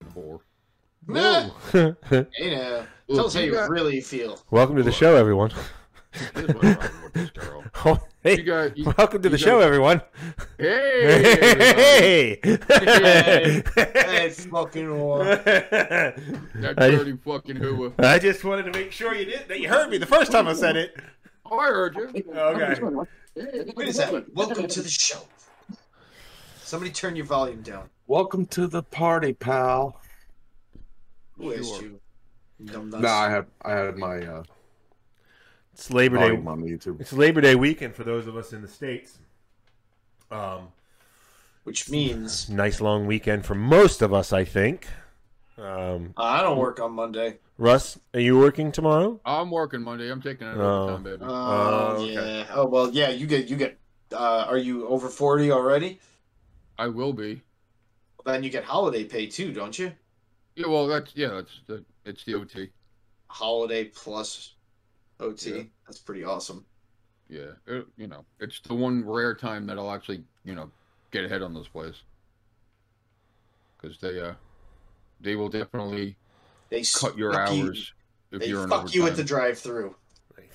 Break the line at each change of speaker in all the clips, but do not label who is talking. before.
Nah,
Whoa.
you know, tell us how you
got-
really feel.
Welcome to the show, everyone.
There's nothing wrong with this girl.
Oh, hey,
You got you,
welcome to the
you
show,
got-
everyone.
Hey, everybody.
Hey!
That's fucking wrong.
that
I-
dirty fucking hooah.
I just wanted to make sure you did that you heard me the first time I said it.
Oh, I heard you.
Okay.
Wait a second. Welcome to the show. Somebody turn your volume down.
Welcome to the party, pal.
Who asked
Sure.
you? Dumb
No, I have I had my uh,
It's Labor Day.
volume on YouTube.
It's Labor Day weekend for those of us in the states. Um,
Which means
nice long weekend for most of us, I think. Um,
uh, I don't work on Monday.
Russ, are you working tomorrow?
I'm working Monday. I'm taking it
Oh.
overtime, baby.
Oh,
okay.
yeah. Oh well, yeah. You get you get. Uh, are you over forty already?
I will be.
Then you get holiday pay too, don't you?
Yeah, well, that's yeah, that's the it's the OT.
Holiday plus OT.
Yeah.
That's pretty awesome.
Yeah, it, you know, it's the one rare time that I'll actually, you know, get ahead on those plays. Because they, uh, they will definitely
They
cut your
fuck you-
hours if
They
you're in
fuck you at the
overtime.
drive-through.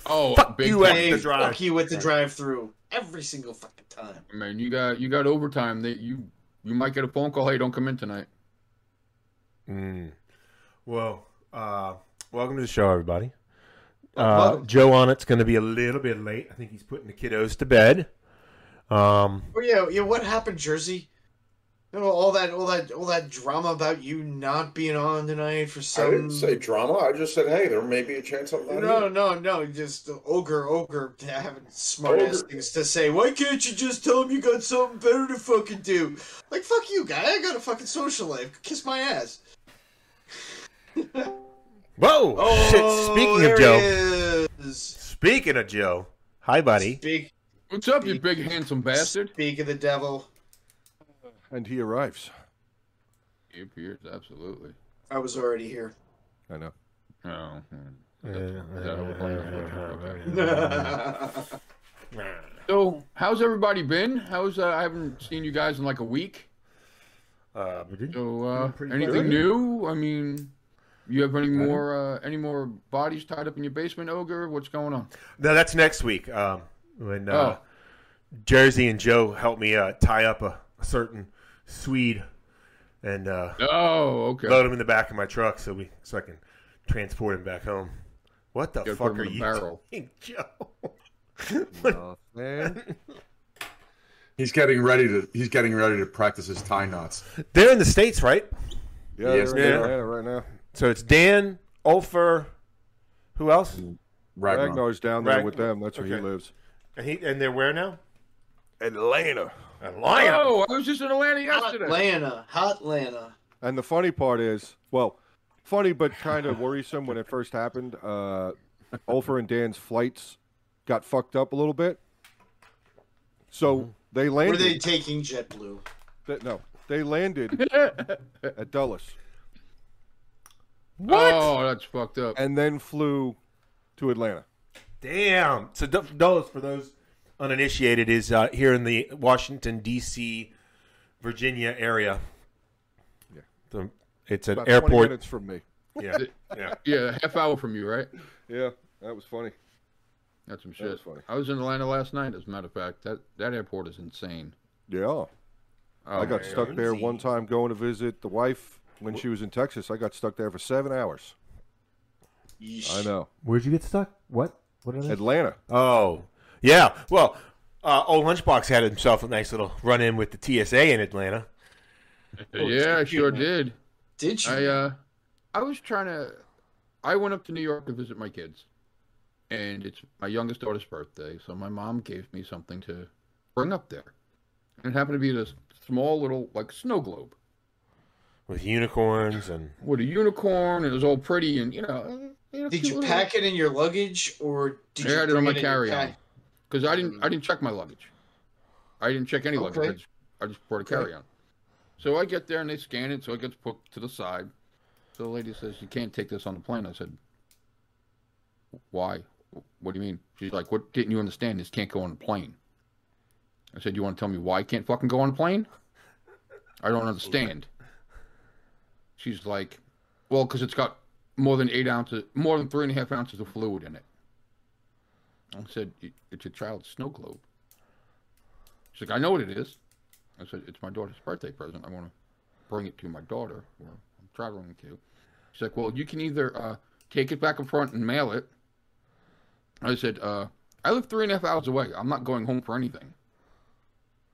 oh,
Fuck
big
you at
time.
They
the drive.
fuck you at the drive-through every single fucking time.
man. You got you got overtime. That you you might get a phone call. Hey, don't come in tonight.
Mm. Well, uh, welcome to the show, everybody. Uh,
Welcome.
Joe Onnett's going to be a little bit late. I think he's putting the kiddos to bed. Um,
Oh yeah, yeah. What happened, Jersey? You know, all that, all that, all that drama about you not being on tonight for
I
some.
didn't say drama. I just said, hey, there may be a chance I'm not
No,
here.
no, no. Just the ogre, ogre having smart ass
Ogre.
things to say. Why can't you just tell him you got something better to fucking do? Like, fuck you, guy. I got a fucking social life. Kiss my ass.
whoa! Shit, speaking of Joe.
Oh, there he is.
Speaking of Joe. Hi, buddy.
Speak,
What's up, you big handsome bastard?
speak of the devil.
And he arrives.
He appears absolutely.
I was already here.
I know.
Oh, hmm.
Uh, uh,
so how's everybody been? How's uh, I haven't seen you guys in like a week.
Uh,
So uh,
Pretty
anything
good.
new? I mean, you have any more uh, any more bodies tied up in your basement, ogre? What's going on?
No, that's next week. Um, when uh, Jersey and Joe helped me uh, tie up a, a certain Swede and uh,
Oh, okay.
load him in the back of my truck so we so I can transport him back home. What the
Gotta put
fuck
him
are
in a
you
barrel.
doing, Joe?
Nothing.
He's getting ready to he's getting ready to practice his tie knots.
They're in the states, right?
Yeah,
Yes,
they're in
yeah.
Atlanta right now.
So it's Dan Olfer. Who else?
Ragnar.
Ragnar's down there
Ragnar.
with them. That's where
Okay.
he lives.
And he and they're where now?
Atlanta.
Atlanta.
Oh, I was just in Atlanta yesterday.
Hotlanta, Hotlanta.
And the funny part is, well, funny but kind of worrisome when it first happened. Uh, Olfer and Dan's flights got fucked up a little bit. So they
Were
landed.
they taking JetBlue?
th- no, they landed at Dulles
What?
Oh, that's fucked up.
and then flew to Atlanta.
Damn. So D- Dulles, for those uninitiated, is uh, here in the Washington D.C., Virginia area.
Yeah.
The, it's an
About 20
airport.
minutes from me.
Yeah. yeah.
Yeah, half hour from you, right?
Yeah, that was funny.
That's some
That was
shit.
funny.
I was in Atlanta last night, as a matter of fact. That that airport is insane.
Yeah.
Oh,
I got
my
stuck
God.
there one time going to visit the wife when she was in Texas. I got stuck there for seven hours. I know.
Where'd you get stuck? What? What are
Atlanta.
Oh, yeah. Well, uh, old Lunchbox had himself a nice little run in with the TSA in Atlanta.
Yeah, I sure did.
Did you?
I uh, I was trying to. I went up to New York to visit my kids, and it's my youngest daughter's birthday, so my mom gave me something to bring up there. And it happened to be this small little like snow globe
With unicorns and
with a unicorn, and it was all pretty, and you know.
Did you pack it in your luggage or did
I
you
had it on
bring
my
in your
carry-on.
pack?
Because I didn't, I didn't check my luggage. I didn't check any luggage.
Mm. Okay.
I just, I just brought a carry-on. So I get there and they scan it, so it gets put to the side. So the lady says, "You can't take this on the plane." I said, "Why? What do you mean?" She's like, "What didn't you understand? This can't go on a plane." I said, "You want to tell me why it can't fucking go on a plane?" I don't understand. She's like, well, because it's got more than eight ounces, more than three and a half ounces of fluid in it. I said, "It- it's your child's snow globe. She's like, I know what it is. I said, it's my daughter's birthday present. I want to bring it to my daughter where I'm traveling to. She's like, well, you can either uh, take it back up front and mail it. I said, uh, I live three and a half hours away. I'm not going home for anything.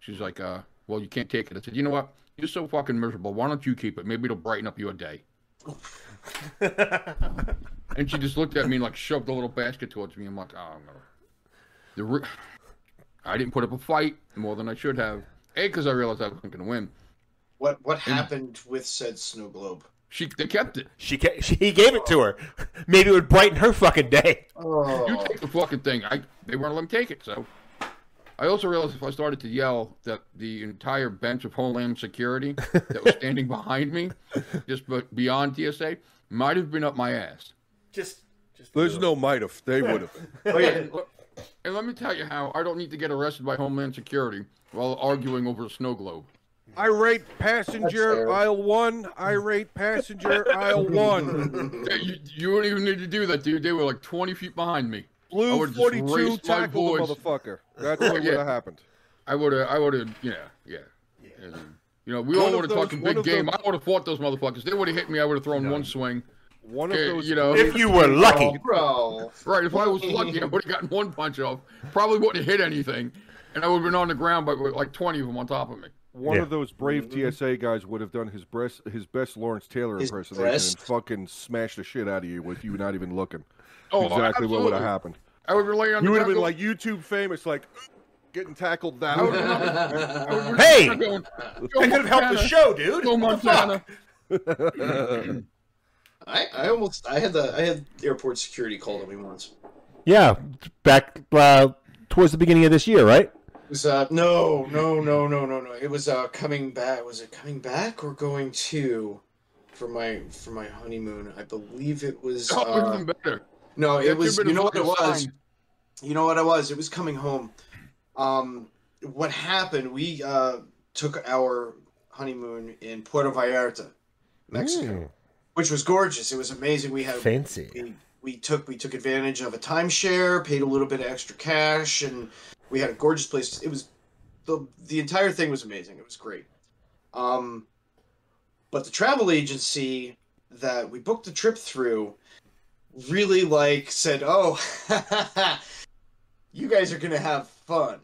She's like, uh, well, you can't take it. I said, you know what? You're so fucking miserable. Why don't you keep it? Maybe it'll brighten up your day. and she just looked at me and like shoved a little basket towards me. I'm like, oh, I'm gonna. The re- I didn't put up a fight more than I should have. A, because I realized I wasn't gonna win.
What what happened with said snow globe?
She they kept it.
She, ca- she he gave it to her. Maybe it would brighten her fucking day.
You
Oh,
take the fucking thing. I they weren't let me take it. So I also realized if I started to yell that the entire bench of Homeland Security that was standing behind me, just but beyond TSA, might have been up my ass.
Just just
There's no might have. They would have.
oh yeah.
And let me tell you how I don't need to get arrested by Homeland Security while arguing over a snow globe.
Irate passenger
terrible.
aisle one. Irate passenger aisle one.
Yeah, you, you don't even need to do that, dude. They were like 20 feet behind me. I
Blue
would've just
42
raised my
tackled the
voice.
motherfucker. That's what would
Yeah.
have happened.
I would have, I would have, yeah, yeah. And, you know, we
One
all
of
would have
those-
talked a
one
big
of
game.
those-
I would have fought those motherfuckers. They would have hit me. I would have thrown one swing.
One of
Okay,
those.
you know-
If you were lucky.
Oh, bro.
Right. If I was lucky, I would have gotten one punch off. Probably wouldn't have hit anything. And I would have been on the ground by like 20 of them on top of me.
One
Yeah.
of those brave TSA guys would have done his breast, his best Lawrence Taylor
His
impersonation,
breast?
and fucking smashed the shit out of you with you not even looking.
Oh,
exactly what would
absolutely.
have happened.
I would have laid on
You
the
would have
ground
been
going-
like YouTube famous, like getting tackled Mm-hmm. that.
I would have been on the- I would've been on
way.
the
Hey!
ground going, "Go
That could have helped the
Montana,
show, dude.
"Oh, Go
What the fuck?
Montana.
I, I almost I had the I had airport security called on me once.
Yeah, back uh, towards the beginning of this year, right?
It was uh no no no no no no. It was uh coming back. Was it coming back or going to? For my for my honeymoon, I believe it was.
Oh, it would have
Uh,
been better.
no,
That
it
could've
was.
been a
You know what it
fucking
was.
sign.
You know what it was? It was coming home. Um, what happened? We uh, took our honeymoon in Puerto Vallarta, Mexico,
Mm.
Oh. which was gorgeous. It was amazing. We had
Mm. Fancy.
we, we took we took advantage of a timeshare, paid a little bit of extra cash, and we had a gorgeous place. It was the the entire thing was amazing. It was great. Um, but the travel agency that we booked the trip through really like said, "Oh, you guys are gonna have fun,"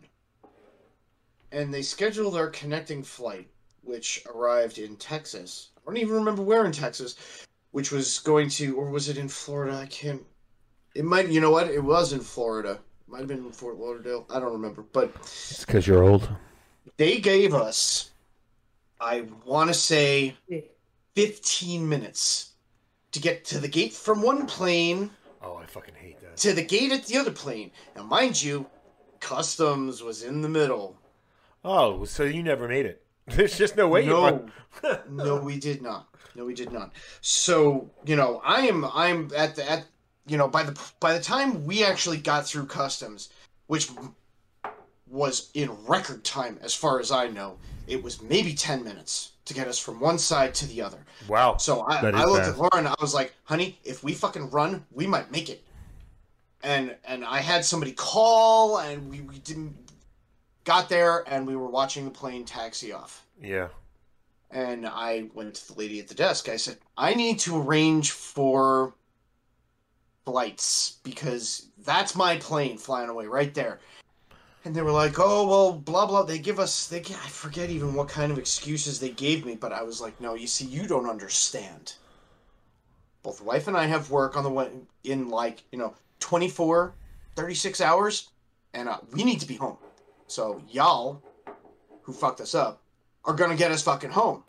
and they scheduled our connecting flight, which arrived in Texas. I don't even remember where in Texas which was going to, or was it in Florida? I can't. It might. You know what? It was in Florida. Might have been in Fort Lauderdale. I don't remember. But
It's because you're old.
they gave us, I want to say, fifteen minutes to get to the gate from one plane
Oh, I fucking hate that.
to the gate at the other plane. Now, mind you, customs was in the middle.
Oh, so you never made it. There's just no way you
no, no, we did not. No, we did not. So you know, I am, I'm at the at, you know, by the by the time we actually got through customs, which was in record time as far as I know, it was maybe ten minutes to get us from one side to the other.
Wow.
So I,
That is
I looked
bad.
at Lauren. I was like, "Honey, if we fucking run, we might make it." And and I had somebody call, and we, we didn't got there, and we were watching the plane taxi off.
Yeah.
And I went to the lady at the desk. I said, I need to arrange for flights because that's my plane flying away right there. And they were like, oh, well, blah, blah. They give us, they, I forget even what kind of excuses they gave me, but I was like, no, you see, you don't understand. Both the wife and I have work on the way in like, you know, 24, 36 hours, and uh, we need to be home. So y'all who fucked us up are gonna get us fucking home.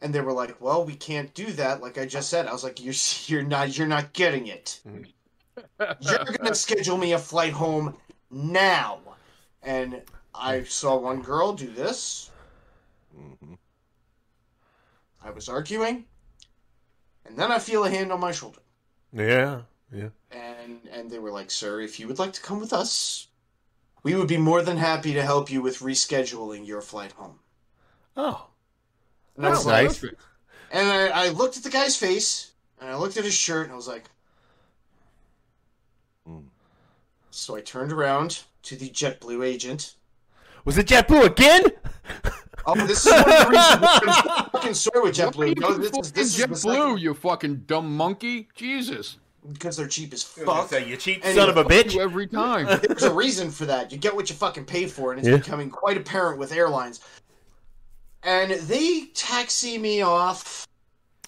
And they were like, "Well, we can't do that." Like I just said, I was like, "You're you're not you're not getting it. You're gonna schedule me a flight home now." And I saw one girl do this. I was arguing, and then I feel a hand on my shoulder,
Yeah. Yeah.
and and they were like, "Sir, if you would like to come with us, we would be more than happy to help you with rescheduling your flight home."
Oh.
And I
That's
was like,
nice.
And I, I looked at the guy's face, and I looked at his shirt, and I was like.
Mm.
So I turned around to the JetBlue agent.
Was it JetBlue again?
Oh, this is one of the reasons why I'm fucking sore with JetBlue. No, this is, this is the
Jet Blue, you fucking dumb monkey. Jesus.
second- because they're cheap as
I was gonna
fuck.
say, you cheap
And
Son of a
You
bitch.
every time.
There's a reason for that. You get what you fucking pay for, and it's
Yeah.
becoming quite apparent with airlines. And they taxi me off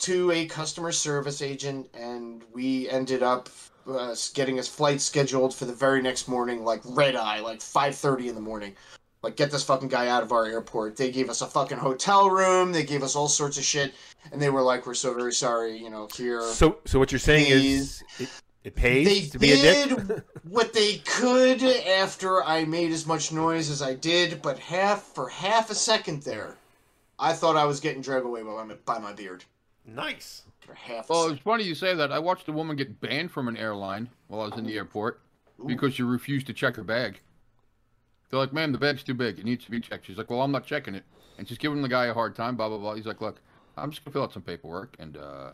to a customer service agent, and we ended up uh, getting his flight scheduled for the very next morning, like red eye, like five thirty in the morning. Like, get this fucking guy out of our airport. They gave us a fucking hotel room. They gave us all sorts of shit, and they were like, "We're so very sorry, you know." Here,
So, so what you're saying is it, it pays
they
to be a
did
dick.
what they could after I made as much noise as I did, but half for half a second there, I thought I was getting dragged away by my, by my beard.
Nice.
For half.
Well,
a second.
it's funny you say that. I watched a woman get banned from an airline while I was in the airport
Ooh.
because she refused to check her bag. They're like, ma'am, the bag's too big. It needs to be checked. She's like, well, I'm not checking it. And she's giving the guy a hard time, blah, blah, blah. He's like, look, I'm just going to fill out some paperwork and uh,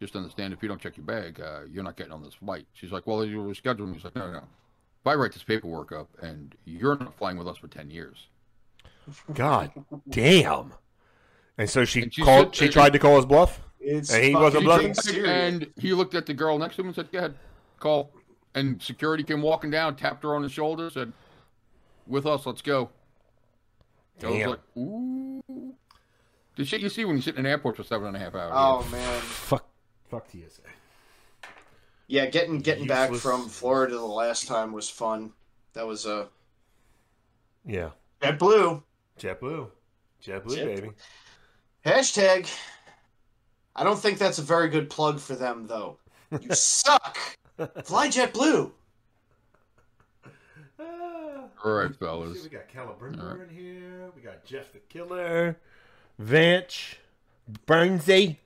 just understand if you don't check your bag, uh, you're not getting on this flight. She's like, well, you were rescheduling. He's like, no, no. If I write this paperwork up and you're not flying with us for 10 years.
God damn. And so she
And she
called.
said-
She tried to call his bluff.
It's
and he
fucking
wasn't bluffing?
serious.
And he looked at the girl next to him and said, "Go ahead, call." And security came walking down, tapped her on the shoulder, said, "With us, let's go." I was
Damn.
like, "Ooh." The shit you see when you sit in an airport for seven and a half hours.
Oh man,
Fuck. Fuck TSA.
yeah, getting getting back
Useless.
from Florida the last time was fun. That was uh, a
Yeah.
uh, blue
JetBlue. JetBlue,
Jet-
baby.
hashtag. I don't think that's a very good plug for them though. You suck. Fly JetBlue.
All right,
Let's see,
fellas.
we got Caliburn
All
in here. We got Jeff the Killer.
Miller, Vinch, Bernsey.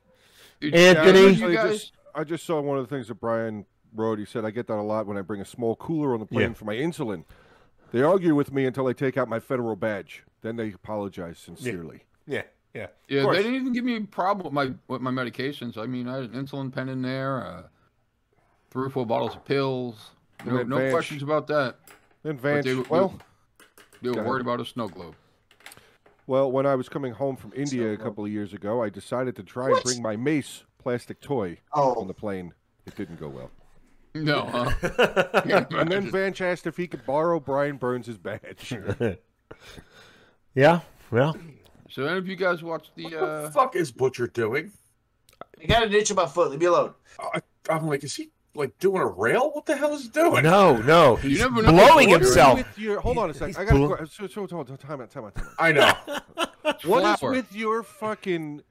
Did-
Anthony.
did
So
you
you
guys-
just- I just saw one of the things that Brian wrote. He said, I get that a lot when I bring a small cooler on the plane
Yeah.
for my insulin. They argue with me until I take out my federal badge. Then they apologize sincerely.
Yeah, yeah.
yeah,
course.
they didn't even give me a problem with my with my medications. I mean, I had an insulin pen in there, uh, three or four bottles of pills. No,
And
no
Vans.
questions about that.
Then
But
Vance,
they, were-
well,
they were
ahead.
worried about a snow globe.
Well, when I was coming home from India a couple of years ago, I decided to try
What?
and bring my mace plastic toy
Oh.
on the plane. It didn't go well.
No, huh?
And then Vanch asked if he could borrow Brian Burns' badge.
Yeah, well,
So, any of you guys watch the?
What the
Uh,
fuck is Butcher doing?
I got an itch in my foot. Leave me alone.
I, I'm like, is he like doing a rail? What the hell is he doing?
no, no. He's
never know what
blowing
you're
himself.
With your, hold on a sec.
he's
I got
bull-
to so, so, hold on, time out, time out, time out.
I know.
What is
flower.
with your fucking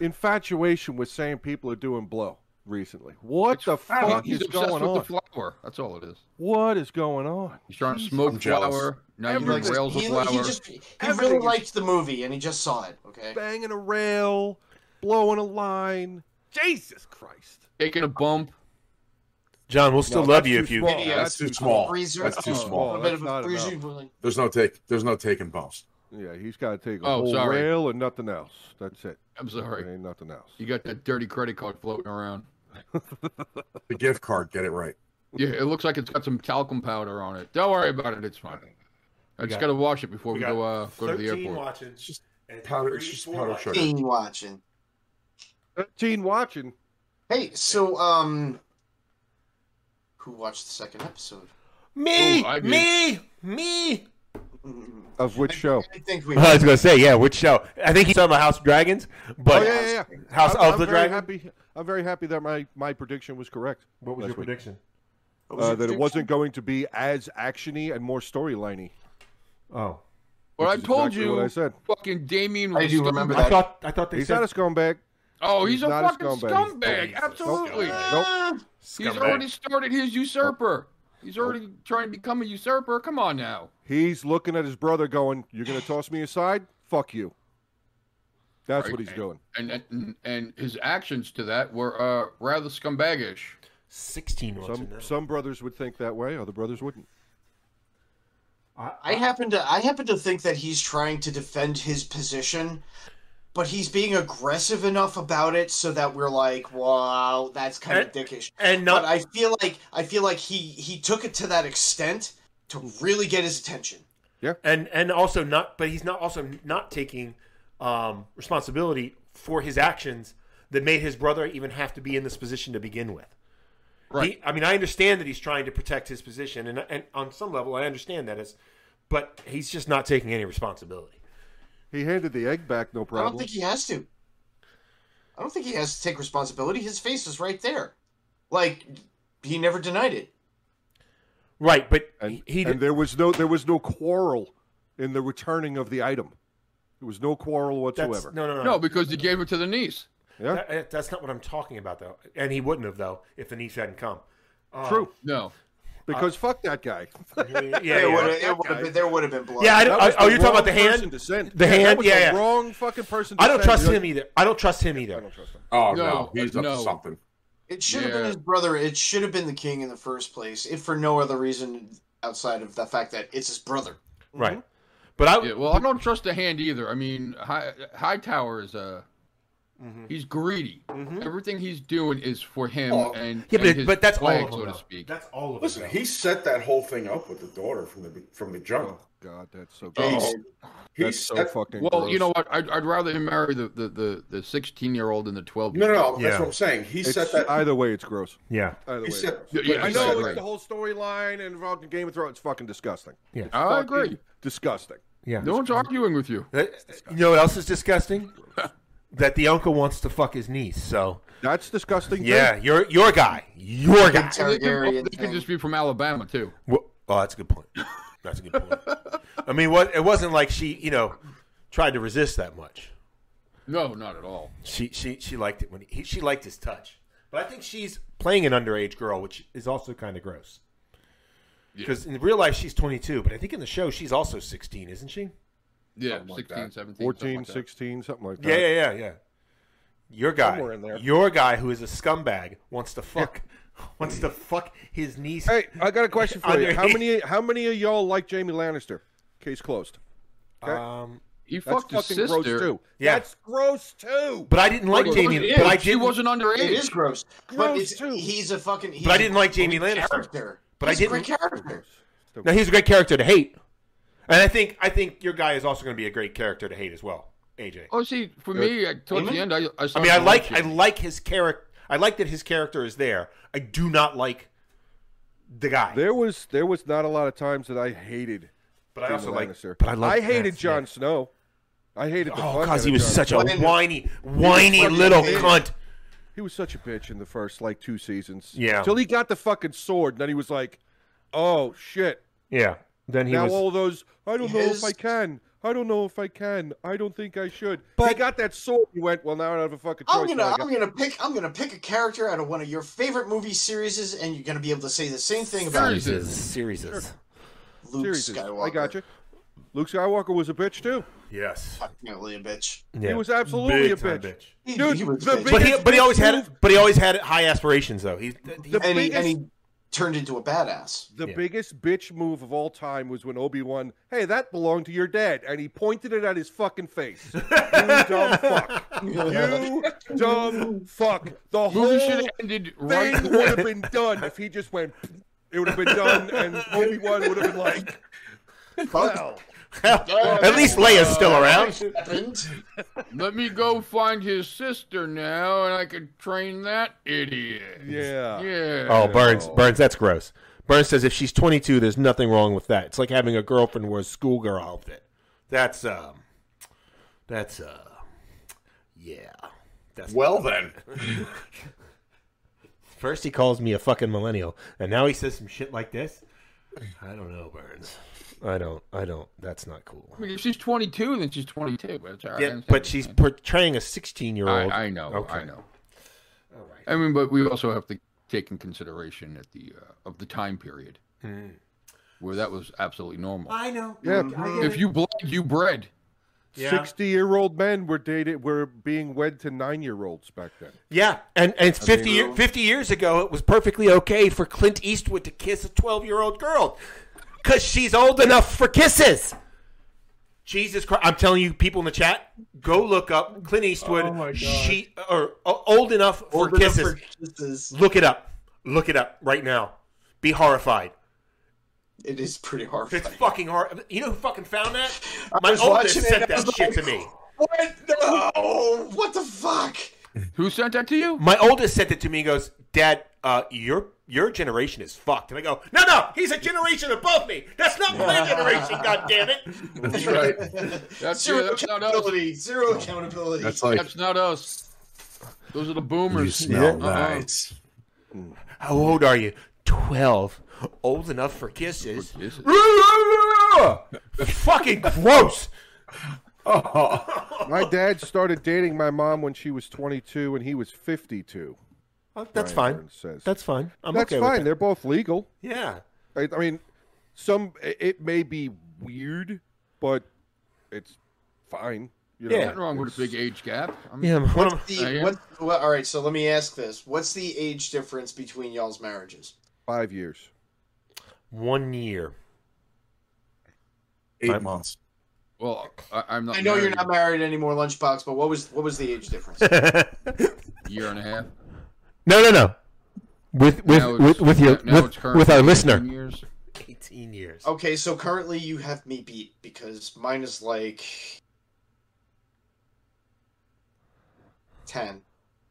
infatuation with saying people are doing blow recently? What the
I mean,
fuck
he's
is
obsessed
going
with
on?
the flower. That's all it is.
what is going on?
He's trying to smoke
I'm jealous.
flower. Now you
Everything.
rails with
He,
flower.
he just he
Everything
really
is-
liked the movie and he just saw it. Okay.
Banging a rail, blowing a line. Jesus Christ.
Taking a bump.
John, we'll still
No,
love
that's
you
too
if you.
small.
Yeah,
That's too small.
Freezer.
That's too
Oh,
small.
A
oh,
bit
that's
of a
not
freezer.
enough.
There's no take. There's no taking bumps.
Yeah, he's got to take a
Oh,
whole
sorry.
rail and nothing else. That's it.
I'm sorry.
There ain't nothing else.
You got that dirty credit card floating around.
The gift card, get it right.
Yeah, it looks like it's got some talcum powder on it. Don't worry about it. It's fine. I just
got-
got to wash it before we,
got
go uh, go to the
13
airport.
watching.
It's just
and
powder-
three,
it's just
four
powder
watching.
sugar.
Thing watching.
13 watching.
Hey, so um, who watched the second episode?
Me,
Oh, I did.
me, me.
Mm,
Of which show?
I think we.
I was gonna say, yeah, which show? I think he's on the House of Dragons, but
Oh, yeah, yeah, yeah.
House
I'm,
of
I'm
the
very
Dragon.
Happy, I'm very happy that my, my prediction was correct.
What was
Last
your
week.
prediction?
Oh,
What was
Uh,
your
that it
prediction?
wasn't going to be as actiony and more storyliney.
Oh,
Well, I
Which is
told
exactly
you,
what I said.
fucking Damien.
I
was
do
scumbag.
remember
I
that.
thought I thought they
He's
said
not a scumbag.
Oh, he's,
He's
a
not a
fucking
scumbag.
scumbag.
He's a
Absolutely.
scumbag.
Nope.
He's already started his usurper. He's already trying to become a usurper. Come on now.
He's looking at his brother going, You're going to toss me aside? Fuck you. That's what he's doing.
and and, and his actions to that were uh, rather scumbaggish.
Sixteen months.
Some, some brothers would think that way, other brothers wouldn't.
I happen to I happen to think that he's trying to defend his position but he's being aggressive enough about it so that we're like, wow, that's kind of
And-
dickish.
And
But
not
I feel like I feel like he he took it to that extent to really get his attention.
and and also not but he's not also not taking um, responsibility for his actions that made his brother even have to be in this position to begin with
Right.
He- i mean i understand that he's trying to protect his position and, and on some level i understand that is but he's just not taking any responsibility
He handed the egg back, no
I
problem.
don't think he has to. I don't think he has to take responsibility. His face is right there. Like he never denied it.
right but
and,
he
and there was no there was no quarrel in the returning of the item. There was no quarrel
that's,
whatsoever.
no no no,
No, because he gave it to the niece.
Yeah.
That- that- that's not what i'm talking about though and he wouldn't have though if the niece hadn't come Um,
True,
No.
because fuck that guy.
yeah,
There
yeah.
would it would have been there would have been blood.
Yeah, I don't,
That was
oh,
the
you're talking about
wrong
the hand.
person to send.
The
that
hand,
was
yeah, yeah.
The wrong fucking person. To
I don't
send.
trust
uh, You're
him either. I don't trust him either.
like, I don't trust him.
Oh
No,
no, he's up
no.
to something.
It should have
Yeah.
been his brother. It should have been the king in the first place, if for no other reason outside of the fact that it's his brother.
Right.
Mm-hmm.
But I
Yeah, well, I don't trust the hand either. I mean, High Hightower is uh, he's greedy. Everything he's doing is for him
Oh.
and
yeah,
and
but,
his
but that's
flag,
all of them.
so to
though.
speak.
That's all of
Listen,
them.
he set that whole thing up with the daughter from the be- from the jump.
God, that's so.
He
Gross.
s- he
that's so
set-
fucking.
Well, you
gross.
know what? I'd, I'd rather him marry the the the, the sixteen year old than the twelve.
no, no, no, that's
Yeah.
what I'm saying. He
It's-
set that.
either way, it's gross.
yeah.
Either way,
he
it's
set,
gross.
Yeah, yeah,
I
He
know
said
it's
right.
the whole storyline and fucking Game of Thrones. It's fucking disgusting.
I
Fucking
agree.
Disgusting.
Yeah.
No one's arguing with you.
Uh, You know what else is disgusting? that the uncle wants to fuck his niece. So
That's disgusting. too.
yeah, your your guy, your guy.
It's
They could,
Targaryen
they could
thing.
just be from Alabama too.
Wha- Oh, that's a good point. That's a good point. I mean, what it wasn't like she, you know, tried to resist that much.
No, not at all.
She she she liked it when he, she liked his touch. But I think she's playing an underage girl, which is also kind of gross. Because in real life she's 22, but I think in the show she's also 16, isn't she?
Yeah,
Something like
16, 17,
that.
something
14,
like that.
16, something like that.
Yeah, yeah, yeah, yeah. Your guy,
Somewhere in there.
your guy who is a scumbag wants to fuck, wants to fuck his niece.
Hey, I got a question for you. How
Underneath.
many how many of y'all like Jamie Lannister? Case closed.
Um,
He
That's
fucked his
fucking
sister.
gross too.
Yeah.
That's gross too.
but I didn't like
Well,
Jamie.
it is.
But I
she
didn't.
wasn't underage.
It is gross, but
Gross,
it's,
too.
he's a fucking. He's
but I
a
didn't like Jamie
great
Lannister.
Character.
But I
He's a great
didn't-
character.
Now he's a great character to hate, and I think I think your guy is also going to be a great character to hate as well. AJ.
Oh, see, for me, I- towards the end, I I,
Mm-hmm. I mean, I like I like his character. I like that his character is there. I do not like the guy,
There was there was not a lot of times that I hated
but I
Jamie
also like.
Lannister.
But I like.
hated
yeah.
Jon Snow. I hated
Oh,
the fuck out
because he
of
was
Jon
such a
Snow.
Well, then-
whiny, whiny
fucking
little
hated.
cunt.
he was such a bitch in the first like two seasons.
Yeah.
Till he got the fucking sword, and then he was like, "Oh shit."
Yeah. Then he
now
was.
all those I don't know if
His-
I can. I don't know if I can. I don't think I should. he
But-
got that sword. He went, "Well, now I don't have a fucking choice."
I'm
now
gonna
I got
I'm gonna pick I'm gonna pick a character out of one of your favorite movie series, and you're gonna be able to say the same thing about
Seriously.
Series. Series.
Luke
Seriously,
Skywalker.
I got you. Luke Skywalker was a bitch too.
Yes.
Definitely a bitch.
Yeah.
He was absolutely
Big
a
time
bitch.
He,
Dude,
he was
the
a bitch.
big-
But he, but he always had,
Biggest
but he always had high aspirations though. He, he-
The
and, he,
biggest,
and he turned into a badass.
the
Yeah.
biggest bitch move of all time was when Obi Wan, hey, that belonged to your dad, and he pointed it at his fucking face. you dumb fuck. You dumb fuck. The
Movie
whole
should have
thing
ended right.
would have been done if he just went. It would have been done, and Obi Wan would have been like, "Well,
at least Leia's still around.
Happened.
Let me go find his sister now, and I can train that idiot.
yeah."
Yeah.
Oh, Burns, Burns, that's gross. Burns says if she's 22, there's nothing wrong with that. It's like having a girlfriend wear a schoolgirl outfit. That's um, that's uh, yeah. That's
Well then,
First he calls me a fucking millennial, and now he says some shit like this. I don't know, Burns. I don't. I don't. That's not cool.
I mean, if she's 22, then she's 22. But, it's all right. I
Yeah,
understand.
but she's portraying a 16 year
I,
old.
I know. I
Okay.
know. I mean, but we also have to take in consideration at the uh, of the time period where that was absolutely normal.
Mm. I know.
Yeah,
If you bled, you bred.
sixty-year-old men were dated, were being wed to nine-year-olds back then.
Yeah, and and it's fifty year, fifty years ago, it was perfectly okay for Clint Eastwood to kiss a twelve year old girl, cause she's old enough for kisses. Jesus Christ! I'm telling you, people in the chat, go look up Clint Eastwood.
Oh my God.
She or o- old enough for
Old enough
kisses.
for kisses.
Look it up. Look it up right now. Be horrified.
It is pretty hard.
It's fucking hard. You know who fucking found that?
I
My
was
oldest
watching it,
sent
I
that
was
shit to
like-
me.
What? No! What the fuck?
Who sent that to you?
My oldest sent it to me and goes, Dad, uh, your your generation is fucked. And I go, No, no, he's a generation above me. That's not my generation, God damn it.
That's right.
That's,
Zero
yeah, that's not us.
accountability. Zero accountability.
That's like
That's not us. Those are the
you
boomers.
smell
Uh-uh.
nice.
How old are you? Twelve. Old enough for kisses.
This is-
fucking gross.
Oh,
My dad started dating my mom when she was 22 and he was 52.
That's
Brian
fine.
Burns Says.
That's fine. I'm
That's
okay
fine.
with
They're both legal.
that. Yeah.
I, I mean, some it- it may be weird, but it's fine. You know?
Yeah.
Nothing wrong with a big age gap. I'm,
Yeah. I'm-
What's
I
the,
am.
what, what, all right, so let me ask this. What's the age difference between y'all's marriages?
Five years.
One year.
eight
Right.
months.
Well, I, I'm not.
I know you're
married
not married anymore, Lunchbox, but what was what was the age difference?
no,
a Year and a half.
no, no. With with
Now
with,
it's-
with
now
your
it's Oh.
with,
currently
with our
18
listener.
years.
Eighteen years.
okay, so currently you have me beat because mine is like ten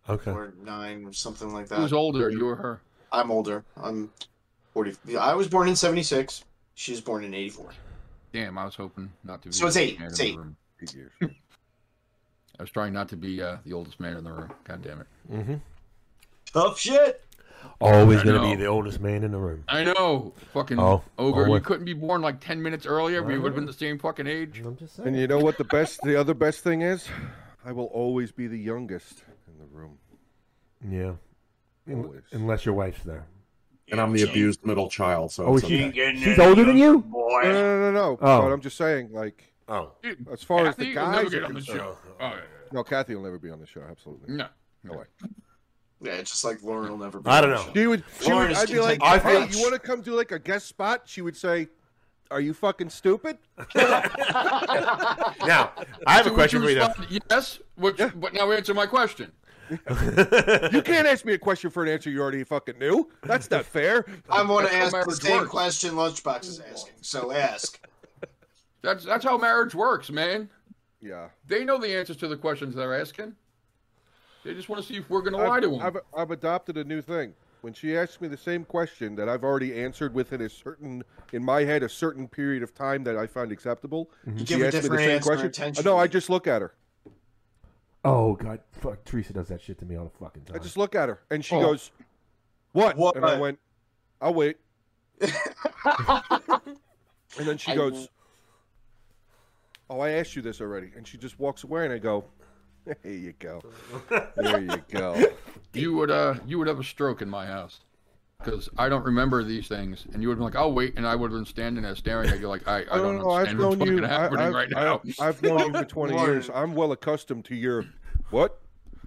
Okay.
or nine or something like that.
Who's older, you or her?
I'm older. I'm forty. I was born in seventy six. She was born in eighty four.
Damn, I was hoping not to be.
So it's
the
eight,
man in
it's
the
eight.
room.
Eight years.
I was trying not to be uh, the oldest man in the room. God damn it.
Mm-hmm.
Tough shit.
Always
I
gonna
know.
be the oldest man in the room.
I know. Fucking
Oh,
ogre.
oh,
you
what-
couldn't be born like 10 minutes earlier. We would have been the same fucking age.
I'm just
And you know what the best, the other best thing is? I will always be the youngest in the room.
Yeah.
Always.
Unless your wife's there.
And I'm the abused middle child, so
Oh,
it's
is she-
okay.
She's older than you?
No, no, no, no. no.
Oh.
But I'm just saying, like,
Oh.
Dude,
as far as the
Kathy will never
guys
get
are
on the
concerned,
show. Oh, yeah,
no, Kathy will never be on the show. Absolutely.
yeah.
No way.
Yeah, it's just like Lauren will never. Be
I don't know.
She would. She would
Lauren is
I'd be like,
content- I
hey,
think-
you want to come do like a guest spot? She would say, Are you fucking stupid?
Oh, Now, I have a
Would
question
you
for you. though.
respond Yes, which, but now answer my question.
You can't ask me a question for an answer you already fucking knew. That's not fair.
I want to
That's how
ask the
marriage
same
works.
question Lunchbox is asking. So ask.
That's that's how marriage works, man.
Yeah.
They know the answers to the questions they're asking. They just want to see if we're going to lie to them.
I've, I've adopted a new thing. When she asks me the same question that I've already answered within a certain, in my head, a certain period of time that I find acceptable, and
Mm-hmm. give
she
a
asks me the
different
same
answer
question.
intentionally.
No, I just look at her.
Oh god, fuck! Teresa does that shit to me all the fucking time.
I just look at her, and she goes, "What?"
Oh. What?
And I went, "I'll wait." and then she
I-
goes, "Oh, I asked you this already," and she just walks away, and I go, "There you go, there you go."
you would uh you would have a stroke in my house because I don't remember these things, and you would have been like, "I'll wait," and I would have been standing there staring at you like, "I, I don't
I've
understand what's
known
fucking
you. I,
happening
I've,
right
I-
now."
I've known you for 20 years. I'm well accustomed to your what?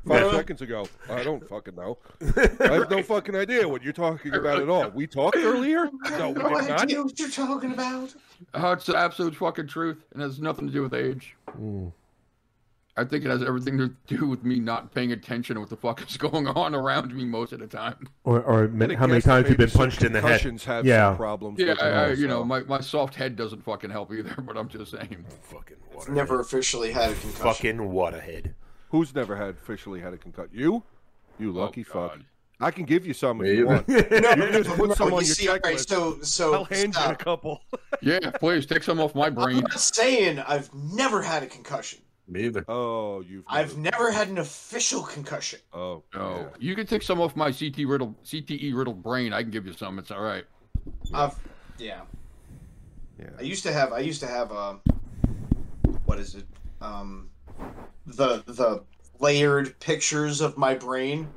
Five seconds ago. I don't fucking know. I have no fucking idea what you're talking about at all. We talked earlier? No, we did
No
not.
idea what you're talking about.
Oh, it's the absolute fucking truth, and it has nothing to do with age.
Hmm.
I think it has everything to do with me not paying attention to what the fuck is going on around me most of the time.
or, or
I
how many
guess
times you've
maybe
been
some
punched in the head?
concussions have
yeah.
some problems.
Yeah,
with
I,
it
I, you
also.
know, my, my soft head doesn't fucking help either, but I'm just saying.
Fucking
I've
water.
Never officially had a concussion.
Fucking waterhead.
who's never had officially had a concussion? You, you lucky fuck.
Oh, God.
I can give you some if
Me
you
either.
want. You can just
No,
put some
you
on your
see, all right,
checklist.
so so
I'll hand you a
stop.
couple.
Yeah, please take some off my
I'm
brain.
not saying I've never had a concussion.
Me either.
Oh, you've.
I've never had an official concussion.
Oh,
No,
yeah.
you can take some off my CT riddle, CTE riddle brain. I can give you some. It's all right.
I've yeah.
Yeah.
I used to have I used to have um what is it? Um the the layered pictures of my brain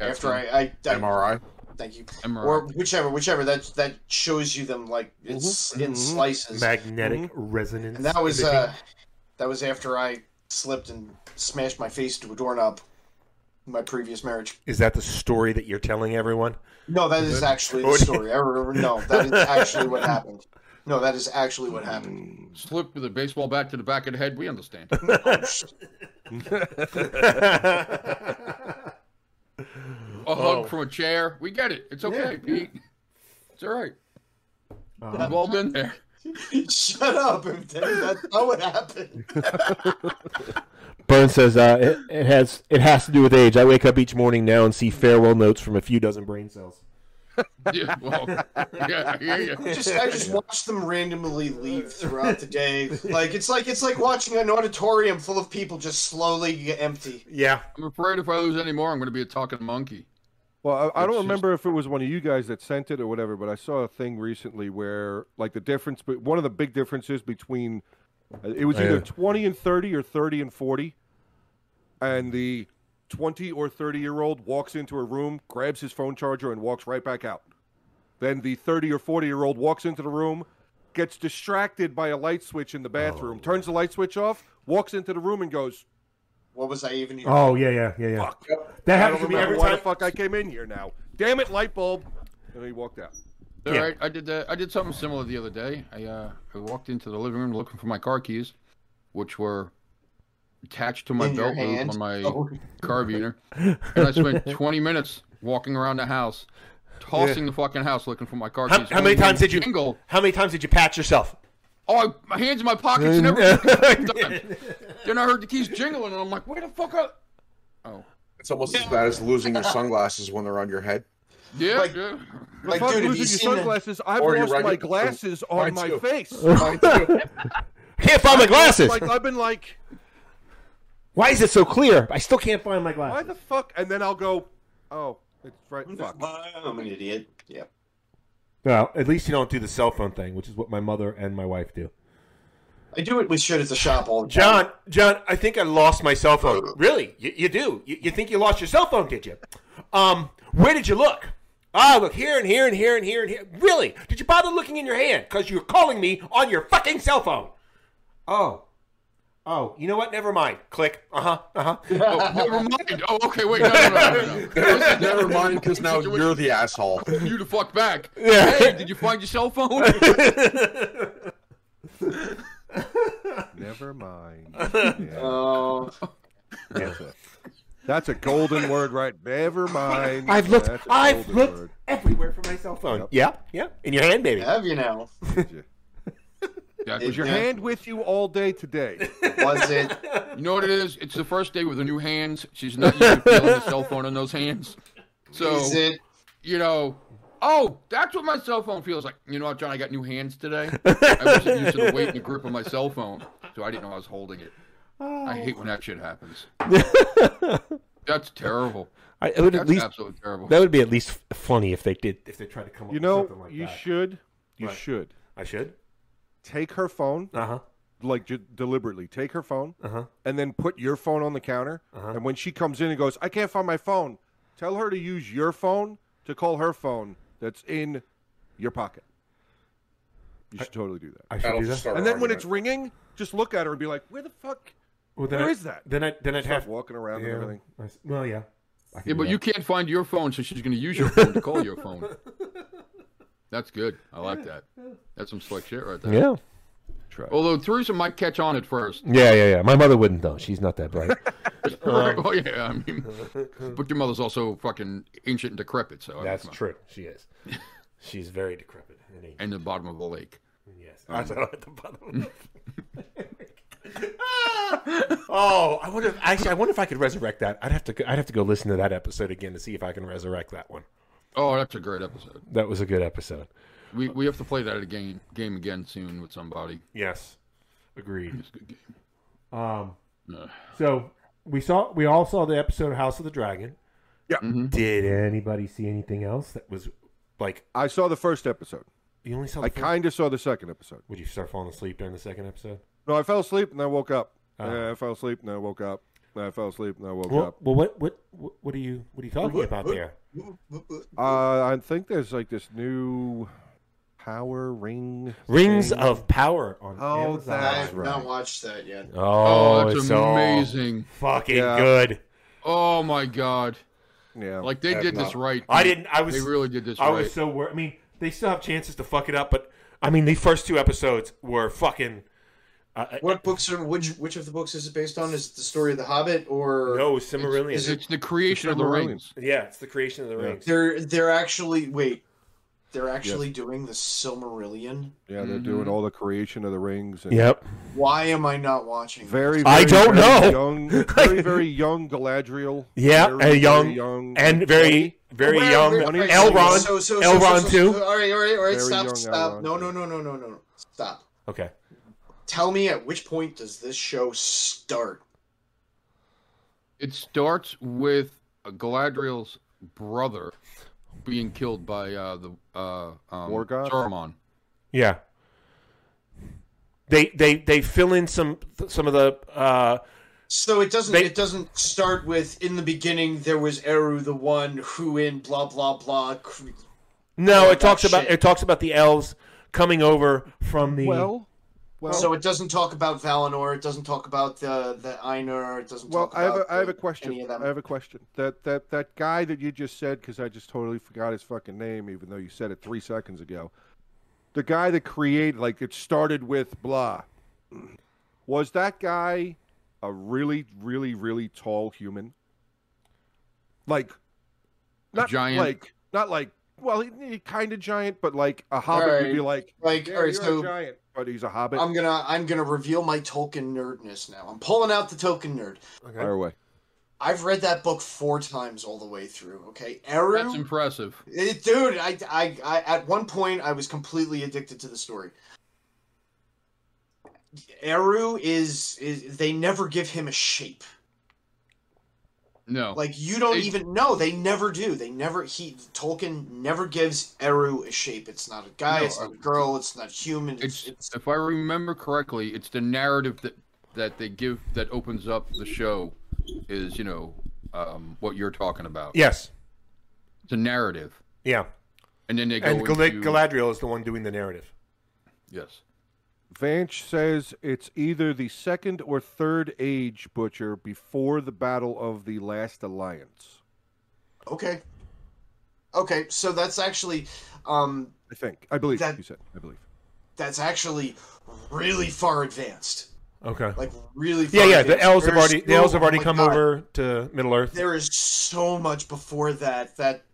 after I, I, I
MRI.
thank you.
MRI.
Or whichever, whichever that that shows you them like it's in slices.
Magnetic resonance.
And that was
imaging.
uh, that was after I slipped and smashed my face into a doorknob. in My previous marriage.
Is that the story that you're telling everyone?
No, that is actually the story. I remember. No, that is actually what happened. No, that is actually what happened.
Slip with a baseball bat to the back of the head. We understand. A hug from a chair. We get it. It's okay, Pete. It's all right.
Uh-huh.
We've all been there.
Shut up, and that's not what happened.
Burns says uh, it, it has it has to do with age. I wake up each morning now and see farewell notes from a few dozen brain cells.
Yeah, well, yeah, yeah, yeah.
Just I just watch them randomly leave throughout the day. Like it's like it's like watching an auditorium full of people just slowly get empty.
Yeah,
I'm afraid if I lose any more, I'm going to be a talking monkey.
Well, I, I
It's
don't
just-
remember if it was one of you guys that sent it or whatever, but I saw a thing recently where, like, the difference, but one of the big differences between uh, it was
Oh,
either
yeah.
20 and 30 or 30 and 40. And the 20 or 30 year old walks into a room, grabs his phone charger, and walks right back out. Then the 30 or 40 year old walks into the room, gets distracted by a light switch in the bathroom,
Oh.
turns the light switch off, walks into the room, and goes,
What was I even?
Oh yeah, yeah, yeah, yeah.
Fuck.
That
I
happens to
don't
me
remember
every
why the
time.
fuck I came in here now. Damn it, light bulb. And he walked out.
All
Yeah.
right, I did that. I did something similar the other day. I uh, I walked into the living room looking for my car keys, which were attached to my
In your
belt loop
hand?
on my
Oh.
carabiner, and I spent 20 minutes walking around the house, tossing the fucking house looking for my car
How,
keys.
how many
Only one
times did you?
jingle?
How many times did you pat yourself?
Oh, I, my hands in my pockets and everything. then I heard the keys jingling, and I'm like, "Where the fuck are?" Oh,
It's almost as bad as losing your sunglasses when they're on your head.
yeah,
Like-
yeah.
Like,
Fuck
dude, have
losing
you
your
seen the-
sunglasses. I've
Or your
lost my
regular-
glasses
Mine
on my
too.
face.
Mine too.
Can't find my glasses.
Like I've been like,
Why is it so clear? I still can't find my
why
glasses.
the fuck? And then I'll go, oh, it's right. Fuck.
I'm an idiot. Yep.
Well, at least you don't do the cell phone thing, which is what my mother and my wife do.
I do it with shit at the shop all the time.
John, John, I think I lost my cell phone. Really? You, you do? You, you think you lost your cell phone? Did you? Um, where did you look? Ah, look here and here and here and here and here. Really? Did you bother looking in your hand? Because you're calling me on your fucking cell phone. Oh. Oh, you know what? Never mind. Click. Uh huh. Uh huh.
Oh, never mind. Oh, okay, wait, no, no, no, no, no.
Never mind, because now you're the asshole.
you the fuck back. Hey, did you find your cell phone?
Never mind.
Oh,
That's a golden word, right? Never mind.
I've looked.
That's a
I've
golden
looked
word.
everywhere for my cell phone. Yeah. Yeah. In your hand, baby.
have you now?
That
Was your
Yeah.
hand with you all day today?
Was it?
You know what it is? It's the first day with the new hands. She's not used to feeling the cell phone in those hands. So,
Is it?
you know, oh, that's what my cell phone feels like. You know what, John? I got new hands today. I wasn't used to the weight and the grip of my cell phone, so I didn't know I was holding it. I hate when that shit happens. that's terrible.
I, it would
That's
at least
absolutely terrible.
that would be at least f- funny if they did if they tried to come up
You
with
know,
something like
you
that.
should. You
Right.
should
I should.
take her phone,
Uh huh.
like j- deliberately. Take her phone,
Uh huh.
and then put your phone on the counter.
Uh-huh.
And when she comes in and goes, I can't find my phone, tell her to use your phone to call her phone that's in your pocket. You should totally do that.
I should
That'll
do that.
start
and then when it's
argument.
ringing, just look at her and be like, Where the fuck?
Well, then
Where
I,
is that?
Then I then I'd
Start
have
walking around
yeah,
and everything.
I s- well, yeah. I can
Yeah,
do
but
that.
you can't find your phone, so she's going to use your phone to call your phone. That's good. I like that. That's some slick shit right there.
Yeah.
Although Teresa might catch on at first.
Yeah, yeah, yeah. My mother wouldn't though. She's not that bright.
Right? Oh yeah, I mean, but your mother's also fucking ancient and decrepit, so I mean,
That's
come on.
true. She is. She's very decrepit. and ancient.
And the bottom of a lake.
Yes. Also at the bottom. oh, I wonder. If, actually, I wonder if I could resurrect that. I'd have to. go- I'd have to go listen to that episode again to see if I can resurrect that one.
Oh, that's a great episode.
That was a good episode.
We we have to play that again game again soon with somebody.
Yes. Agreed.
It's a good game.
Um.
No.
So we saw we all saw the episode of House of the Dragon.
Yeah.
Mhm.
Did anybody see anything else that was like
I saw the first episode.
you only saw? The
I
first-
kind of saw the second episode.
Would you start falling asleep during the second episode?
No, I fell asleep and I woke up.
Oh.
Yeah, I fell asleep and I woke up. I fell asleep and I woke
Well,
up.
well, what what what what are you what are you talking about there?
Uh, I think there's like this new power ring.
Rings
thing.
of Power on
Oh,
Amazon.
that-
I've not watched that yet.
Oh,
Oh, that's
it's
amazing.
all fucking
Yeah.
good.
Oh my god.
Yeah.
Like they
Have
did this
not.
right.
I didn't. I was.
They really did this
I
right.
was so worried. I mean, they still have chances to fuck it up, but I mean, the first two episodes were fucking. Uh,
What books are which? Which of the books is it based on? Is it the story of the Hobbit or
no, Cimmerillion.
is it-
It's the creation of the
Silmarillion.
rings.
yeah, it's the creation of the rings.
They're they're actually wait, they're actually doing the Silmarillion.
Yeah, they're
Mm-hmm.
doing all the creation of the rings. And
Yep.
Why am I not watching?
Very, very,
I don't know.
very Young, very, very young Galadriel.
Yeah,
Very,
and
very
young- And very, very
Wait,
young
wait, wait,
Elrond.
so- so- so-
Elrond
so- so-
too.
All right, all right, all right.
Very young
Stop, stop.
Elrond
No, no,
too.
no, no, no, no, no. Stop.
Okay.
Tell me at which point does this show start?
It starts with Galadriel's brother being killed by uh, the uh, um,
Morgoth?
Saruman.
Yeah. They they they fill in some some of the uh
So it doesn't.
They-
it doesn't start with in the beginning. There was Eru, the one who in blah blah blah. cr-
no,
Oh,
it talks
that
about
shit.
it talks about the elves coming over from the
Well, well,
So it doesn't talk about Valinor. It doesn't talk about the the Einar. It doesn't.
well.
talk
I have a,
about
I have a
the-
question.
any of them.
I have a question. That that that guy that you just said because I just totally forgot his fucking name, even though you said it three seconds ago. The guy that created, like, it started with blah. Was that guy a really, really, really tall human? Like, not
giant?
Like, not like. Well, he, kind of giant, but like a hobbit would be like.
Like,
Yeah,
all right,
you're
so
a giant, but he's a hobbit.
I'm gonna I'm gonna reveal my Tolkien nerdness now. I'm pulling out the Tolkien nerd.
Fire away.
I've read that book four times all the way through. Okay,
That's
Eru,
impressive.
It- dude. I, I I at one point I was completely addicted to the story. Eru is is they never give him a shape.
No,
Like you don't
They-
even know. They never do. They never he Tolkien never gives Eru a shape. It's not a guy.
No,
it's not
I-
a girl. It's not human.
it's,
It's, it's
if I remember correctly, it's the narrative that that they give that opens up the show is you know um, what you're talking about.
Yes.
It's a narrative,
Yeah.
and then they go
And Gal-
into,
Galadriel is the one doing the narrative.
yes.
Vanch says it's either the second or third age butcher before the Battle of the Last Alliance.
okay. Okay, so that's actually um
I think. I believe
That-
you said. I believe.
that's actually really far advanced.
Okay.
Like really far
Yeah, yeah. The
advanced.
elves have
There's
already the elves
so-
have already
oh my
come
God,
over to Middle Earth.
There is so much before that that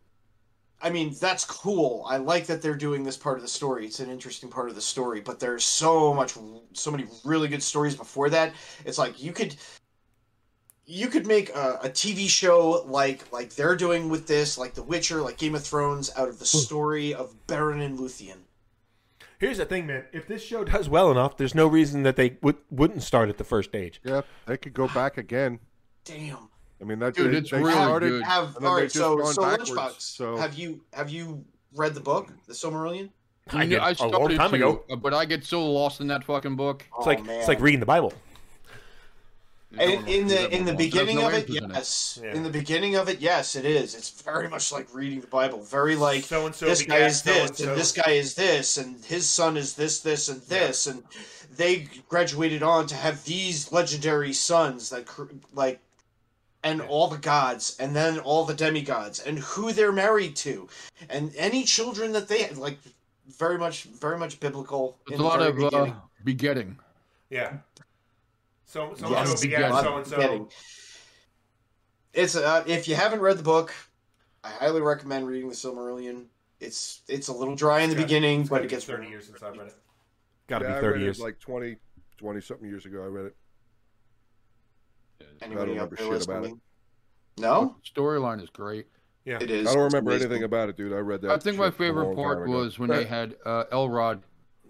I mean, that's cool. I like that they're doing this part of the story. It's an interesting part of the story, but there's so much so many really good stories before that. It's like you could you could make a, a TV show like like they're doing with this, like The Witcher, like Game of Thrones, out of the story of Baron and Luthien.
Here's the thing, man. If this show does well enough, there's no reason that they would wouldn't start at the first age.
Yeah, they could go back again.
Damn.
I mean, that
Dude,
they-
it's
they
really
started-
good.
have
And then
all
they've
right.
just
So,
gone
so
backwards,
lunchbox.
so-
Have you have you read the book, The Silmarillion?
I
You
did
know,
a long
started
time
to, uh,
ago.
but I get so lost in that fucking book.
It's like
Oh, man.
it's like reading the Bible.
And in the in the beginning of it,
There's no answers in
yes.
Yeah.
In the beginning of it, yes, it is. It's very much like reading the Bible. Very like
So and so
this guy
begat
is
so
this,
and so.
and this guy is this, and his son is this, this, and this, and they graduated on to have these legendary sons that cr- like. And all the gods, and then all the demigods, and who they're married to, and any children that they had, like, very much, very much biblical. in
a
the
lot
very
of uh,
beginning.
begetting.
Yeah. So so
Yes,
begat
I'm kidding. It's uh, if you haven't read the book, I highly recommend reading the Silmarillion. It's it's a little dry in the
It's gotta-
beginning,
it's
but
gotta
it
be
gets
years since I've read it. Got to
Yeah, I
be
read
30
it
years.
like 20, 20 something years ago. I read it. I
Anybody
don't
out
remember
there
shit about it.
listening? No,
Storyline is great.
yeah.
it is.
I don't remember
amazing.
anything about it, dude. I read that.
I think my
shit a
favorite
long
part
time ago.
was when they had uh, Elrod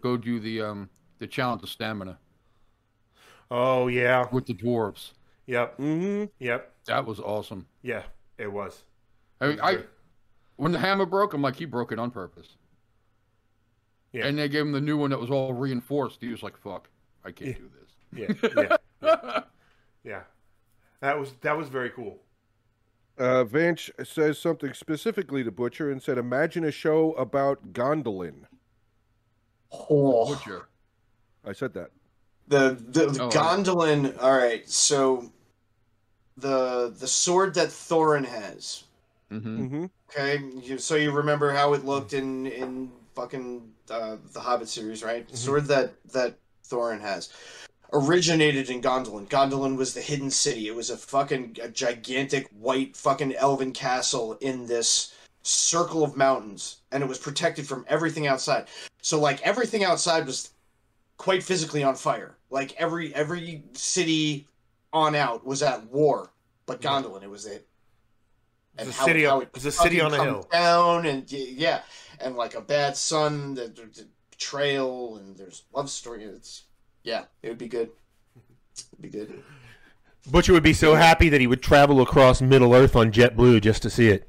go do the um the challenge of stamina
Oh yeah.
with the dwarves.
Yep.
Mhm.
Yep.
That was awesome.
Yeah. It was.
I mean, I when the hammer broke, I'm like, he broke it on purpose.
Yeah.
And they gave him the new one that was all reinforced. He was like, "Fuck, I can't
Yeah.
do this."
Yeah. Yeah. yeah. That was that was very cool.
Uh, Vanch says something specifically to Butcher and said, "Imagine a show about Gondolin."
Oh,
Butcher.
I said that.
the the, the
Oh, I-
Gondolin. All right, so the the sword that Thorin has.
Mm-hmm.
Mm-hmm.
Okay, you, so you remember how it looked in in fucking uh, the Hobbit series, right? Sword that that Thorin has originated in Gondolin. Gondolin was the hidden city. It was a fucking a gigantic white fucking elven castle in this circle of mountains, and it was protected from everything outside. So like everything outside was quite physically on fire. Like every every city on out was at war, but Gondolin it was it.
It's a city on-
it
it's a city on a
fucking
hill.
comes Down and y- yeah, and like a bad son, the, the, the betrayal, and there's love story. It's yeah, it would be good. It'd be good.
Butcher would be so happy that he would travel across Middle Earth on JetBlue just to see it.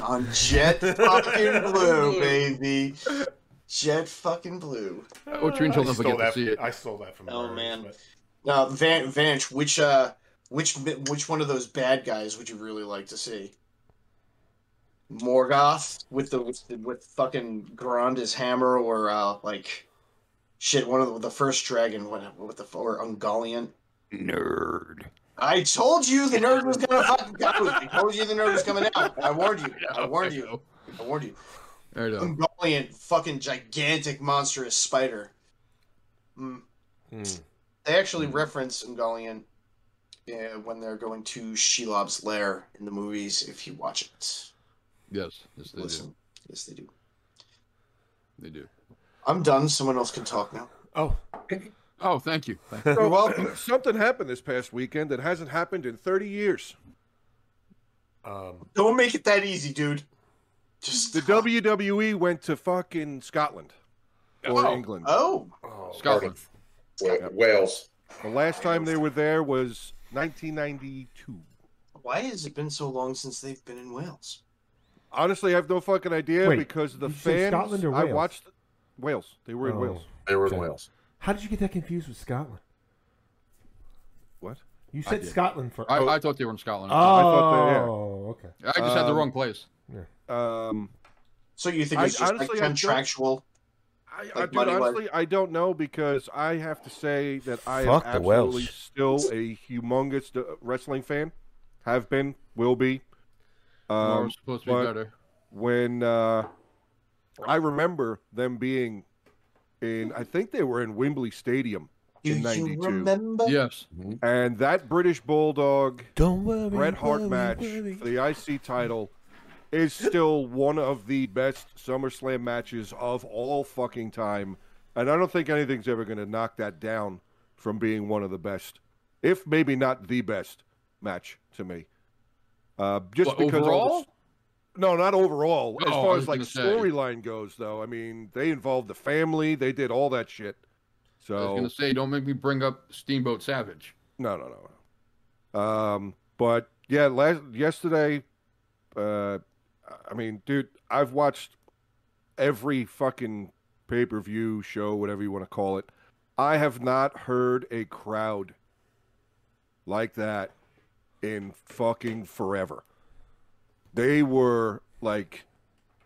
On jet fucking blue, baby. Jet fucking blue.
Oh, Trinch will
I
never
stole
get to
that-
see it.
I stole that from.
Oh,
Burns,
man.
but-
Now, Uh, Van- Vanch, which uh, which mi- which one of those bad guys would you really like to see? Morgoth with the with, the, with fucking Garanda's hammer, or uh, like shit, one of the, the first dragon, what, what the or Ungoliant.
Nerd.
I told you the nerd was gonna fucking go. I told you the nerd was coming out. I warned you. I warned you. I warned you.
I know.
Ungoliant, fucking gigantic, monstrous spider. Mm.
Hmm.
They actually reference Ungoliant uh, when they're going to Shelob's lair in the movies. If you watch it,
Yes, yes, they
listen.
do.
Yes, they do.
They do.
I'm done. Someone else can talk now.
Oh,
Oh, thank you. Thank
So, uh,
welcome.
something happened this past weekend that hasn't happened in 30 years.
um,
Don't make it that easy, dude. Just
The WWE E went to fucking Scotland or
Oh.
England.
Oh,
oh,
Scotland.
Wa- Wales.
The last time they were there was 1992.
why has it been so long since they've been in Wales?
Honestly, I have no fucking idea
Wait,
because the
did you say
fans.
Scotland or
I
Wales?
watched Wales. They were in
Oh.
Wales.
They were in
Okay.
Wales.
How did you get that confused with Scotland?
What?
You said Scotland for.
I, I thought they were in
Oh.
Scotland.
thought they- yeah.
Oh, okay.
I just had the
um,
wrong place.
Um,
So you think
I-
it's just
honestly, I
like
don't-
contractual?
I, I
Like
dude,
money-wise.
honestly, I don't know because I have to say that I
Fuck the
am absolutely
Welsh.
still a humongous d- wrestling fan. Have been, will be.
Tomorrow's
Um,
supposed to be
but-
better.
when uh, I remember them being in, I think they were in Wembley Stadium,
Do
in
you
92.
remember?
Yes.
and that British Bulldog
don't worry.
Bret Hart match for the IC title is still one of the best SummerSlam matches of all fucking time. And I don't think anything's ever going to knock that down from being one of the best, if maybe not the best match to me. Uh, just
What,
because all the
overall?
s- no, not overall. as
Oh, I
far
was
as like
gonna say.
storyline goes, though, I mean, they involved the family. They did all that shit. So
I was going to say, don't make me bring up Steamboat Savage.
no, no, no, no. Um, but yeah, last yesterday, uh, I mean, dude, I've watched every fucking pay per view show, whatever you want to call it. I have not heard a crowd like that in fucking forever. They were like,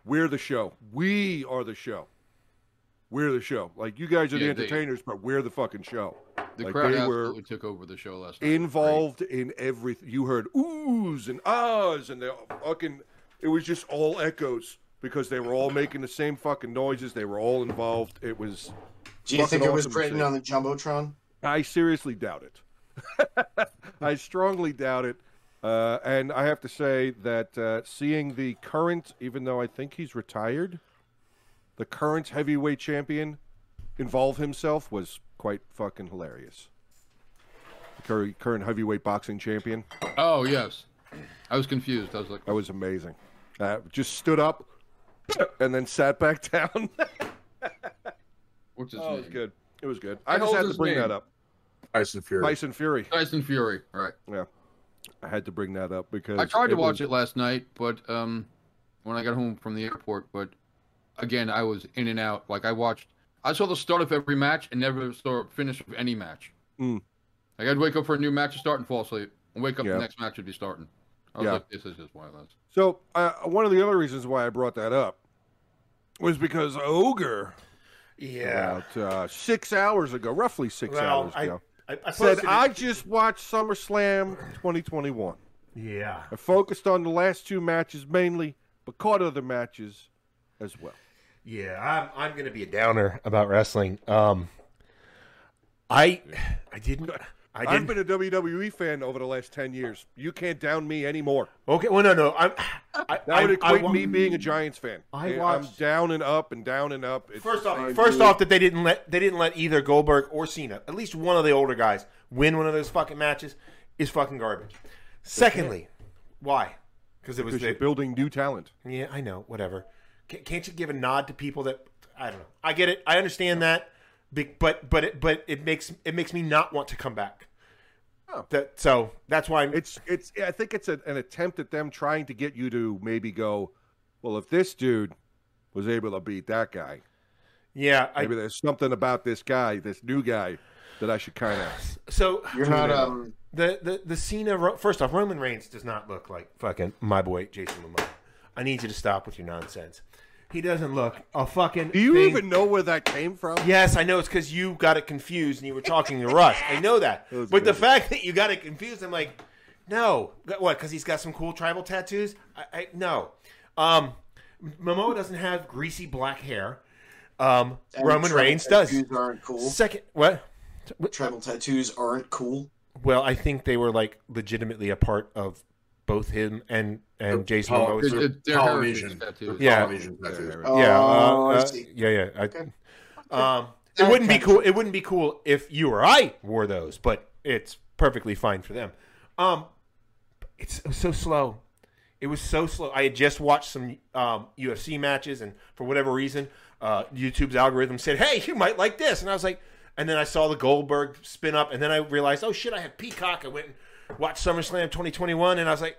"We're the show. We are the show. We're the show. Like you guys are the
Yeah, they-
entertainers, but we're the fucking show."
The
Like,
crowd
they were
absolutely took over the show last night.
involved in everything. You heard oohs and ahs and they all fucking. It was just all echoes because they were all making the same fucking noises. They were all involved. It was.
Do you
Fucking
think it was
awesome
written
shit.
on the jumbotron?
I seriously doubt it. I strongly doubt it. Uh, and I have to say that uh, seeing the current, even though I think he's retired, the current heavyweight champion involve himself was quite fucking hilarious. The cur- current heavyweight boxing champion.
Oh, yes. I was confused. I was like,
That was amazing. Uh, just stood up and then sat back down.
what's his
oh, it
name?
was good. It was good. I
the
just
hell's
had to
his
bring
name?
that up.
Tyson Fury.
Tyson Fury.
Tyson Fury. Right.
I had to bring that up because
I tried to watch
was-
it last night, but um, when I got home from the airport, but again, I was in and out. Like I watched, I saw the start of every match and never saw a finish of any match.
Mm.
Like I'd wake up for a new match to start and fall asleep, and wake up
Yeah.
the next match would be starting. I was
Yeah.
like, this is just one of those.
So uh, one of the other reasons why I brought that up was because Ogre,
Yeah.
about uh, six hours ago, roughly six
Well,
hours
I,
ago,
I, I
said
posted it.
I just watched SummerSlam 2021.
Yeah.
I focused on the last two matches mainly, but caught other matches as well.
Yeah, I'm I'm gonna be a downer about wrestling. Um, I I didn't I didn't
I've been a WWE fan over the last ten years. You can't down me anymore.
okay. Well, no, no, I'm I,
That would
I- I
equate
wa-
me being a Giants fan.
I
Yeah, I'm
watched-
down and up and down and up. It's
First
the
off,
same
first
dude.
off, that they didn't let they didn't let either Goldberg or Cena, at least one of the older guys, win one of those fucking matches, is fucking garbage. Secondly, why? Because it was
because you're
the,
building new talent.
yeah, I know, whatever. Ca can't you give a nod to people that I don't know? I get it, I understand that, be- but but it but it makes it makes me not want to come back.
Oh.
That so that's why I'm,
It's it's. I think it's a, an attempt at them trying to get you to maybe go. Well, if this dude was able to beat that guy,
yeah. I,
maybe there's something about this guy, this new guy, that I should kind of.
so
You're not
uh,
um
The the the Cena Ro- first off Roman Reigns does not look like fucking my boy Jason Momoa. I need you to stop with your nonsense. He doesn't look a fucking.
Do you
thing-
even know where that came from?
Yes, I know it's because you got it confused and you were talking to Russ. I know that,
was
but the fact that you got it confused, I'm like, no, Got what? Because he's got some cool tribal tattoos. I, I no. Um, Momoa doesn't have greasy black hair. Um,
and
Roman
tribal
Reigns does.
tattoos aren't cool.
Second, what?
Tribal tattoos aren't cool.
Well, I think they were like legitimately a part of both him and and Jason
oh,
Momoa's.
it-
They're, they're heritage
Polynesian.
tattoos.
Yeah.
Polynesian tattoos.
Yeah.
Oh,
yeah, uh,
I
uh,
see.
yeah, yeah. I,
Okay.
Um, it
That
wouldn't
kind
be
of-
cool. It wouldn't be cool if you or I wore those, but it's perfectly fine for them. Um, it's it was so slow. It was so slow. I had just watched some um, UFC matches, and for whatever reason, uh, YouTube's algorithm said, "Hey, you might like this," and I was like, and then I saw the Goldberg spin up, and then I realized, "Oh shit, I have Peacock." I went and watched SummerSlam 2021, and I was like,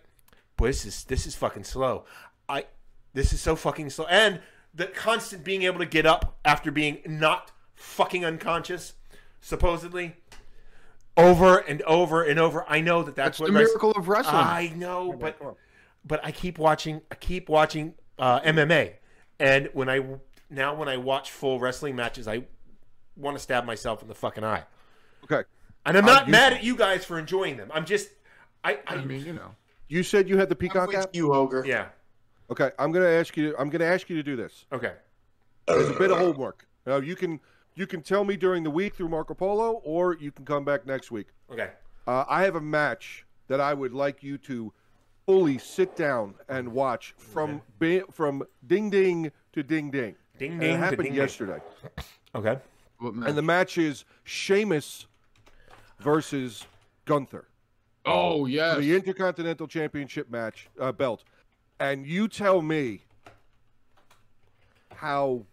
"Boy, this is this is fucking slow." I this is so fucking slow, and the constant being able to get up after being not fucking unconscious, supposedly. Over and over and over. I know that that's,
That's
what
the
wrestling-
miracle of wrestling.
I know, but but I keep watching. I keep watching uh, MMA, and when I now when I watch full wrestling matches, I want to stab myself in the fucking eye.
Okay.
And I'm not mad at you guys for enjoying them. I'm just, I, I,
I mean, you know.
You said you had the
I'm
Peacock
with
app.
you, ogre.
yeah,
Okay, I'm gonna ask you. I'm gonna ask you to do this.
okay,
There's a bit of homework. Now you can you can tell me during the week through Marco Polo, or you can come back next week.
okay.
Uh, I have a match that I would like you to fully sit down and watch from ba- from ding ding to ding ding.
Ding
And it
ding.
happened
ding,
yesterday,
Ding. Okay.
What
and the match is Sheamus versus Gunther
oh
for
yes.
the Intercontinental Championship match uh, belt. And you tell me how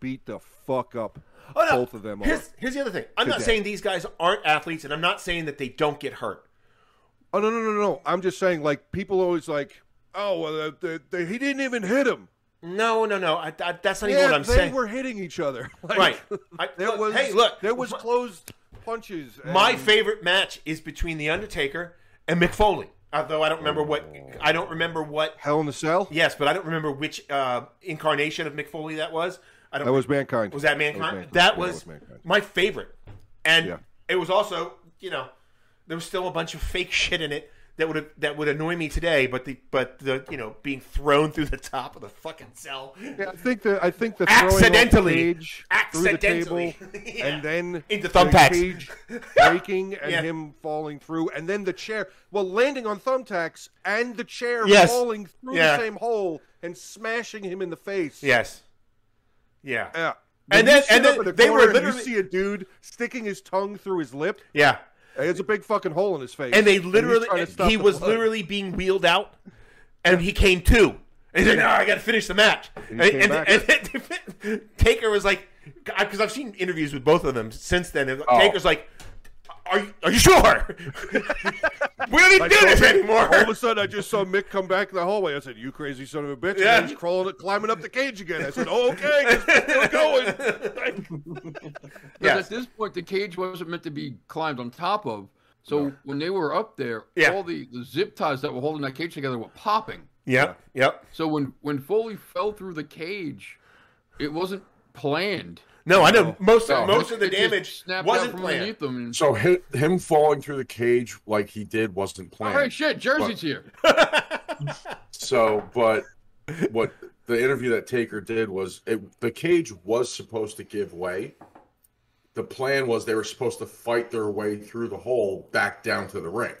beat the fuck up
Oh, no.
both of them are.
Here's, here's the other thing. I'm not
Today.
saying these guys aren't athletes, and I'm not saying that they don't get hurt.
Oh no no no no! I'm just saying, like people always like, oh well, the, the, the, he didn't even hit him.
No, no, no. I, I, that's not
Yeah,
even what I'm
they
saying.
were hitting each other. Like,
right. I,
There
look,
was
hey, look.
there was
my-
closed punches. and-
My favorite match is between The Undertaker and Mick Foley. Although I don't remember what I don't remember what
Hell in a Cell.
yes, but I don't remember which uh, incarnation of Mick Foley that was. I don't.
that was mankind.
was that mankind?
That
That
was
was,
Mankind. Yeah, that was Mankind.
my favorite, and
Yeah.
it was also you know there was still a bunch of fake shit in it that would that would annoy me today. But the but the you know being thrown through the top of the fucking cell
Yeah, I think the I think the throwing off the
accidentally
cage
accidentally
through the table,
Yeah.
and then
Into thumbtacks.
cage breaking and
Yeah.
him falling through, and then the chair, well, landing on thumbtacks and the chair
Yes.
falling through
Yeah.
the same hole and smashing him in the face.
yes yeah
Yeah.
And
When you
then-
sit
and
up
then
in a
they were
corner and
literally-
You see a dude sticking his tongue through his lip.
yeah.
and It's a big fucking hole in his face.
and they
he's
literally
trying to stop
he
the
was
blood.
literally being wheeled out and he came to and he's like no i gotta finish the match and,
he came
and, and taker was like because i've seen interviews with both of them since then and
Oh.
taker's like are you, are you sure we don't need to do this anymore
All of a sudden, I just saw Mick come back in the hallway. I said, "You crazy son of a bitch!"
Yeah.
And he's crawling, climbing up the cage again. I said, "Oh, okay, just keep on going."
Because
Yes.
at this point, the cage wasn't meant to be climbed on top of. So when they were up there,
Yeah.
all the, the zip ties that were holding that cage together were popping.
yep yep
So when when Foley fell through the cage, it wasn't planned.
no i know most of,
No.
most of the
It just
damage
snapped out
wasn't
from
planned
underneath them. And,
So hi- him falling through the cage like he did wasn't
all
planned.
right, shit, Jersey's
What?
here.
So, but what the interview that Taker did was it, the cage was supposed to give way. The plan was they were supposed to fight their way through the hole back down to the ring.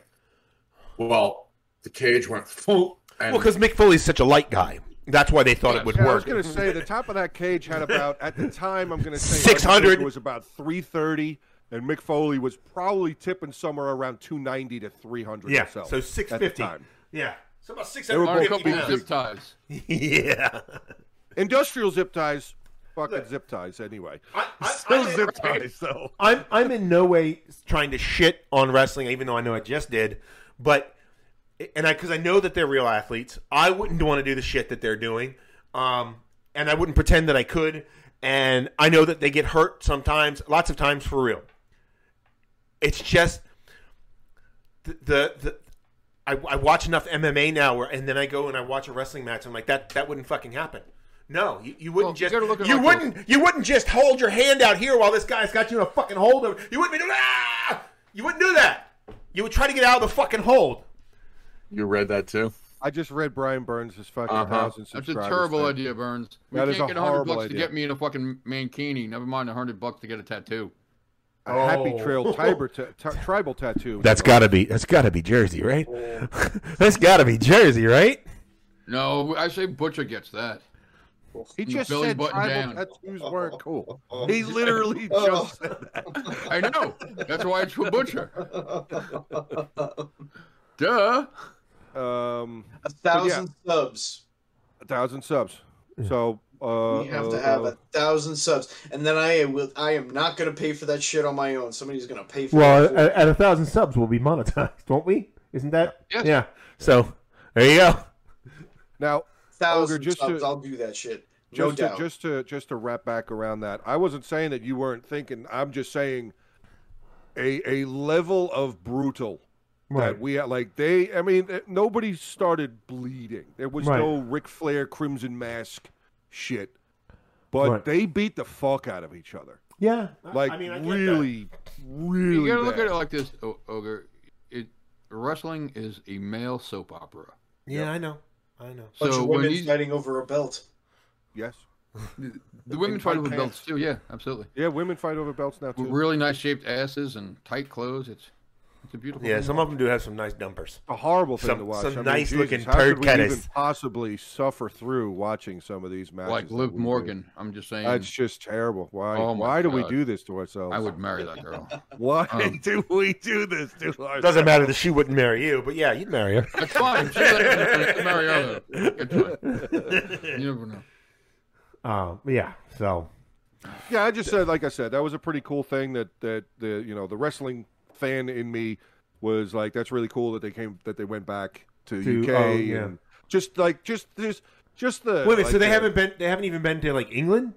Well, the cage went full. And
Well, because Mick Foley's such a light guy, that's why they thought it would
Yeah, I was
work.
going to say the top of that cage had about at the time I'm going to say
600.
Undertaker was about 330, and Mick Foley was probably tipping somewhere around 290 to 300.
yeah,
or so,
so six fifty.
At the time.
Yeah, so about six
were
hundred
Aren't
fifty
couple
pounds.
zip ties.
yeah,
Industrial zip ties, fucking zip ties anyway.
I, I,
Still
I-
zip ties though.
I'm I'm in no way trying to shit on wrestling, even though I know I just did, but and I because I know that they're real athletes, I wouldn't want to do the shit that they're doing, um, and I wouldn't pretend that I could, and I know that they get hurt sometimes, lots of times for real. It's just the the. the I, I watch enough MMA now, where, and then I go and I watch a wrestling match. I'm like, that that wouldn't fucking happen. No, you, you
Well,
wouldn't
you
just
gotta look at
you
it like
wouldn't you wouldn't just hold your hand out here while this guy's got you in a fucking hold. Of, you wouldn't be doing ah! You wouldn't do that. You would try to get out of the fucking hold.
you read that too.
I just read Brian Burns' fucking
Uh-huh.
thousand
That's a
subscribers
terrible
thing.
idea, Burns. We
That
can't
is a
get hundred
horrible
bucks to
idea.
get me in a fucking mankini. Never mind hundred bucks to get a tattoo.
A happy
Oh.
trail tiber ta- ta- tribal tattoo.
That's gotta be that's gotta be Jersey, right? that's gotta be Jersey, right?
No, I say Butcher gets that.
He just
Billy
said
Button
tribal
down.
tattoos weren't cool. He literally
Oh.
just said that.
I know. That's why it's for Butcher. Duh.
Um,
A thousand subs.
a thousand subs. So uh,
You have
uh,
to have
uh,
a thousand subs, and then I will. I am not going to pay for that shit on my own. Somebody's going to pay for
Well,
it.
at, at a thousand subs, we'll be monetized, won't we? Isn't that?
Yes.
Yeah. So there you go.
now.
thousand
Ogre, just
subs.
to-
I'll do that shit. No
Just to,
doubt.
just to just to wrap back around that, I wasn't saying that you weren't thinking. I'm just saying a a level of brutal
Right.
that we had. Like they, I mean, eh, nobody started bleeding. There was
Right.
no Ric Flair Crimson Mask shit, but
Right.
they beat the fuck out of each other.
Yeah.
Like
mean, I get that.
really, really.
You gotta look
bad.
at it like this, o- Ogre. It wrestling is a male soap opera.
Yeah, I know. I know.
bunch
so
of
when
women
these,
fighting over a belt.
Yes.
the women
in
fight
tight
with belts
pants.
too. Yeah, absolutely.
Yeah, women fight over belts now
With
too.
really nice shaped asses and tight clothes. It's it's a beautiful.
Yeah,
thing.
some of them do have some nice dumpers.
a horrible thing
Some-
to watch.
some
I mean,
nice
Jesus,
looking
how could
turd
we
caddies.
even possibly suffer through watching some of these matches.
like
that
Liv
we do?
Morgan. I'm just saying.
That's just terrible. Why?
Oh my
why do we
God.
do this to ourselves?
I would marry that girl.
Why
um,
do we do this to ourselves?
Doesn't matter that she wouldn't marry you, but yeah, you'd marry her.
That's fine. She's like, marry her. Good time. You never know.
Oh,
Um, yeah. So.
Yeah, I just said, like I said, that was a pretty cool thing that that the you know the wrestling fan in me was like, that's really cool that they came that they went back to,
To-
UK
oh, yeah.
and just like just this just
Wait, a
the
minute,
like
so they
the-
haven't been they haven't even been to like England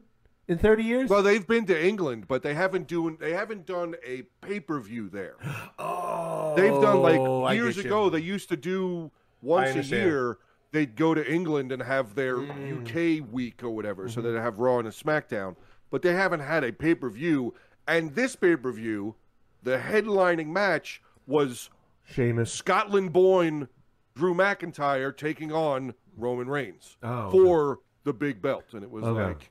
in thirty years?
Well, they've been to England, but they haven't doing they haven't done a pay per view there.
oh,
They've done
I
like years
get you.
ago. They used to do once a
understand. Mm.
year. They'd go to England and have their UK week or whatever, so
Mm-hmm.
they'd have Raw and a SmackDown. But they haven't had a pay per view, and this pay per view, the headlining match was
Seamus.
Scotland born Drew McIntyre taking on Roman Reigns
Oh.
for the big belt, and it was
Okay.
like,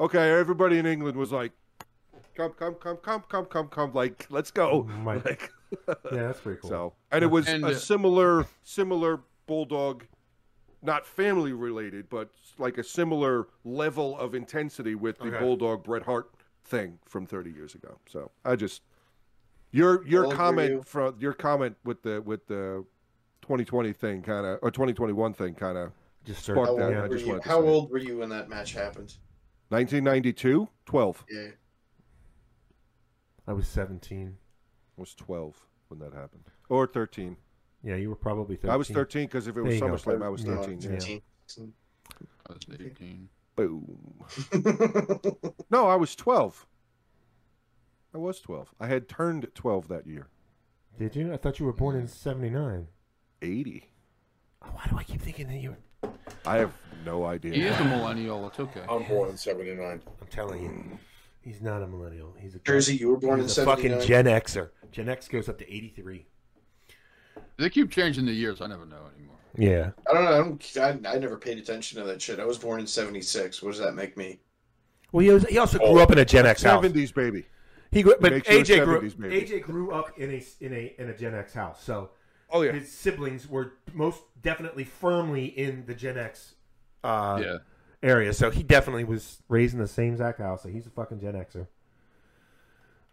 okay, everybody in England was like, come, come, come, come, come, come, come, like, let's
oh
go,
Right.
like.
Yeah, that's pretty cool.
So, and it was
And,
a
uh,
similar, similar bulldog, not family related, but like a similar level of intensity with the
Okay.
bulldog Bret Hart thing from 30 years ago. So I just your your
Well, were
comment
you-
from your comment with the with the 2020 thing kind of or 2021 thing kind of
Just
sparked
How
that.
old,
I
were,
just
you?
wanted to
How
say.
old were you when that match happened?
1992 12
Yeah.
I was 17.
I was 12 when that happened or 13.
Yeah, you were probably 13.
I was 13 because if it was
There you go.
SummerSlam, I was
Yeah.
13. yeah.
Yeah.
I was 18.
Boom.
Yeah.
No, I was 12. I was 12. I had turned 12 that year.
Did you? I thought you were born in 79.
80.
Oh, why do I keep thinking that you were.
I have no
He
idea.
is a millennial. It's okay.
I'm born in '79.
I'm telling you. He's not a millennial. He's a
Jersey, you were born in
He's a
'79.
fucking Gen Xer.
Gen X goes up to 83.
They keep changing the years. I never know anymore.
Yeah.
I don't know. I, don't, I, I never paid attention to that shit. I was born in '76. What does that make me?
Well, he, was, he also grew up in a Gen X house.
Oh, Seventies baby.
He grew, but
Makes you a
AJ grew.
70s baby.
AJ grew up in a in a in a Gen X house, so
Oh yeah.
his siblings were most definitely firmly in the Gen X uh,
yeah.
area. So he definitely was raised in the same exact house. So he's a fucking Gen Xer.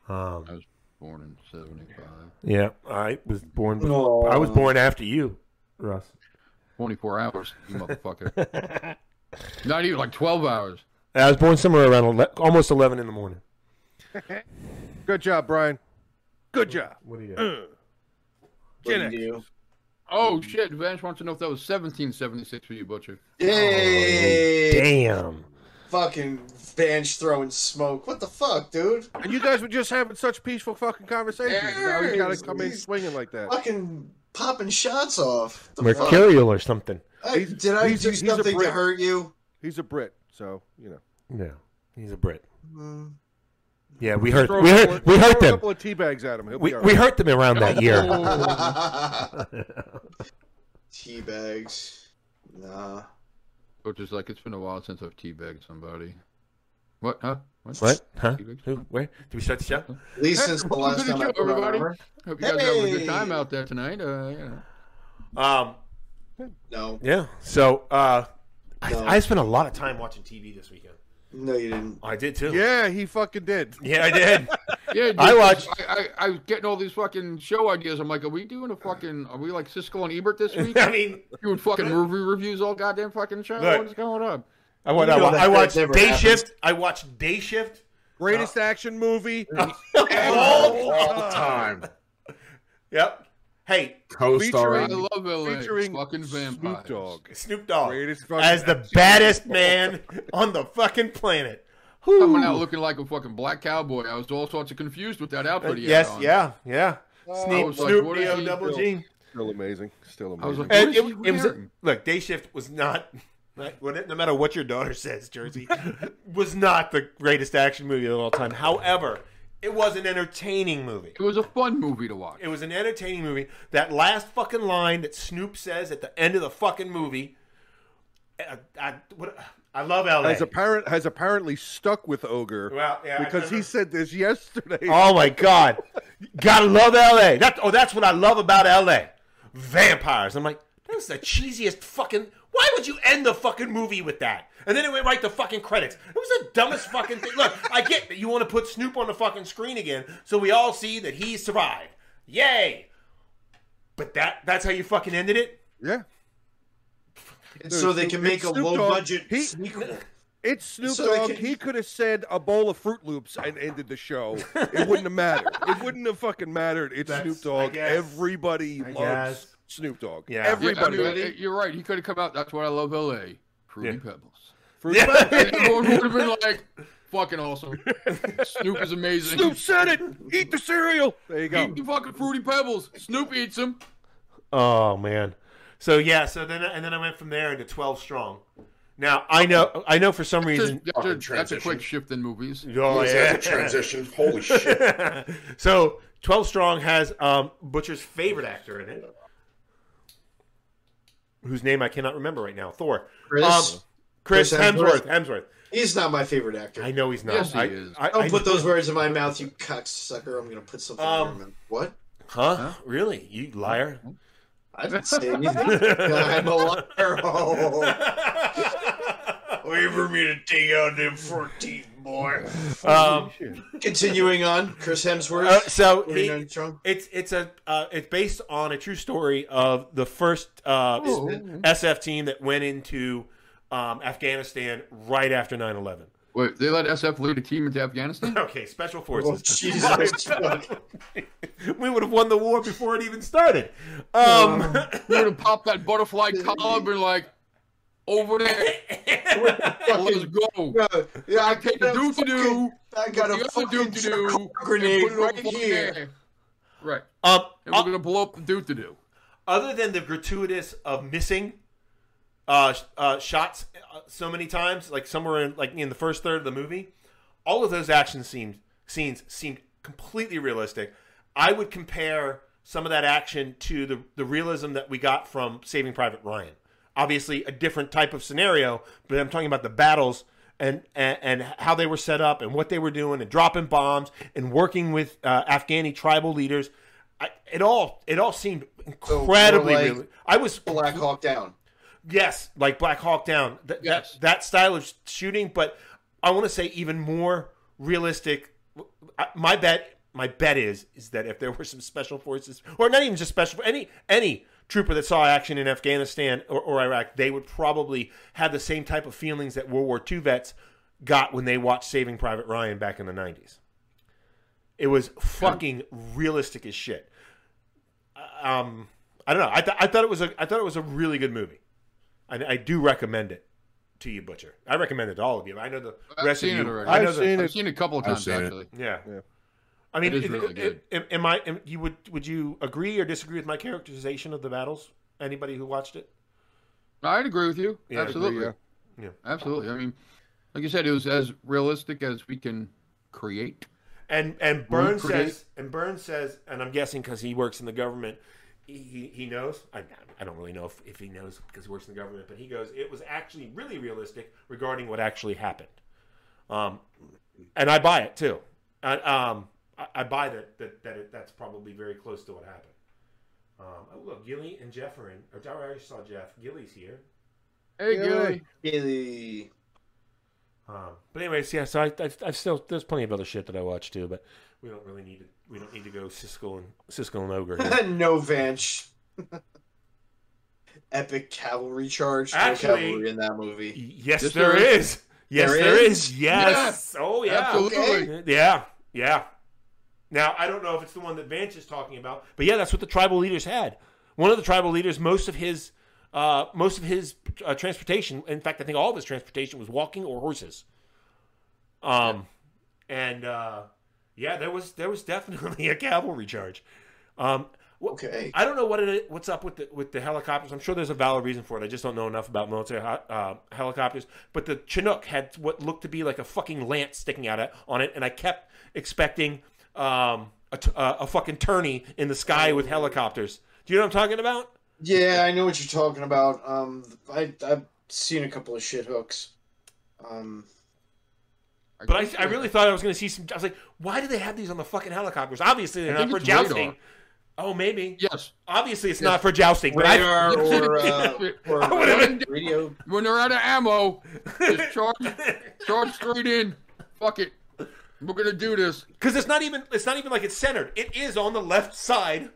Um,
Born in 75.
Yeah, I was born.
Oh.
I was born after you.
Russ.
24 hours, you motherfucker. Not even like 12 hours.
I was born somewhere around ele- almost eleven in the morning.
Good job, Brian. Uh. Good job.
What do you do?
What
Gen
do you do?
Oh, shit. Vance wants to know if that was 1776 for you, Butcher.
Oh,
Yay!
Damn.
Fucking Vange throwing smoke. What the fuck, dude?
And you guys were just having such peaceful fucking conversations. now you gotta come in
Yes.
swinging like that.
Fucking popping shots off. The fuck?
Mercurial or something.
I-
He's-
did I
he's a-
do
he's a
something to
brick.
hurt you?
He's a Brit, so you know.
Yeah, he's a Brit.
Mm.
Yeah, we hurt.
Throw
We
a
hurt.
couple-
We
throw
hurt
a
them.
couple of tea bags at him. He'll
We,
be all
we
right.
hurt them around that year.
Tea bags. Nah.
Butcher's like, it's been a while since I've teabagged somebody. What? Huh?
What? Huh?
Teabags?
Who? Where? Did we shut the show?
At least since the
Welcome
last
to the
time
show,
I put on
everybody.
armor.
Hope you guys are having a
Hey!
good time out there tonight. Uh, yeah.
Um.
No,
Yeah. So, uh,
No.
I, I spent a lot of time watching TV this weekend.
no, you didn't.
I did too.
Yeah, he fucking did.
Yeah, I did.
Yeah, dude,
I watched-
I, I, I was getting all these fucking show ideas. I'm like, are we doing a fucking? Are we like Siskel and Ebert this week?
I mean,
doing fucking movie reviews all goddamn fucking show.
Look.
What's going on?
I, wa- I,
know
wa-
that
I
that
watched
never
Day
happens.
Shift. I watched Day Shift
Ah.
Greatest action movie.
all
Oh.
All time.
Yep. Hey,
I
Co-starring.
love LA.
featuring
fucking vampires.
Snoop Dogg.
Snoop Dogg
Greatest fucking
as the
action
baddest man on the fucking planet. Whew.
Coming out looking like a fucking black cowboy. I was all sorts of confused with that outfit. he had
Uh, yes,
on.
yeah, yeah.
Oh, I
Snoop,
was like,
Snoop,
what is
D-O
he
double
doing?
G.
Still amazing. Still
I was
amazing.
like,
And
what is
it,
he
it was
wearing?
look. Day shift was not. like, when- No matter what your daughter says, Jersey was not the greatest action movie of all time. However, it was an entertaining movie.
It was a fun movie to watch.
It was an entertaining movie. That last fucking line that Snoop says at the end of the fucking movie. I, I, what, I love LA.
has apparent has apparently stuck with Ogre
Well, yeah, I
because he
remember.
said this yesterday.
Oh my God, gotta love L.A. That oh, that's what I love about L.A. Vampires. I'm like, that's the cheesiest fucking. Why would you end the fucking movie with that? And then it went right to fucking credits. It was the dumbest fucking thing. Look, I get that you want to put Snoop on the fucking screen again, so we all see that he survived. Yay! But that—that's how you fucking ended it.
Yeah,
And so they
Snoop-
can make
it's
a
Snoop
low
Dogg.
budget
He-
sneaker.
it's Snoop
So they
Dogg.
can-
He could have said a bowl of Fruit Loops and ended the show. It wouldn't have mattered. It wouldn't have fucking mattered. It's
That's-
Snoop
I
Dogg.
guess.
Everybody
I
loves
guess.
Snoop Dogg.
Yeah.
Yeah, I
everybody.
mean, it- you're right. He could have come out. That's why I love LA. Fruity
Yeah.
Pebbles.
Fruit
Yeah.
And Everyone would have been like, fucking awesome. Snoop is amazing.
Snoop said it. Eat the cereal. There you go.
Eat the fucking fruity pebbles. Snoop eats them.
Oh man. So yeah. So then and then I went from there into Twelve Strong. Now I know I know for some
That's
reason.
a, that's a- that's a
transition.
quick shift in movies.
Oh, yeah.
Transition. Holy shit.
so 12 strong has um, butcher's favorite actor in it whose name i cannot remember right now thor
Chris?
Um, chris,
Chris
hemsworth
Hemsworth.
hemsworth
He's not my favorite actor.
i know he's not
Yes, he
I,
is.
I,
Don't
I-
put those words in my mouth, you cocksucker. I'm gonna put something in
Um,
your mouth. What?
huh? really you liar
I didn't say anything. I'm a liar. Oh. Wait for me to take out them 14, boy.
um,
Continuing on, Chris Hemsworth.
uh, so
Lance
he,
Armstrong.
it's it's a uh, it's based on a true story of the first uh,
Oh.
SF team that went into um, Afghanistan right after 9/11.
Wait, they let SF lead a team into Afghanistan?
Okay, special
Oh,
forces.
Jesus. fuck.
we would have won the war before it even started. Um,
They would have popped that butterfly collar and been like, over there, let's go.
No, yeah, I
Take the
got a
doop to do,
fucking- I got
the
a
other
fucking
doop to do,
grenade right here.
Right.
um,
And we're going to blow up the doop to do.
other than the gratuitous of missing uh, sh- uh, shots uh, so many times, like somewhere in like in the first third of the movie, all of those action scenes scenes seemed completely realistic. I would compare some of that action to the the realism that we got from Saving Private Ryan. Obviously, a different type of scenario, but I'm talking about the battles and and, and how they were set up and what they were doing and dropping bombs and working with uh, Afghani tribal leaders. I, it all it all seemed incredibly.
like
real. I was
Black Hawk Down.
Yes, like Black Hawk Down. Th-
Yes.
that, that style of shooting, but I want to say even more realistic. I- My bet, my bet is is that if there were some special forces, or not even just special, any any trooper that saw action in Afghanistan or, or Iraq, they would probably have the same type of feelings that World War II vets got when they watched Saving Private Ryan back in the nineties. It was fucking realistic as shit. Um, I don't know. I, th- I thought it was a I thought it was a really good movie. I, I do recommend it to you, Butcher. I recommend it to all of you. I know the
I've
rest of
seen it
you.
already.
I know
I've
the-
seen
I've
it.
seen it a couple of
I've
times
seen it.
actually.
Yeah.
Yeah.
I mean,
It is really good.
am- am I? Am, you would would you agree or disagree with my characterization of the battles? Anybody who watched it?
I'd agree with you.
Yeah, I'd agree,
Absolutely.
yeah. Yeah.
Absolutely. I mean, like you said, it was as realistic as we can create.
And and Burns
create-
says, and Burns says, and I'm guessing because he works in the government, he, he, he knows. I, I don't really know if, if he knows because he works in the government, but he goes, it was actually really realistic regarding what actually happened. Um, and I buy it too. I, um, I, I buy that that, that it, that's probably very close to what happened. Um, oh, look, Gilly and Jefferin. Or I already saw Jeff. Gilly's here.
Hey,
Yeah.
Gilly.
Really?
Um, but anyways, yeah. So I, I, I've still there's plenty of other shit that I watch too, but we don't really need to we don't need to go Siskel and Siskel and Ogre. Here.
no Vanch. Epic cavalry charge. no
Actually-
cavalry in that movie.
yes,
Yes,
there
there
is. Yes,
There
there
is?
is. Yes. Oh yeah.
Absolutely.
Yeah. Yeah. Now I don't know if it's the one that Vance is talking about, but yeah, that's what the tribal leaders had. One of the tribal leaders, most of his, uh, most of his uh, transportation. In fact, I think all of his transportation was walking or horses. Um, and uh, yeah, there was there was definitely a cavalry charge. Um, wh-
Okay.
I don't know what it what's up with the with the helicopters. I'm sure there's a valid reason for it. I just don't know enough about military ho- uh, helicopters. But the Chinook had what looked to be like a fucking lance sticking out of, on it, and I kept expecting um, a, t- uh, a fucking tourney in the sky with helicopters. Do you know what I'm talking about?
Yeah, I know what you're talking about. Um, I, I've seen a couple of shit hooks. Um,
But I, I really thought I was going to see some. I was like, why do they have these on the fucking helicopters? Obviously, they're
I
not
think
for
it's radar.
jousting. Oh, maybe.
Yes.
Obviously, it's
Yeah.
not for jousting. But I,
radar or, uh, or
I would've been-
radio.
When they're out of ammo, just charge, charge straight in. Fuck it. We're gonna do this.
Because it's not even it's not even like it's centered. It is on the left side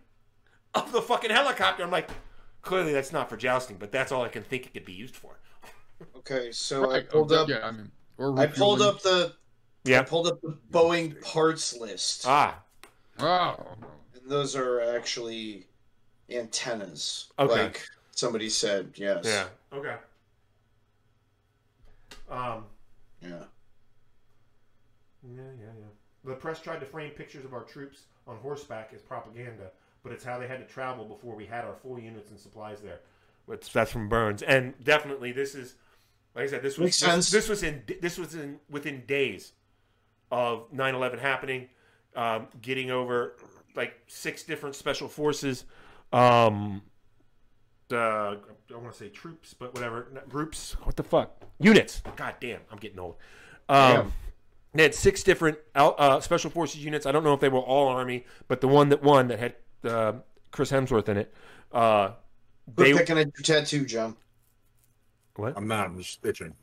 of the fucking helicopter. I'm like, clearly that's not for jousting, but that's all I can think it could be used for.
Okay, so I
Right,
pulled
okay,
up.
Yeah, I mean, or
I pulled up the.
Yeah.
I pulled up the Boeing parts list,
Ah,
Oh.
and those are actually antennas.
Okay.
Like somebody said, yes.
yeah. Okay. Um.
Yeah.
Yeah, yeah, yeah. The press tried to frame pictures of our troops on horseback as propaganda, but it's how they had to travel before we had our full units and supplies there. That's, that's from Burns, and definitely this is, like I said, this was
Makes
this,
sense.
this was in this was in within days of 9-11 happening, um, getting over like six different special forces, um, uh, I want to say troops, but whatever not groups. What the fuck? Units. God damn, I'm getting old. Um, they had six different out- uh, special forces units. I don't know if they were all army, but the one that won that had uh, Chris Hemsworth in it, uh,
Quit
they
picking at your tattoo, John.
I'm not. I'm just itching.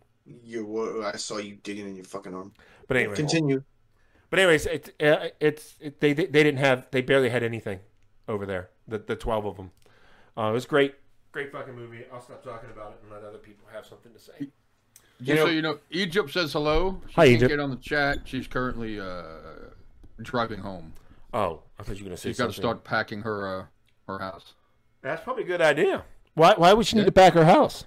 You. were- I saw you digging in your fucking arm.
but anyway,
Continue.
but anyways, it, uh, it's it, they they didn't have they barely had anything over there. The the twelve of them, uh, it was great. Great fucking movie. I'll stop talking about it and let other people have something to say.
Just so you know, Egypt says hello. She
Hi,
can't
Egypt.
get on the chat. She's currently uh, driving home.
Oh, I thought you were gonna say
She's got to
something.
start packing her uh, her house.
That's probably a good idea. Why why would she need to back her house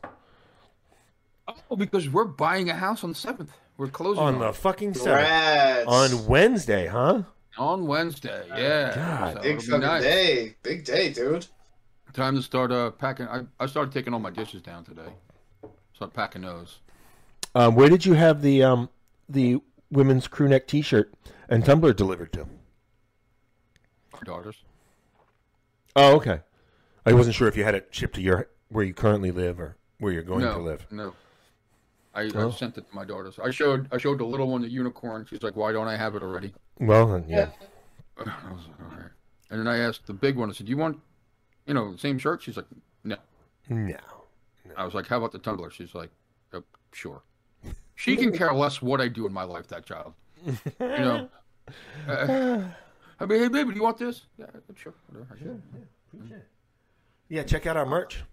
Oh, because we're buying a house on the seventh. We're closing
on
on,
the fucking seventh
Congrats.
on Wednesday, huh?
on Wednesday. Yeah,
God.
So
Big
it'll be
fucking
nice.
day. Big day, dude.
Time to start uh, packing. I, I started taking all my dishes down today. Start packing those.
Um, where did you have the um, the women's crew neck T-shirt and tumbler delivered to?
My daughters.
Oh, okay. I wasn't sure if you had it shipped to your where you currently live or where you're going
no,
to live.
No. I,
Oh.
I sent it to my daughter. So I showed I showed the little one the unicorn. She's like, "Why don't I have it already?"
Well, then, yeah.
I was like, "All right." And then I asked the big one. I said, "Do you want, you know, same shirt?" She's like, "No."
No.
I was like, "How about the tumbler?" She's like, uh, "Sure." She can care less what I do in my life. That child, you know. Uh, I mean, hey, baby, do you want this? Yeah, sure. Whatever. I said,
Yeah, check out our merch.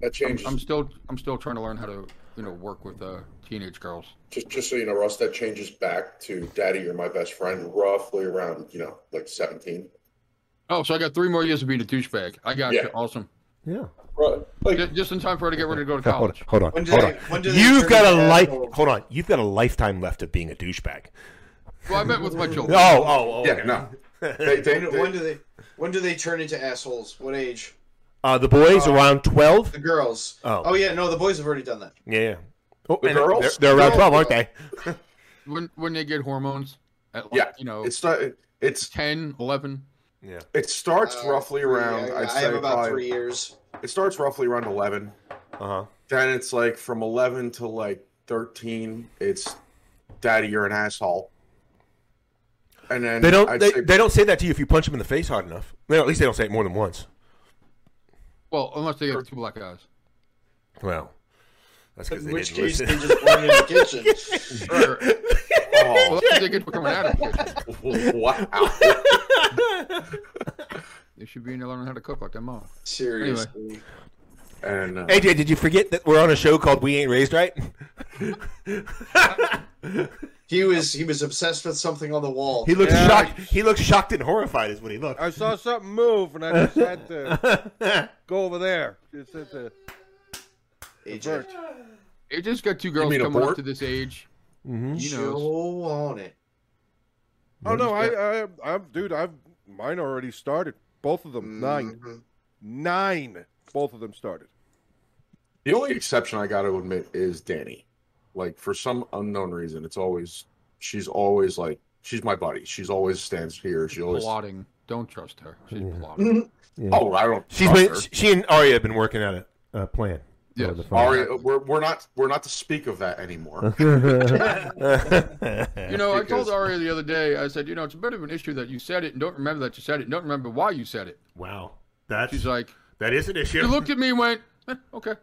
That changes.
I'm still, I'm still trying to learn how to, you know, work with uh, teenage girls.
just, just so you know, Russ, that changes back to "Daddy, you're my best friend." Roughly around, you know, like seventeen.
Oh, so I got three more years of being a douchebag. I got
Yeah.
you. Awesome.
Yeah.
Right. Like
Ju- Just in time for her to get ready to go to
Hold on.
college.
Hold on.
When do
hold
they-
on.
when do they
You've
turn
got a
into
life.
assholes?
Hold on. You've got a lifetime left of being a douchebag.
Well, I met with my
Oh,
children.
oh, oh.
yeah,
okay.
no. They, they,
When,
they-
when do they when do they turn into assholes? What age?
Uh, the boys around twelve.
The girls.
Oh.
yeah, no, the boys have already done that.
Yeah. yeah. Oh,
The
and they're-
girls?
They're, around
No.
twelve, aren't they?
When, when they get hormones at, like,
Yeah,
you know,
it's not. It's
10, 11.
it starts
Uh,
roughly around.
Yeah,
I'd
I
say
have about
probably-
three years.
It starts roughly around eleven.
Uh huh.
Then it's like from eleven to like thirteen. It's daddy, you're an asshole. And then
They don't.
I'd
They,
say-
they don't say that to you if you punch them in the face hard enough. Well, at least they don't say it more than once.
Well, unless they have two black eyes.
Well, that's because
In
they
which
didn't
case, they
listen.
just weren't in the kitchen.
Or- well,
oh,
they get coming out of the
wow.
They should be in there learning how to cook like their mom.
Seriously.
And uh,
AJ, did you forget that we're on a show called We Ain't Raised Right?
He was he was obsessed with something on the wall.
He looks
Yeah.
shocked. He looks shocked and horrified, is what he looked.
I saw something move, and I just had to go over there. Just had to
AJ.
avert.
It just got two girls
mean
coming up
abort?
to this age.
Mhm.
You know,
Chill on it.
Oh no, I, I, I'm, dude, I've mine already started. Both of them, nine,
Mhm.
nine. Both of them started.
the only exception I got to admit is Danny. Like for some unknown reason, it's always she's always like she's my buddy. She's always stands here. She always.
plotting. Don't trust her. She's plotting.
Oh, I don't.
She's
trust
been,
her.
she and Arya have been working on it.
Uh, plan.
Yes.
Ari, we're, we're not we're not to speak of that anymore.
You know, I
Because-
told Aria the other day, I said, you know, it's a bit of an issue that you said it and don't remember that you said it and don't remember why you said it.
Wow, that's
She's like,
that is an issue.
you looked at me and went, eh, okay.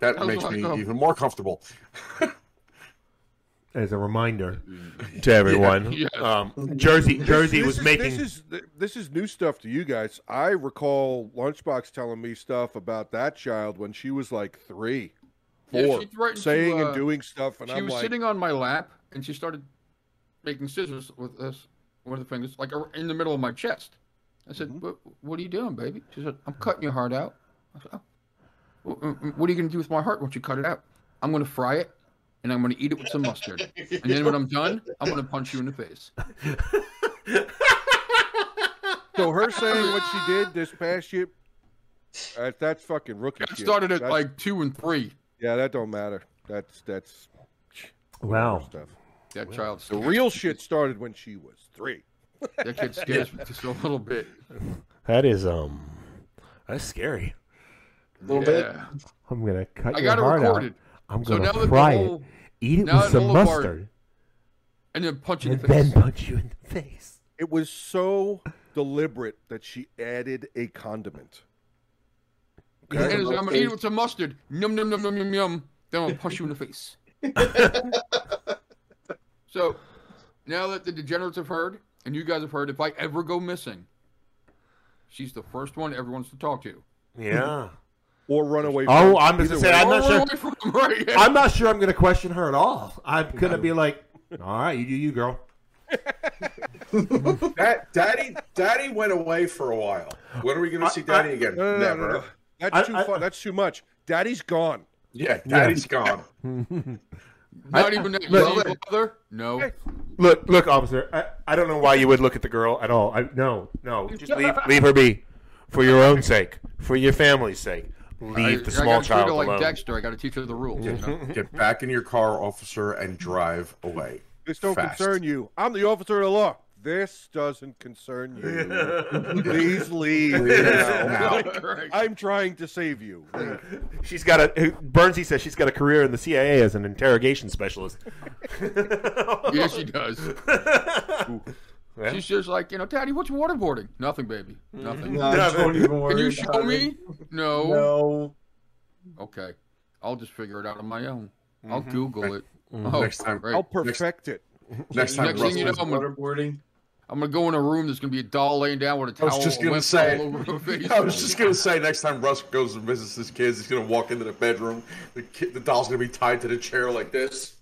That
Oh,
makes me
no.
even more comfortable.
As a reminder,
to everyone,
Yeah.
um, Jersey Jersey
This
was
is-
making.
this is this is new stuff to you guys. I recall Lunchbox telling me stuff about that child when she was like three,
Yeah,
four,
she threatened to,
saying
uh,
and doing stuff, and
she
I'm
was
like,
sitting on my lap and she started making scissors with this one of the fingers like ar- in the middle of my chest i said
Mm-hmm.
"What- what are you doing baby she said i'm cutting your heart out i said oh. Wh- wh- what are you going to do with my heart once you cut it out i'm going to fry it and i'm going to eat it with some mustard and then when i'm done i'm going to punch you in the face
so her saying what she did this past year. uh, that's fucking rookie.
i
shit.
started at
That's-
like two and three
yeah, that don't matter. That's that's
wow,
stuff.
that child
The real shit started when she was three.
that kid scares me just a little bit
That is um, that's scary.
A little bit.
yeah
I'm gonna cut
i
your
got it
heart
recorded
out. I'm
so
gonna
now that the
fry it,
whole
eat it
now
with
that
some
whole bar-
mustard,
and then punch you in
and
the
then
face
punch you in the face.
It was so deliberate that she added a condiment.
And it's, I'm gonna eat it with some mustard. Yum yum yum yum yum yum. Then I'll punch you in the face. so now that the degenerates have heard, and you guys have heard, if I ever go missing, she's the first one everyone's to talk to.
Yeah.
Or run away from
Oh,
it.
I'm just gonna say
Either way.
I'm not
Or
sure.
away from- right, yeah.
I'm not sure I'm gonna question her at all. I'm gonna be like, all right, you do you, girl.
That daddy, daddy went away for a while. When are we going to see daddy again?
No, no, no,
Never.
no, no. That's
I-
too
I-
fun. That's too much. Daddy's gone.
Yeah, daddy's gone.
not even that
Look,
you bother. No.
Look, look, officer. I, I don't know why you would look at the girl at all. I no, no.
Just leave, leave her be, for your own sake, for your family's sake. Leave the
I
small
gotta treat her
child
like
alone.
Dexter. I got to teach her the rules.
Get back in your car, officer, and drive away.
This don't
Fast.
concern you. I'm the officer of the law. this doesn't concern you. Please leave. now. I'm trying to save you.
She's got a Bernsey says she's got a career in the CIA as an interrogation specialist.
yeah, she does. She's just like, you know, Daddy, what's waterboarding? Nothing, baby. Nothing.
No, don't even worry
Can you
about
show
it.
me? No.
No.
Okay. I'll just figure it out on my own. I'll Google it. Oh,
Mm-hmm. Next time-
great.
I'll perfect it.
Next time,
Next thing you know,
Russell.
I'm gonna,
Waterboarding.
I'm gonna go in a room that's gonna be a doll laying down with a
I
towel.
was just
and
gonna
whips
say.
all over her face.
I was just gonna say. Next time Russ goes and visits his kids, he's gonna walk into the bedroom. The kid, the doll's gonna be tied to the chair like this.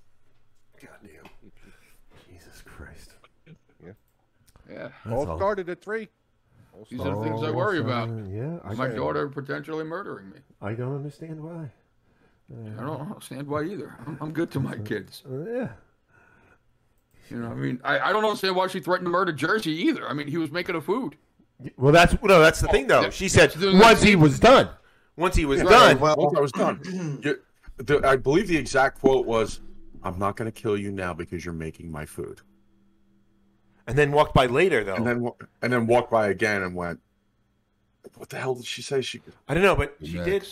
Goddamn. Jesus Christ.
Yeah,
All
all.
started at three.
these are the things I worry about.
Yeah, I,
My daughter potentially murdering me.
I don't understand why.
I don't understand why either. I'm, I'm good to my kids.
Uh, yeah.
You know, I mean, I, I don't understand why she threatened to murder Jersey either. I mean, he was making a food.
Well, that's no, that's the thing
Oh,
though. She said
that's-
once he was done, once he was done,
Well,
Once I was done, you- the- I believe the exact quote was, "I'm not gonna kill you now because you're making my food."
and then walked by later though.
And then wa- and then walked by again and went, "What the hell did she say?" She
I don't know, but she did.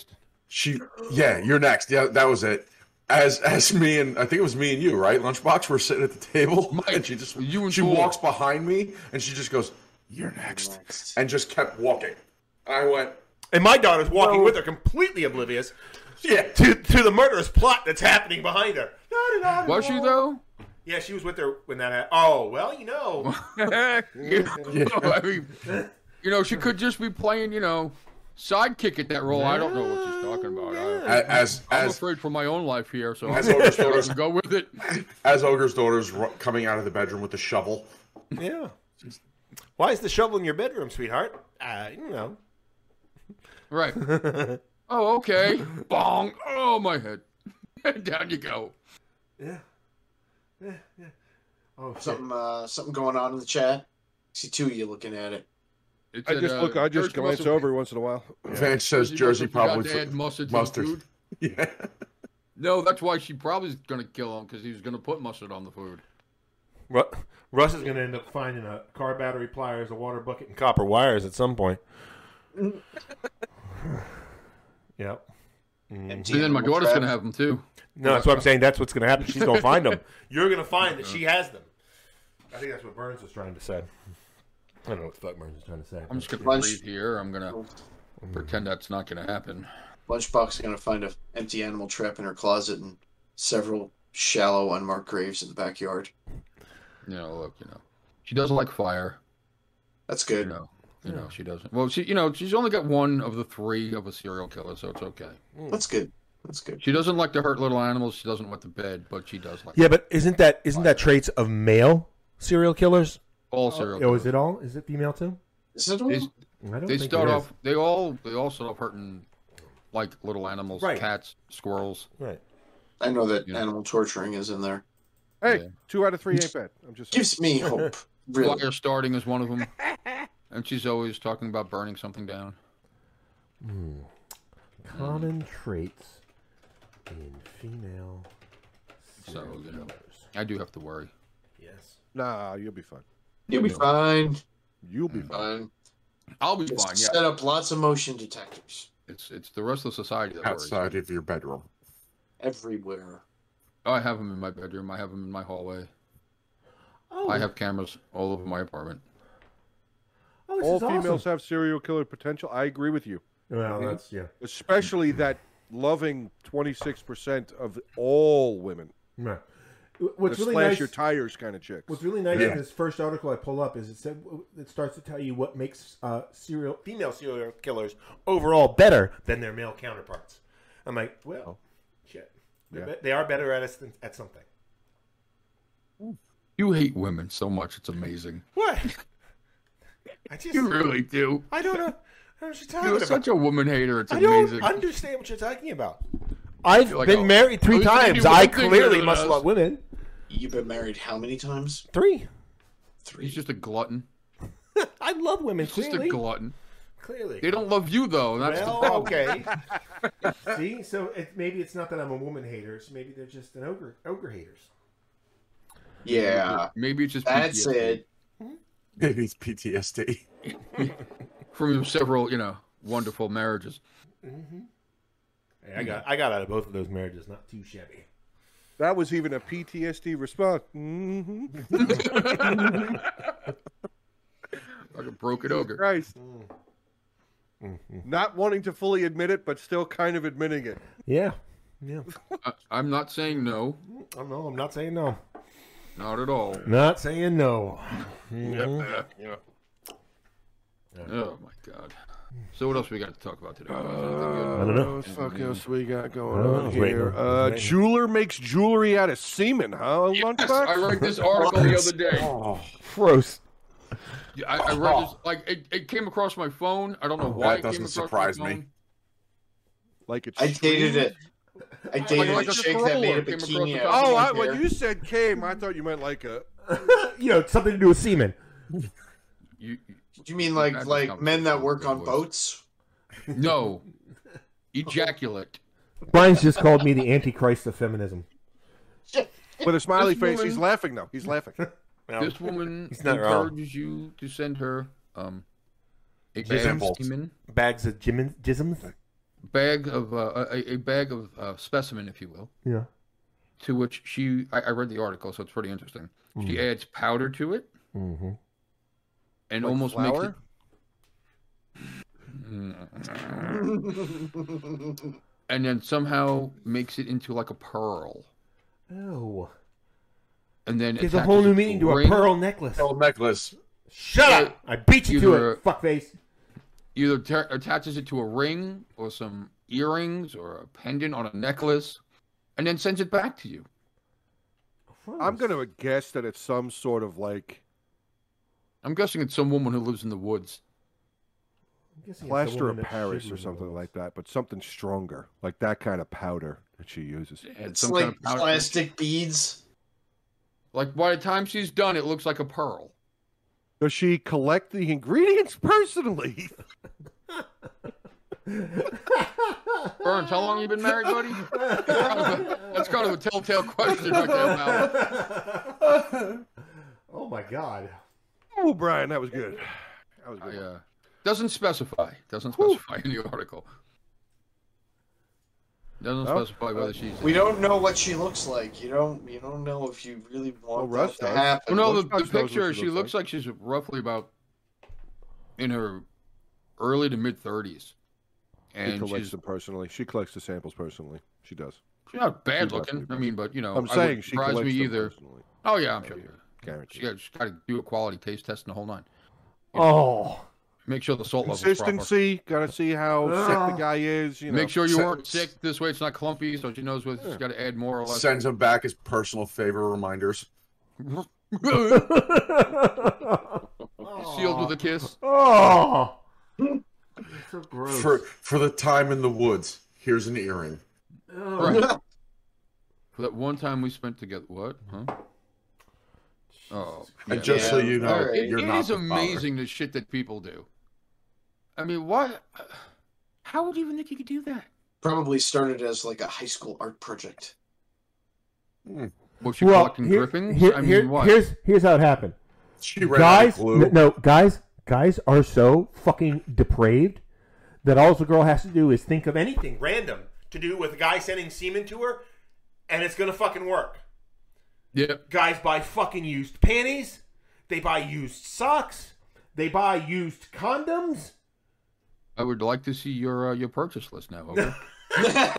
she yeah, you're next. Yeah, that was it. As as me and I think it was me and you, right? Lunchbox, we're sitting at the table, and she just
you and
she
Joel.
walks behind me, and she just goes, "You're next,"
Next.
and just kept walking. I went,
And my daughter's walking with her, completely oblivious
"Yeah."
to to the murderous plot that's happening behind her.
Was she though?
Yeah, she was with her when that. happened. Oh well, you know.
you, know, I mean, you know, she could just be playing, you know, sidekick at that role. I don't know what she's talking about. I,
A- As
I'm
as
afraid for my own life here, so I'm
as Ogre's
going
daughter's
to go with it.
as Ogre's daughter's ru- coming out of the bedroom with the shovel.
Yeah. Why is the shovel in your bedroom, sweetheart? Uh, you know.
Right. Oh, okay. Bong. Oh, my head. Down you go.
Oh,
Something, uh, something going on in the chat. see two of you looking at it.
It's
I
at,
just
uh,
look. I just
Church
glance
Muscle-
over once in a while.
Vance says
Muscle, you
Jersey
got
probably.
to add mustard to the
mustard.
food?
yeah.
No, that's why she probably's going to kill him because he was going to put mustard on the food.
Ru- Russ is gonna
end up finding a car battery, pliers, a water bucket,
get copper wires at some point.
Yep.
Mm-hmm.
And then my daughter's going to have him too.
No, that's what I'm saying. That's what's gonna happen. She's gonna find Uh-huh. them. You're gonna find that she has them.
I think that's what Burns was trying to say.
I don't know what the fuck Merton's trying to say.
I'm just going to
Lunch.
breathe here. I'm going
Oh.
to pretend that's not going to happen.
Lunchbox is going to find an empty animal trap in her closet and several shallow, unmarked graves in the backyard.
You know, look, you know, she doesn't like fire.
That's good.
You know, you know, she doesn't. Well, she, you know, she's only got one of the three of a serial killer, so it's okay.
That's good. That's good.
She doesn't like to hurt little animals. She doesn't wet the bed, but she does like
Yeah, but isn't that isn't that traits of male serial killers?
all serial
Oh,
killers.
is it all? Is it female too?
Is it
They,
all?
I don't
they
think
start
it is.
off. They all. They all start off hurting, like little animals,
Right.
cats, squirrels.
Right.
I know that
Yeah.
animal torturing is in there.
Hey,
Yeah.
two out of three ain't bad. I'm just. saying.
Gives me hope. Really.
Fire starting is one of them, and she's always talking about burning something down. Hmm.
Common traits in female.
So you know, I do have to worry.
Yes.
Nah, you'll be fine.
You'll be fine.
You'll
Mm.
be fine.
Fine.
I'll be
Just
fine.
set
Yeah,
up lots of motion detectors
it's it's the rest of society that worries.
Outside of your bedroom.
everywhere.
I have them in my bedroom. I have them in my hallway.
Oh,
I have cameras all over my apartment.
oh, this
All
is awesome.
females have serial killer potential. I agree with you, Mm-hmm.
Well, that's yeah.
especially that loving 26% of all women.
Right. Mm-hmm. What's
the
really
slash
nice.
your tires kind of chicks.
What's really nice
Yeah.
in this first article I pull up is it said it starts to tell you what makes uh, serial
Female serial killers overall better than their male counterparts. I'm like, well, shit. They're
Oh. Yeah.
be- They are better at us than, at something.
You hate women so much. It's amazing.
What? I just
You really do.
I don't know. I don't know what you're talking
You're
about.
such a woman hater. It's
I don't
amazing.
understand what you're talking about. I've
You're like,
been
oh,
married
at
three
least you can
times.
do
I
one thing better
clearly
than
must
us.
love women.
You've been married how many times?
Three.
He's
Three.
just a glutton.
I love women.
Just a
clearly.
glutton.
clearly.
They don't love you though. and That's the
well,
problem.
okay.
See, so it, maybe it's not that I'm a woman hater. It's maybe they're just an ogre ogre haters.
Yeah.
Maybe it's just
That's
PTSD.
it.
Maybe it's PTSD.
from several, you know, wonderful marriages.
Hey, I got I got out of both of those marriages not too shabby.
That was even a PTSD response. hmm
Like a broken ogre.
Christ. Not wanting to fully admit it, but still kind of admitting it.
Yeah. Yeah.
I, I'm not saying no,
I know, I'm not saying no.
not at all.
Not saying no.
Yeah. Oh my god. So what else we got to talk about today?
I don't know.
Uh, What the fuck else we got going
Oh,
on
it's waiting.
here? Uh, jeweler makes jewelry out of semen, huh?
Yes,
Lunchbox?
I read this article the other day.
Gross.
Yeah, I, I read this like it, it came across my phone. I don't know why
That
it came
doesn't
across
surprise
my
me.
phone.
like it's
I dated it. I dated
like
a
a
chick that made a
scroll came across the
bikini.
top
out of
Oh,
my
I,
hair.
when you said came, I thought you meant like a.
you know, something to do with semen.
You,
You mean
I've
like
just
like
come
men
to
that
some
work
good
on
words.
boats?
no, ejaculate.
Brian's just called me the Antichrist of feminism.
With a smiley
This
face, he's
woman-
laughing though. He's laughing.
This woman
He's not wrong.
encourages you to send her um a
His
bag of
impulse.
semen,
Bags of jimin- jisms.
bag of uh, a, a bag of uh, specimen, if you will.
Yeah.
To which she, I, I read the article, so it's pretty interesting. She
Hmm.
adds powder to it
Mm-hmm.
and
Like
almost
flour?
makes it. and then somehow makes it into like a pearl,
Oh.
and then
Gives a
attaches
whole new
its
meaning to a
ring.
pearl necklace.
Pearl necklace.
Shut up! I beat you to
Either-
it, fuckface.
Either ta- attaches it to a ring or some earrings or a pendant on a necklace, and then sends it back to you.
I'm gonna guess that it's some sort of like
I'm guessing it's some woman who lives in the woods.
I'm guessing it's the
plaster
woman
of
that
Paris
shivers
or
in
something
the
like that, but something stronger, like that kind of powder that she uses.
And
It's
some
like
kind of powder-
plastic beads.
Like by the time she's done, it looks like a pearl.
Does she collect the ingredients personally?
Burns, how long you been married, buddy? That's kind of a- That's kind of a telltale question right there, pal.
Oh my god.
oh, Brian, that was good. That was
I,
good.
uh, doesn't specify. Doesn't specify in the article. Doesn't
Well,
specify whether she's.
We don't know what she looks like. You don't you don't know if you really
Well,
want
Russ
that to
does.
Well,
happen.
no, the,
Lunchbox
the
knows what
picture.
she
She looks
looks
like she's roughly about in her early to mid thirties,
she
and
collects
she's,
them personally. She collects the samples personally. She does.
she's not bad
She's
looking.
roughly-
I mean, but you know,
I'm
Oh, I
saying
wouldn't
she
surprise
collects
me
them
either.
personally.
Oh yeah, I'm sure.
Yeah.
She
Guaranteed.
got, she's got to do a quality taste test and the whole nine.
Oh.
Make sure the salt level is proper.
Consistency. Gotta see how sick the guy is. You know.
Make sure you
Sa-
weren't sick. This way, it's not clumpy, so she knows whether she's got to add more or less.
Sends him back as personal favor reminders.
Sealed with a kiss.
Oh.
For for the time in the woods, here's an earring.
Right. For that one time we spent together. What? Huh? Oh. yeah.
And just so
Yeah.
you know,
Alright.
It-
you're
it
not
is
the father.
amazing the shit that people do. I mean, what? How would you even think you could do that?
Probably started as like a high school art project.
Was she
Well,
collecting
here-
griffins?
here-
I mean,
here-
what?
here's here's how it happened.
She ran
guys,
out of glue.
n- no, guys, guys are so fucking depraved that all the girl has to do is think of anything
Random to do with a guy sending semen to her, and it's gonna fucking work.
yeah.
Guys buy fucking used panties. They buy used socks. They buy used condoms.
I would like to see your uh, your purchase list now. Okay?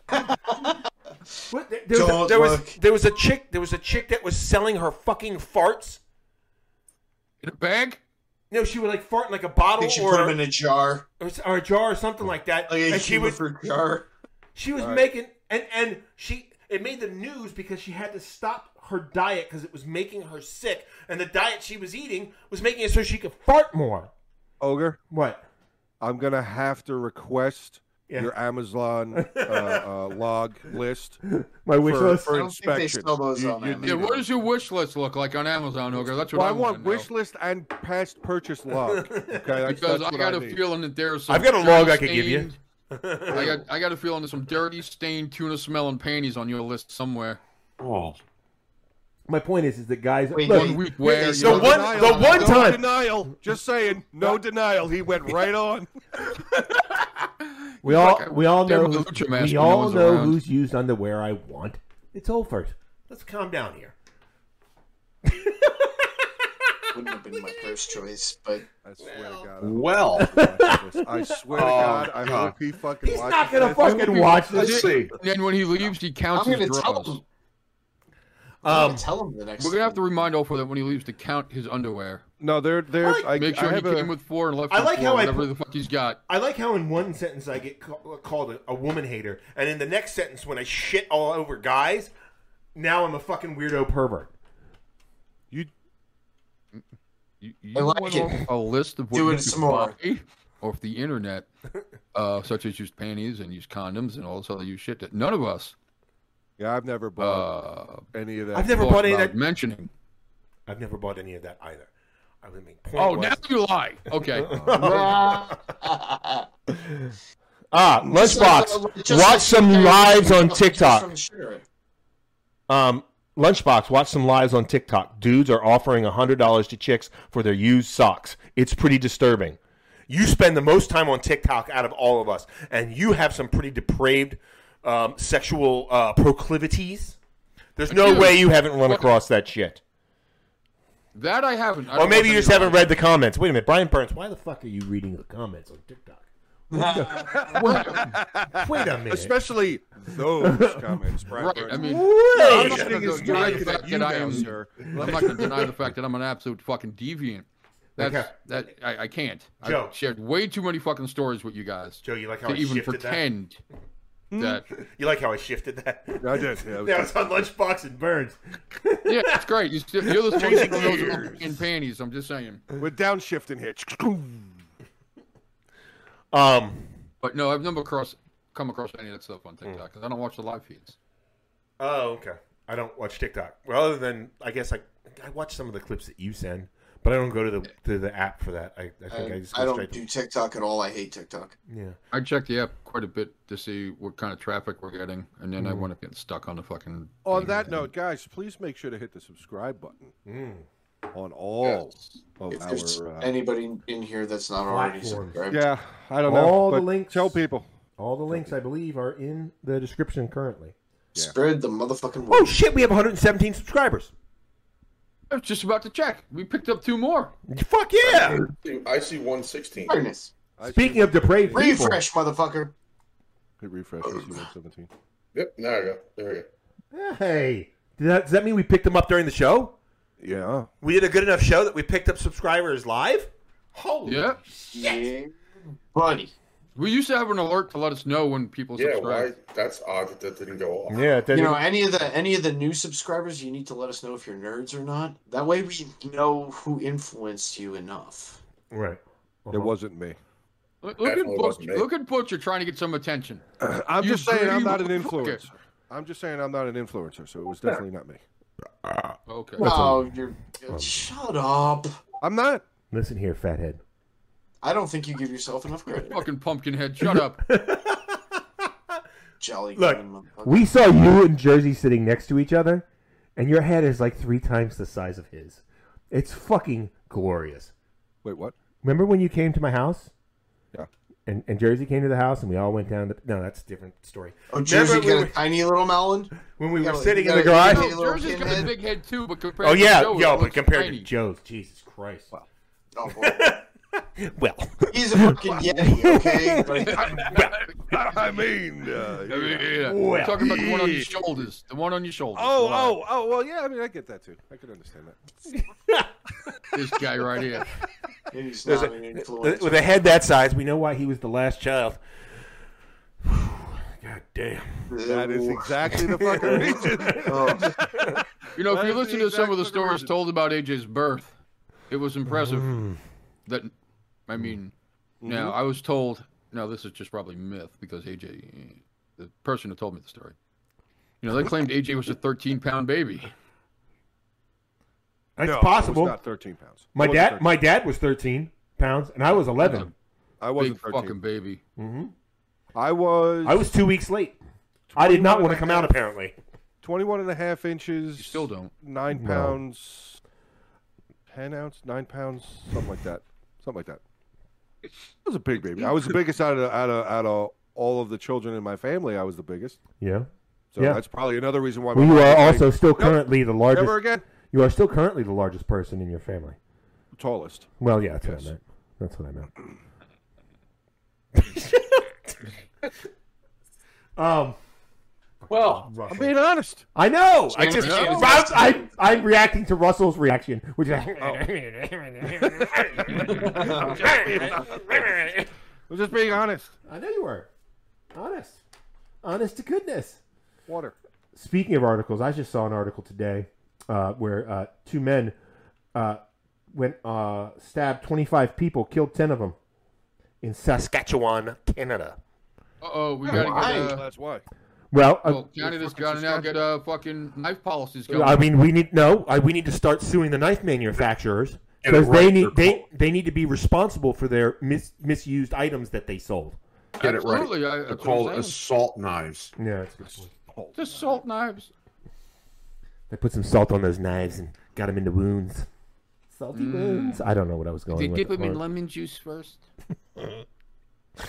What? There, there was a-
Don't
there was
look.
there was a chick there was a chick that was selling her fucking farts.
in a bag?
No, she would like fart in like a
I
bottle
think she
or,
put them in a jar,
or s- or a jar or something like that.
like a
and she was
Huberford jar.
she was making and and she it made the news because she had to stop her diet because it was making her sick, and the diet she was eating was making it so she could fart more.
Ogre,
What?
I'm gonna have to request
Yeah.
your Amazon uh, uh, log list
My wish
for,
list.
for
I don't think they
inspection.
sell those
You-
on
you
Amazon.
need
Yeah, what
it.
does your wish list look like on Amazon, Ogre? That's what
Well,
I,
I want
wanna
wish
know.
list and past purchase log. Okay, that's,
because
that's
I
what
got a
need.
feeling that there's some.
I've got a
dirty
log I could give you.
stained- I got I got a feeling there's some dirty stained tuna smelling panties on your list somewhere.
Oh,
My point is, is that guys.
Wait,
look,
wait.
One week where
The
you
The
know,
one, the one
no
time.
denial. Just saying, no denial. He went right on.
we all
like a
we all know
damn
who-
lucha mask
we
when no
all
one's
know
around.
who's used underwear. I want it's Olfert. Let's calm down here.
Wouldn't have been my first choice, but
I swear to God.
Well,
I swear to
Oh,
God, I
God.
hope he fucking.
He's
watches
not gonna
this.
fucking watch
let's
this.
see.
And then when he leaves, he counts
I'm
his
gonna tell
draws.
him. I'm
Um,
gonna tell him the next.
We're gonna have to remind Olfer that when he leaves to count his underwear.
No, they're they're. I,
Make sure
I
he
have
came
a,
with four and left
I
with
like
four,
how I
whatever
put-
the fuck he's got.
I like how in one sentence I get ca- called a, a woman hater, and in the next sentence when I shit all over guys, now I'm a fucking weirdo pervert.
you.
You, you
I like
went
it.
off A list of what
Do
you
it
could
some more.
buy off the internet, uh, such as used panties and used condoms and all this other used shit that none of us
Yeah, I've never bought
uh,
any of that.
I've never
thought
bought any of
about
that.
mentioning.
I've never bought any of that either. I would make point.
Oh,
was-
now you lie. Okay.
time.
Ah,
uh,
Lunchbox. watch some lives on TikTok. Um, Lunchbox, watch some lives on TikTok. Dudes are offering $100 to chicks for their used socks. It's pretty disturbing. You spend the most time on TikTok out of all of us, and you have some pretty depraved um, sexual uh, proclivities. There's no
do.
way you haven't run across that shit.
That I haven't. I
Or
don't
maybe
watch
you just
any-
haven't read the comments. Wait a minute, Brian Burns. Why
Why the fuck are you reading the comments on TikTok?
Wait a minute.
Especially those comments, Brian.
Right.
Burns.
I mean,
I'm
I'm
not
not
gonna
going
go
to deny
deny it
the fact
at you
that I
now,
am.
sir.
I'm not going to deny the fact that I'm an absolute fucking deviant. That's
Okay.
that I, I can't.
Joe.
I've shared way too many fucking stories with you guys
Joe, you like how
to
I
even
shifted Hmm?
pretend that.
that? You like how I shifted that?
I did. Yeah, it was-
that was on Lunchbox and Burns.
Yeah, it's great. You still, you're the one who knows about in panties. I'm just saying.
We're downshifting hitch.
Um,
But no, I've never cross come across any of that stuff on TikTok
Hmm.
because I don't watch the live feeds.
Oh, okay.
I don't watch TikTok.
Well, other than I guess I I watch some of the clips that you send, but I don't go to the to the app for that. I, I think I,
I,
just
Um,
go
I don't
straight to
do TikTok at all. I hate TikTok.
I check the app quite a bit to see what kind of traffic we're getting, and then I
Hmm.
wind up getting stuck on the fucking.
On that note, guys, please make sure to hit the subscribe button
Mm.
on all of
If there's
our. Uh,
anybody in- in here that's not already
Platforms.
subscribed,
yeah, I don't know.
All the
but
links.
Tell people.
all the links. I believe are in the description currently.
spread the motherfucking
Oh
word.
shit! We have 117 subscribers.
I was just about to check. We picked up two more.
Fuck yeah!
I see 116.
Awareness.
I
Speaking of depraved people,
Refresh, motherfucker.
Hit refresh. I see 117.
Yep, there we go. There we go.
hey, did that, does that mean we picked them up during the show?
Yeah.
We did a good enough show that we picked up subscribers live. Holy
Yeah.
Yeah, buddy.
We used to have an alert to let us know when people
Yeah, why?
subscribe.
That's odd that that didn't go off.
Yeah, it
You
doesn't-
know, any of the any of the new subscribers, you need to let us know if you're nerds or not. That way, we know who influenced you enough.
right.
It
Uh-huh.
wasn't me.
Look, look at
Definitely wasn't
Butcher.
me.
Look at Butcher trying to get some attention.
I'm
You
just saying
greedy
I'm not an
motherfucker.
influencer. I'm just saying I'm not an influencer, so it was definitely not me.
Okay.
Oh, you're
Um,
shut up.
I'm not.
Listen here, fathead.
I don't think you give yourself enough credit.
Fucking pumpkinhead, shut up.
Jolly
Look,
good motherfucker.
We saw you and Jersey sitting next to each other, and your head is like three times the size of his. It's fucking glorious.
Wait, what?
Remember when you came to my house?
Yeah.
And, and Jersey came to the house, and we all went down. The, no, that's a different story.
Oh, Jersey
Remember
got
when
a tiny little melon.
When we
Yeah,
were
like,
sitting
you
in the
gotta-
garage.
No,
you Hey, little
Jersey's got a
pinhead.
big head too, but compared
Oh
to
yeah,
Joe, it
yo, but
looks
compared
tiny.
to Joe's,
Jesus Christ.
Oh, boy.
well,
He's a fucking yeti, okay? But
I mean, uh,
Yeah, yeah, yeah.
Well.
I'm talking about the one on your shoulders. The one on your shoulders.
oh, oh, oh. Well, yeah. I mean, I get that too. I could understand that.
oh.
This guy right here.
he's
There's
not
a-
an
With
influencer.
with a head that size, we know why he was the last child. God damn.
That is exactly the fucking
Oh,
reason.
You know, if
That
you
is
listen
the
to some of the
exact fucking
stories
reason.
told about AJ's birth, it was impressive. That, I mean, now I was told. Now this is just probably myth because AJ, the person who told me the story, you know, they claimed AJ was a 13 pound baby.
That's
No,
possible.
I was not 13 pounds.
my
I wasn't
dad
13.
my dad was 13 pounds and I was Mm-hmm. 11.
I
Big
wasn't 13.
fucking baby.
I was.
I was 2 weeks late. I did not want to come out apparently.
21 and a half inches.
You still don't.
Nine pounds, 10 ounce, nine pounds, something like that. Something like that. I was a big baby. I was the biggest out of out of out of all of the children in my family. I was the biggest.
Yeah.
So
Yeah.
that's probably another reason why. my
Well, you
mom
are
was like,
also still currently the largest.
never again
You are still currently the largest person in your family.
tallest.
Well, yeah, that's what I
Yes.
meant. That's what I meant.
Um,
Well,
I'm being honest.
I know. I
Chance
just
is
I'm,
always
I'm, I'm reacting to Russell's reaction, which is
I'm just being honest.
I know you were honest, honest to goodness.
Water.
Speaking of articles, I just saw an article today uh, where uh, two men uh, went uh, stabbed 25 people, killed 10 of them in Saskatchewan.
Saskatchewan, Canada.
Uh oh, we gotta get. Uh,
That's why.
Well, uh,
well, Canada's gotta now get uh fucking knife policies going.
I mean, we need no. I, we need to start suing the knife manufacturers
Get it
because
right,
they need
they're
they, they need to be responsible for their mis, misused items that they sold.
get it right.
Absolutely, I- that's
They're
what
called
I'm saying.
assault knives.
Yeah, that's a good point.
Just salt knives.
They put some salt on those knives and got them into wounds. Salty wounds. I don't know what I was going.
Mm. They
with
dip them in
or-
lemon juice first.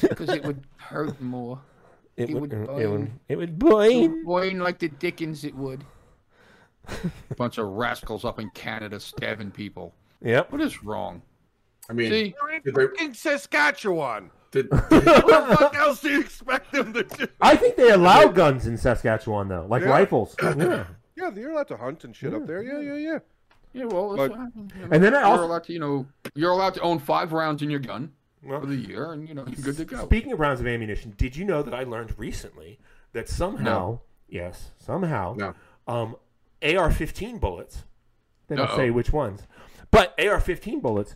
Because it would hurt more.
it,
it
would,
would
it would
burn.
it would
It
burn.
would Boing like the Dickens, it would.
Bunch of rascals up in Canada stabbing people.
Yep.
What is wrong?
I mean,
See,
did they,
In Saskatchewan.
did,
What the fuck else do you expect them to do?
I think they allow guns in Saskatchewan though, like
Yeah.
rifles. Yeah.
Yeah, you're allowed to hunt and shit up there. Yeah, yeah, yeah.
yeah, well,
But-
that's what happened. You know,
And then I
you're
also
allowed to, you know, you're allowed to own five rounds in your gun for the year, and you know, you're good to go.
Speaking of rounds of ammunition, did you know that I learned recently that somehow, yes, somehow,
No.
um, AR-15 bullets. They don't
Uh-oh.
say which ones, but AR-15 bullets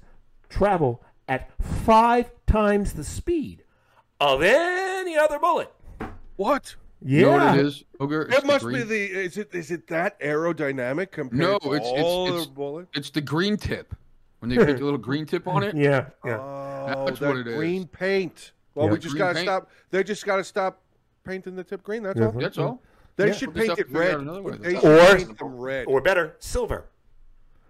travel at five times the speed of any other bullet.
What?
Yeah,
You know what it is, Ogre? It's
It
the
must be
green-
the. Is it is it that aerodynamic compared
No,
to
it's- it's-
all
it's-
the bullet?
It's the green tip. When they put the little green tip on it,
yeah, yeah.
Oh,
That's
that
what it is.
green paint. Well,
Yeah.
we just
Green
gotta
paint.
stop. They just gotta stop painting the tip green. That's all.
Mhm.
that's all.
They
Yeah.
should
We'll just have
paint it
to figure out
red.
another way to
They
do
should
that.
paint them red.
or better, silver.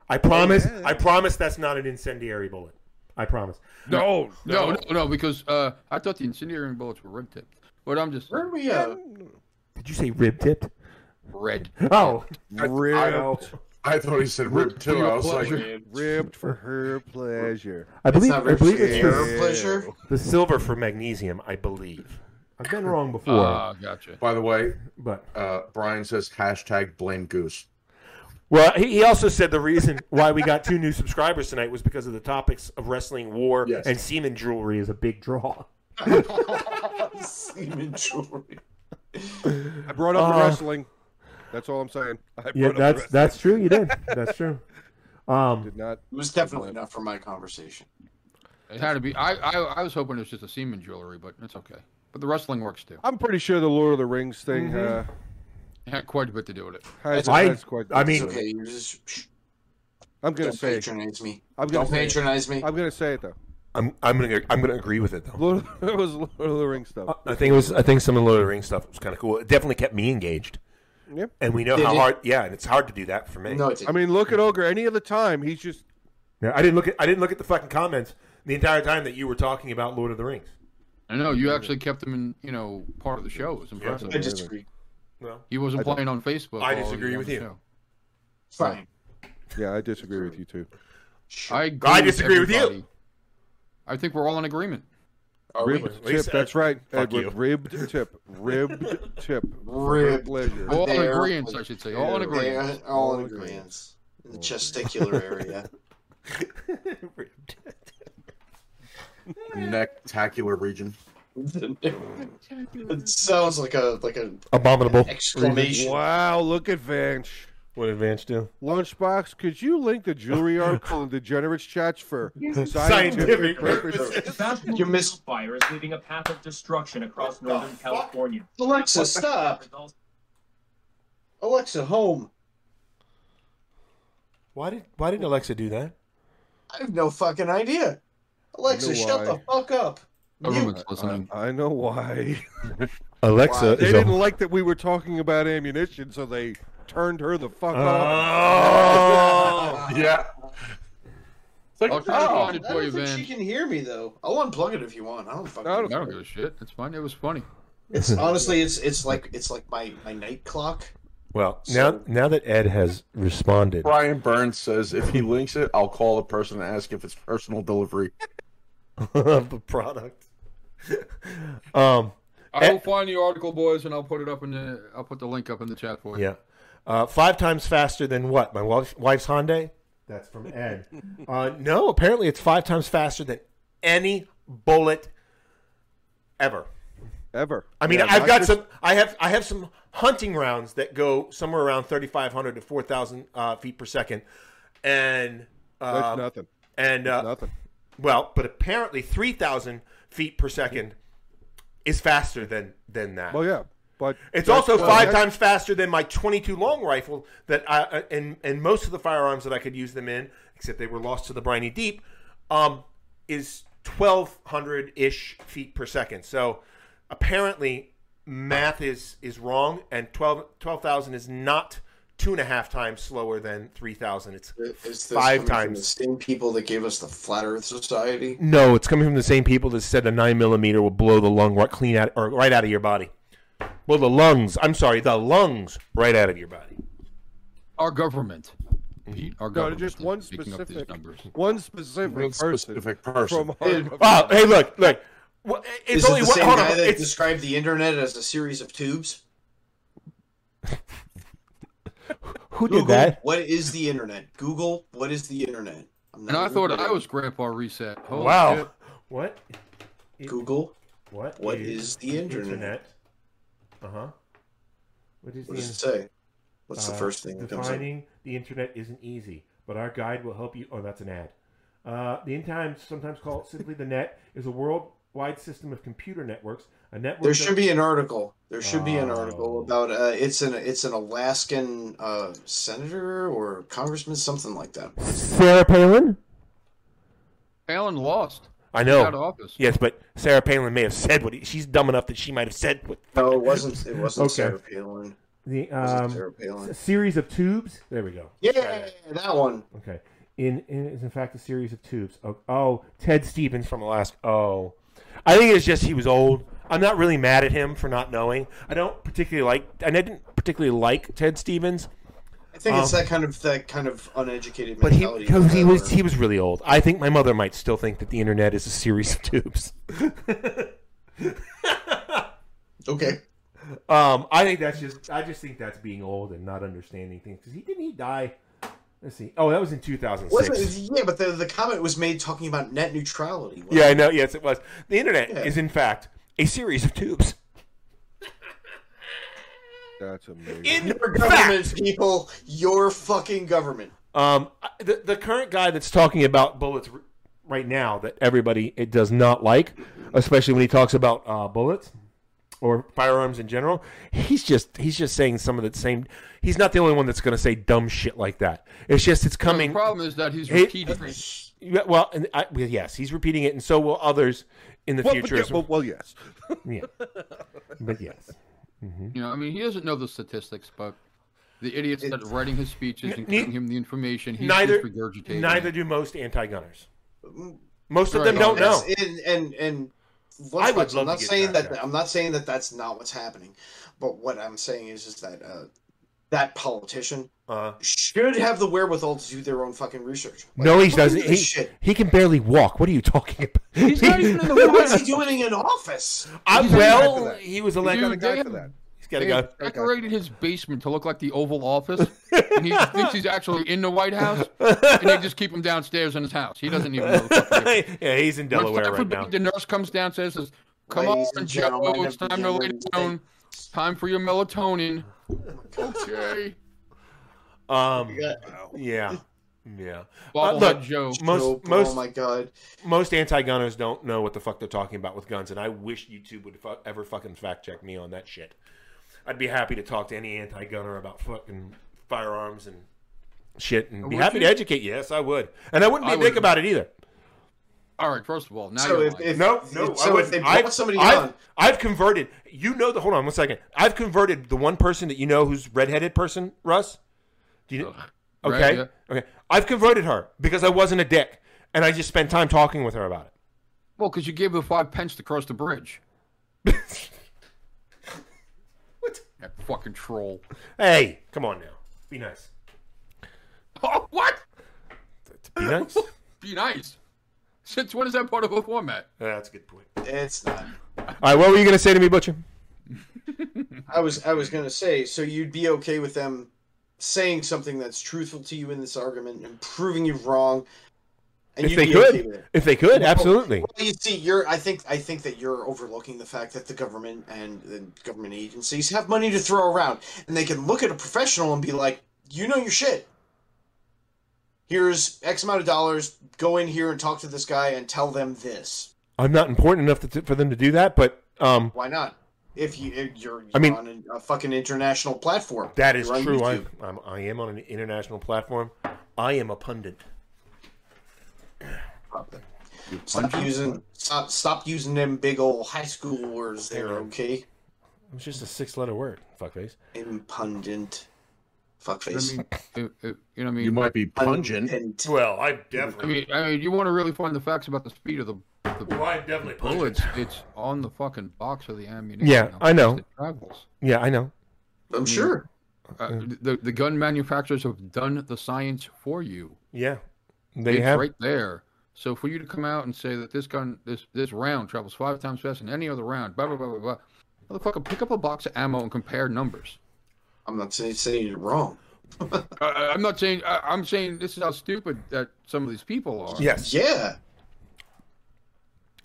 I promise.
yeah.
I promise that's not an incendiary bullet. I promise.
no,
No, no, no, because uh, I thought the incendiary bullets were red tipped. But I'm just
Where are we? Uh,
Did you say rib tipped?
red.
Oh,
ribbed,
I thought he said rib too. I was like,
ribbed for her pleasure.
I
it's
believe.
not
I believe it's
your
the,
pleasure.
the silver for magnesium. I believe. I've been
Uh,
wrong before,
Ah, gotcha.
by the way,
but
uh, Brian says hashtag blame goose.
well, he, he also said the reason why we got two new subscribers tonight was because of the topics of wrestling, war,
Yes.
and semen jewelry is a big draw.
Semen jewelry.
I brought up
Uh,
the wrestling. That's all I'm saying. I brought
Yeah,
up the
that's
wrestling.
that's true. You did. That's true. Um,
Did not.
It was definitely not for my conversation.
It had to be. I, I, I was hoping it was just a semen jewelry, but it's okay. But the wrestling works too.
I'm pretty sure the Lord of the Rings thing
Mm-hmm.
uh,
It had quite a bit to do with it.
has,
I-
has quite.
I
It's
mean,
okay. You just shh,
I'm gonna
don't
say.
patronize me.
I'm gonna
Don't
say. it.
patronize me.
I'm gonna say it though.
I'm I'm gonna I'm gonna agree with it though.
Lord, it was Lord of the Rings stuff.
I think it was I think some of the Lord of the Rings stuff was kind of cool. It definitely kept me engaged.
Yep.
And we know
Did
how
it?
hard. Yeah, and it's hard to do that for me.
No, it
I
didn't.
mean, look at Ogre. Any other time, he's just
Yeah, I didn't look at I didn't look at the fucking comments the entire time that you were talking about Lord of the Rings.
I know you actually kept him in, you know, part of the show. It was impressive.
I disagree.
He wasn't playing on Facebook.
I
while he was
disagree
on
with
the
you.
show.
Fine.
Yeah, I disagree with you too.
I, agree
I disagree with you.
everybody. I think we're all in agreement.
Ribbed
Lisa-
tip. That's right,
Fuck
Edward.
you.
Ribbed tip. Ribbed tip.
Ribbed.
pleasure.
Oh.
All in
There-
agreement, I should say. All in
They
agreement.
are all in
All agreeance.
agreement. In the gesticular area.
Nectacular region.
Oh
it sounds like a like an
Abominable.
exclamation.
Wow, look at Vanch.
What advance do?
Lunchbox, could you link the jewelry article in the Generous Chats for scientific
Scientific
purposes?
You missed
fires leaving a path of destruction across northern California.
Alexa. Stop. Alexa, home.
Why did Why did Alexa do that?
I have no fucking idea. Alexa,
know
shut the
why.
fuck up.
Everyone's listening.
I know why.
Why?
They
Alexa is
didn't
a.
like that we were talking about ammunition, so they turned her the fuck
Oh.
Oh.
off.
Yeah. It's like,
I'll try to
oh,
find it
I
for
don't
you,
think
Van.
she can hear me though. I'll unplug it if you want. I don't fucking.
I
I
don't-
don't give a shit. It's fine. It was funny.
It's honestly, it's it's like it's like my my night clock.
Well,
So-
now now that Ed has responded,
Brian Burns says if he links it, I'll call the person and ask if it's personal delivery.
of the product. um,
Eh.
I will find the article, boys, and I'll put it up in the. I'll put the link up in the chat for you.
yeah, uh, five times faster than what? My wife, wife's Hyundai?
That's from Ed.
Uh, no, apparently it's five times faster than any bullet ever.
Ever.
I mean,
Yeah,
I've
not
got
just-
some. I have I have some hunting rounds that go somewhere around thirty five hundred to four thousand uh, feet per second, and
That's
uh,
nothing.
and uh,
Nothing.
well, but apparently three thousand feet per second is faster than than that.
Well, yeah, but
It's
that's-
also
well,
five
that's-
times faster than my 22 long rifle that I uh, and and most of the firearms that I could use them in, except they were lost to the briny deep, um, is 1200 ish feet per second. So apparently math is is wrong, and 12 12,000 is not two and a half times slower than 3,000. It's
Is this
Five
coming from
times.
the same people that gave us the Flat Earth Society.
no, it's coming from the same people that said the nine millimeter will blow the lung right clean out or right out of your body. Well, the lungs. I'm sorry, the lungs right out of your body.
Our government. Pete, Our
Mm-hmm. No,
government.
just
is
one
making up these
specific,
numbers.
one specific
Real
person
specific person.
from our
Oh, hey, look, look. Wha- It's
Is it
only
the
one.
same
Hold
guy
on.
that
It's,
described the internet as a series of tubes?
who
Google, what is the internet? Google, what is the internet? I'm
And I
not
thought
Googling.
I was Grandpa Reset. Holy
Wow.
shit.
What?
Google.
What?
What is the internet?
Uh
Uh-huh.
huh.
What is
What
the
does it say? What's the
Uh,
first thing that comes up?
Defining the internet isn't easy, but our guide will help you. Oh, that's an ad. Uh, the end times, sometimes called simply the net, is a worldwide system of computer networks. A network.
There
of-
should be an article. There should be an article
Oh.
about uh, it's an it's an Alaskan uh, senator or congressman, something like that.
Sarah Palin?
Palin lost.
I
Out of
know.
office.
Yes, but Sarah Palin may have said what he, she's dumb enough that she might have said what.
No, it wasn't. It wasn't
Okay.
Sarah Palin.
the
It wasn't
um,
Sarah Palin.
s- series of tubes. There we go.
Yeah, that one.
Okay. In, in is in fact a series of tubes. Oh, oh Ted Stevens from
From Alaska. Oh, I think it's just he was old. I'm not really mad at him for not knowing. I don't particularly like, and I didn't particularly like Ted Stevens,
I think it's
Um,
that kind of that kind of uneducated
but he
mentality.
because he
that
was
where-
he was really old. I think my mother might still think that the internet is a series of tubes.
okay.
Um, I think
think that's just I just think that's being old and not understanding things because he didn't he die. Let's see. Oh, that was in 2006.
Wasn't, yeah, but the, the comment was made talking about net neutrality. wasn't
Yeah, I know. Yes, it was. The internet
Yeah.
is, in fact, a series of tubes.
That's amazing.
it? Your government, people. Your fucking government.
Um, I- the the current guy that's talking about bullets r- right now that everybody it does not like, especially when he talks about uh, bullets or firearms in general. He's just he's just saying some of the same. He's not the only one that's going to say dumb shit like that. It's just it's
The
coming.
problem is that he's
Hey-
repeating. it.
Yeah, Well, and I, well, yes, he's repeating it, and so will others in the
Well, but
future.
yeah,
as
well, well, yes.
But yes.
You know, I mean, he doesn't know the statistics, but the idiots that are writing his speeches and
ne-
giving him the information, he's
neither
just regurgitating.
neither do most anti-gunners. Most of them
Right.
don't know.
That's- And and and
I would
let's- I'm
love to
not
get
saying
back
that
there.
I'm not saying that that's not what's happening, but what I'm saying is is that uh, that politician
Uh,
should have the wherewithal to do their own fucking research. Like,
no, he
who
doesn't.
gives a
He,
shit?
he can barely walk. What are you talking about?
He's not even in the
What's
White
he doing in office?
I,
He's got a guy
well,
for that.
he was
Dude,
elected.
they
guy for
have-
that.
He's got to
they
go.
have decorated his basement to look like the Oval Office, and he thinks he's actually in the White House, and they just keep him downstairs in his house. He doesn't even know. The fucking difference.
yeah, he's in
When
Delaware
time
right
forbid,
now.
The nurse comes downstairs and says, "Come
Ladies
on,
and
Joe,
gentlemen
it's
of
time
the
to lay down. It's time for your melatonin." okay.
Um,
Yeah.
yeah, yeah.
Bobblehead
look,
Joe.
Most
Joe,
most
oh my god.
most anti-gunners don't know what the fuck they're talking about with guns, and I wish YouTube would fu- ever fucking fact check me on that shit. I'd be happy to talk to any anti-gunner about fucking firearms and shit, and be
Would
happy
you?
to educate. you. Yes, I would, and I wouldn't be
I
a dick
would.
about it either.
All right. First of all, now
So
you're
if-
lying.
if-
No, no.
So
I would,
if they brought
I've,
somebody
I've,
on-
I've converted. You know the. Hold on one second. I've converted the one person that you know who's redheaded person, Russ. Do you?
Right,
Okay.
yeah.
Okay. I've converted her because I wasn't a dick, and I just spent time talking with her about it.
Well, because you gave her five pence to cross the bridge.
What?
That fucking troll.
Hey, come on now. Be nice.
Oh, what?
Be nice. yeah,
Be nice. Since when is that part of a format?
that's a good point.
It's not.
All right, what were you going to say to me, Butcher?
I was I was gonna say, so you'd be okay with them saying something that's truthful to you in this argument and proving you wrong. And
If
you'd
they
be
could.
okay with it.
If they could, absolutely.
Well, you see, you're. I think. I think that you're overlooking the fact that the government and the government agencies have money to throw around, and they can look at a professional and be like, "You know your shit. Here's X amount of dollars. Go in here and talk to this guy and tell them this.
I'm not important enough to, for them to do that, but um,
Why not? If you if you're,
I mean-
you're on a, a fucking international platform,
that is
You're on
true.
YouTube.
I'm, I'm, I am on an international platform. I am a pundit.
Stop using stop, stop using them big old high school words there, okay?
It was just a six-letter word. Fuckface.
Impundent.
I
Fuckface.
mean, it- it- Uh, you know, what I mean,
You might be pungent.
Pundit.
Well, I
I
definitely.
mean, I mean, you want to really find the facts about the speed of the, the
Well, Oh, I definitely
bullets? It's on the fucking box of the ammunition.
Yeah,
how
I know.
fast It travels.
Yeah, I know.
I'm sure.
Uh, the the gun manufacturers have done the science for you.
Yeah, they
it's
have.
right there. So for you to come out and say that this gun, this this round travels five times faster than any other round, blah blah blah blah blah. Motherfucker, pick up a box of ammo and compare numbers.
I'm not saying, saying you're wrong.
Uh, I'm not saying. I, I'm saying this is how stupid that some of these people are.
Yes.
Yeah.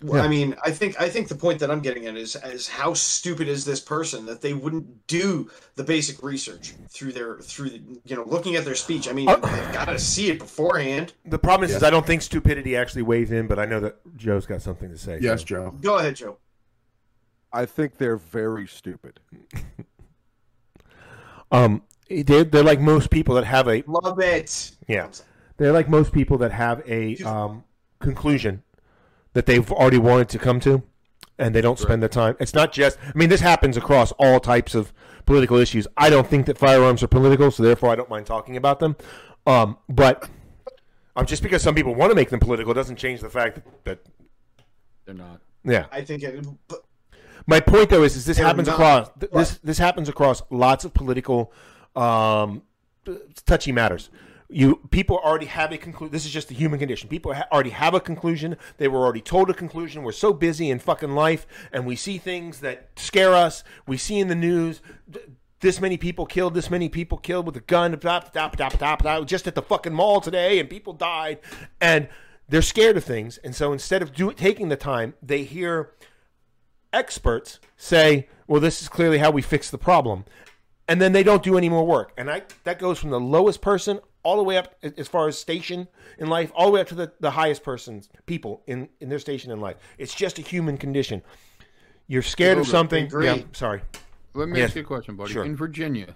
Well, I mean, I think I think the point that I'm getting at is is how stupid is this person that they wouldn't do the basic research through their through the, you know looking at their speech. I mean,
Uh,
they've got to see it beforehand.
The problem is, is I don't think stupidity actually weighs in, but I know that Joe's got something to say.
Yes,
so.
Joe.
Go ahead, Joe.
I think they're very stupid.
Um, they're, they're like most people that have a
Love it.
Yeah.
they're like most people that have a um, conclusion that they've already wanted to come to, and they don't spend their time. It's not just. I mean, this happens across all types of political issues. I don't think that firearms are political, so therefore I don't mind talking about them. Um, but um, just because some people want to make them political doesn't change the fact that. that
They're not.
yeah.
I think it, but
My point though is, is this happens
not-
across th- this this happens across lots of political um, touchy matters. You people already have a conclusion. This is just the human condition. People ha- already have a conclusion. They were already told a conclusion. We're so busy in fucking life, and we see things that scare us. We see in the news. th- This many people killed. This many people killed with a gun. Blah, blah, blah, blah, blah, blah, just at the fucking mall today, and people died, and they're scared of things. And so instead of do- taking the time, they hear experts say, "Well, this is clearly how we fix the problem," and then they don't do any more work. And I that goes from the lowest person all the way up a- as far as station in life, all the way up to the, the highest person's people in in their station in life. It's just a human condition. You're scared of
Yoga,
something.
agree.
Yeah, sorry.
Let me
Yes.
ask you a question, buddy.
Sure.
In Virginia,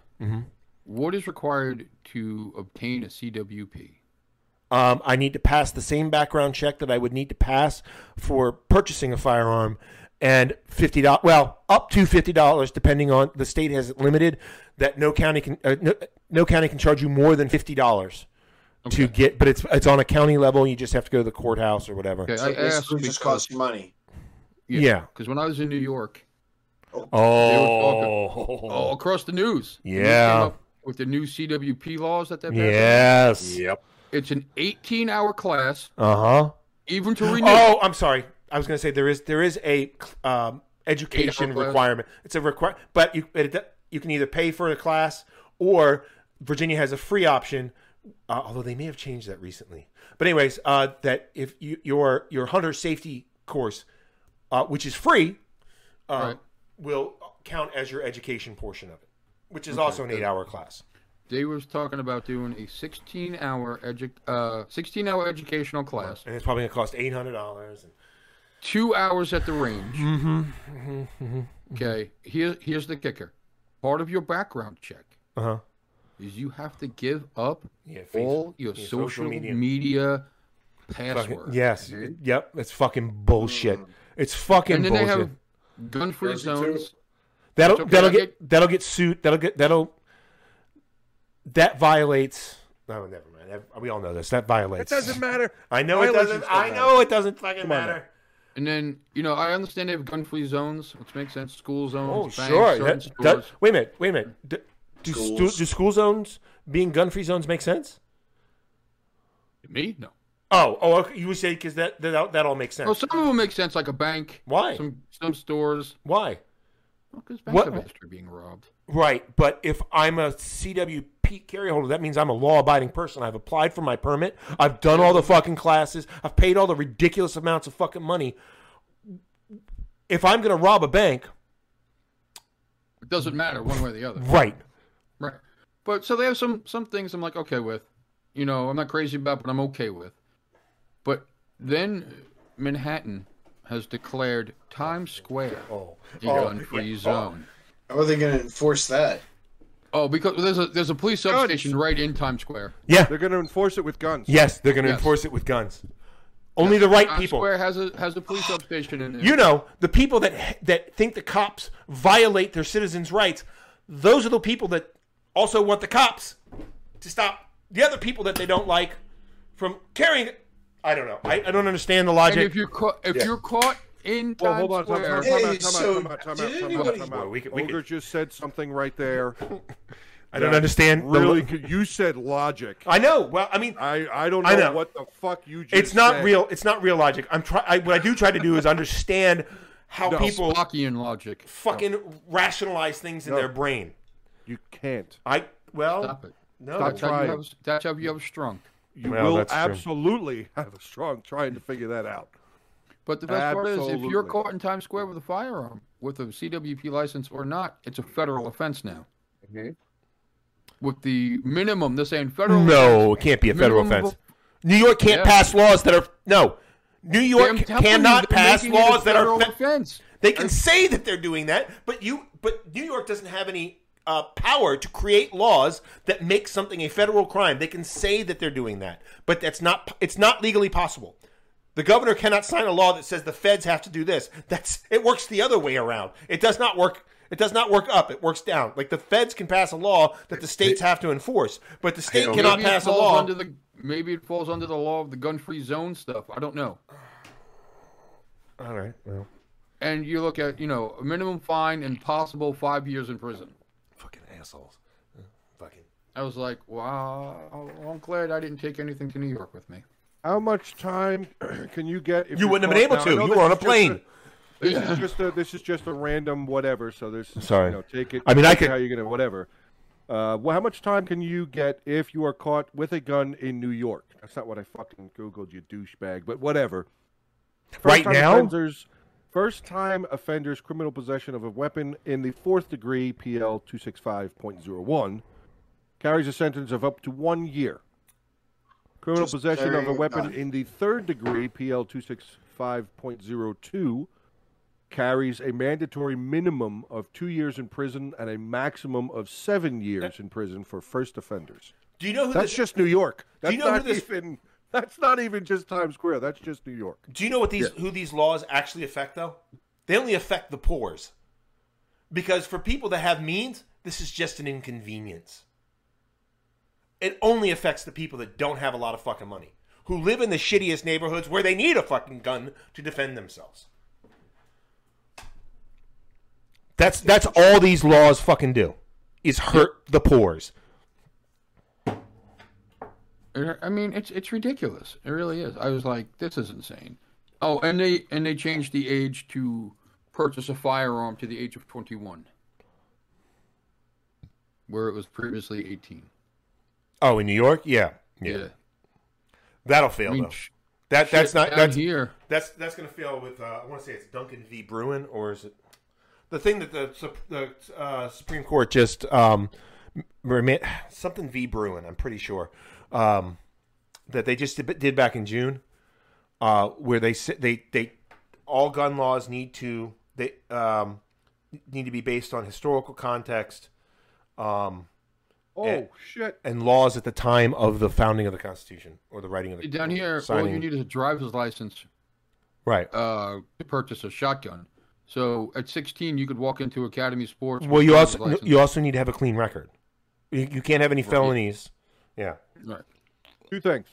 what is required to obtain a CWP?
Um, I need to pass the same background check that I would need to pass for purchasing a firearm, and fifty dollars. Well, up to fifty dollars, depending on the state has it limited that no county can uh, no, no county can charge you more than fifty dollars to get. But it's it's on a county level. You just have to go to the courthouse or whatever.
Okay,
so
I asked
basically just costs you money.
Yeah.
because when I was in New York, oh,
Oh.
across the news, the news came
Yeah.
up with the new CWP laws that they're passing.
Yes.
Yep.
It's an 18-hour class,
Uh huh.
even to renew.
Oh, I'm sorry. I was going to say there is there is a um, education
class.
requirement. It's a require, but you it, you can either pay for a class or Virginia has a free option. Uh, although they may have changed that recently. But anyways, uh, that if you, your your hunter safety course, uh, which is free, uh,
Right.
will count as your education portion of it, which is also an eight hour class.
They was talking about doing a 16-hour edu- uh, 16-hour educational class,
And it's probably going to cost eight hundred dollars.
two hours at the range.
Mm-hmm.
Mm-hmm. Okay, here, here's the kicker. Part of your background check
Uh huh.
is you have to give up
Yeah. Facebook.
all your
yeah, social
social,
media.
media.
Fucking-
password.
yes.
dude. Mm.
Yep. It's fucking bullshit. It's fucking
And then
bullshit.
they have gun free zones.
that'll
it's okay,
that'll
I
get, that'll get sued. That'll get that'll that violates. No, never mind. That- We all know this. That
It
violates.
doesn't matter.
I know it
Violations
doesn't.
don't
I
matter.
know it doesn't fucking
Come on now.
matter.
And then, you know, I understand they have gun free zones, which makes sense. School zones.
Oh,
banks,
sure.
certain
That- that-
stores.
wait a minute. Wait a minute. Do, do, stu-
Schools.
do school zones being gun free zones make sense?
Me? No.
Oh, oh, okay. you would say because that, that that all makes sense.
Well, some of them make sense, like a bank.
Why?
Some some stores.
Why?
Because banks
What-
have a history of being robbed.
Right, but if I'm a CWP carry holder, that means I'm a law-abiding person. I've applied for my permit. I've done all the fucking classes. I've paid all the ridiculous amounts of fucking money. If I'm going to rob a bank,
It doesn't matter one way or the other.
right.
Right. But so they have some some things I'm like okay with. You know, I'm not crazy about, but I'm okay with. But then Manhattan has declared Times Square
Oh,
a gun-free zone.
How are they going to enforce that?
Oh. because there's a there's a police substation right in Times Square.
They're going to enforce it with guns.
Yes, they're going to
Yes.
enforce it with guns. Only the right
Times
people.
Square has a has a police substation in there.
You know, the people that that think the cops violate their citizens' rights, those are the people that also want the cops to stop the other people that they don't like from carrying. I don't know. I, I don't understand the
and
logic.
if you're caught if you're caught in
Well,
Times
hold on. Time,
Square,
time,
Hey,
time, out, time,
so
out, time, out, time,
did
out, time, out,
anybody-
time
Well,
out.
we could- we
Ogre just said something right there.
I don't understand. the
Really,
lo-
could- you said logic.
I know. Well, I mean,
I, I don't know,
I know.
what the fuck you just.
it's not
said.
real. It's not real logic. I'm try. I, what I do try to do is understand how
no,
people
Spockian logic.
fucking rationalize things in their brain.
You can't.
I well,
Stop it.
no.
Stop
That's how you
trying.
have that's how you have strong.
You
Well,
will
that's true.
absolutely have a strong trying to figure that out.
But the best part is, if you're
Absolutely.
caught in Times Square with a firearm, with a CWP license or not, it's a federal offense now. With the minimum, they're saying federal.
No, it can't be a federal
Minimum
offense. New York can't
Yeah.
pass laws that are no. New
I'm
York
telling you,
cannot
they're
pass
making it a
laws that are.
federal
fe-
offense.
they can say that they're doing that, but you, but New York doesn't have any uh, power to create laws that make something a federal crime. They can say that they're doing that, but that's not. It's not legally possible. The governor cannot sign a law that says the feds have to do this. That's it works the other way around. It does not work. It does not work up. It works down. Like the feds can pass a law that the states have to enforce, but the state cannot
Maybe it
pass a
falls
law.
Under the, maybe it falls under the law of the gun-free zone stuff. I don't know.
All right. Well,
And you look at, you know, a minimum fine and possible five years in prison.
fucking assholes. Fucking.
I was like, wow, I'm glad I didn't take anything to New York with me.
How much time can you get? If
You
you're
wouldn't have been able
caught?
to.
Now, I know
You were
this
on a
is just
plane.
this is just a this is just a random whatever. So this is
Sorry.
You know, take it.
I mean, I
take it
could-
How you gonna whatever? Uh, well, how much time can you get if you are caught with a gun in New York? That's not what I fucking googled, you douchebag. But whatever.
Right
time
now?
offenders, first time offenders criminal possession of a weapon in the fourth degree PL two six five point zero one carries a sentence of up to one year. Criminal
Just
possession of a
carrying a
weapon
gun.
in the third degree PL two six five point zero two carries a mandatory minimum of two years in prison and a maximum of seven years in prison for first offenders.
Do you know who
That's
this?
just New York. That's
you know who
not
this-
even. That's not even just Times Square. That's just New York.
Do you know what these who these laws actually affect though? They only affect the poor's, because for people that have means, this is just an inconvenience. It only affects the people that don't have a lot of fucking money, who live in the shittiest neighborhoods where they need a fucking gun to defend themselves. That's that's all these laws fucking do, is hurt the poor's.
It- I mean, it's it's ridiculous. It really is. I was like, this is insane. Oh, and they and they changed the age to purchase a firearm to the age of twenty one, where it was previously eighteen.
Oh, in New York, yeah, yeah, that'll fail
I mean,
though.
sh-
That that's
shit
not
down
that's
here.
That's that's going to fail with uh, I want to say it's Duncan v. Bruin or is it the thing that the Sup- the uh, Supreme Court just um remi- something v. Bruin I'm pretty sure um that they just did, did back in June uh where they s- they they all gun laws need to they um need to be based on historical context um
Oh
and,
shit!
and laws at the time of the founding of the Constitution or the writing of the
Down here, all you
signing-
need is a driver's license
right.
uh, to purchase a shotgun. So at 16, you could walk into Academy Sports. with
Well,
a
you
driver's
also
license.
you also need to have a clean record. You, you can't have any felonies. Yeah.
Right.
Two things.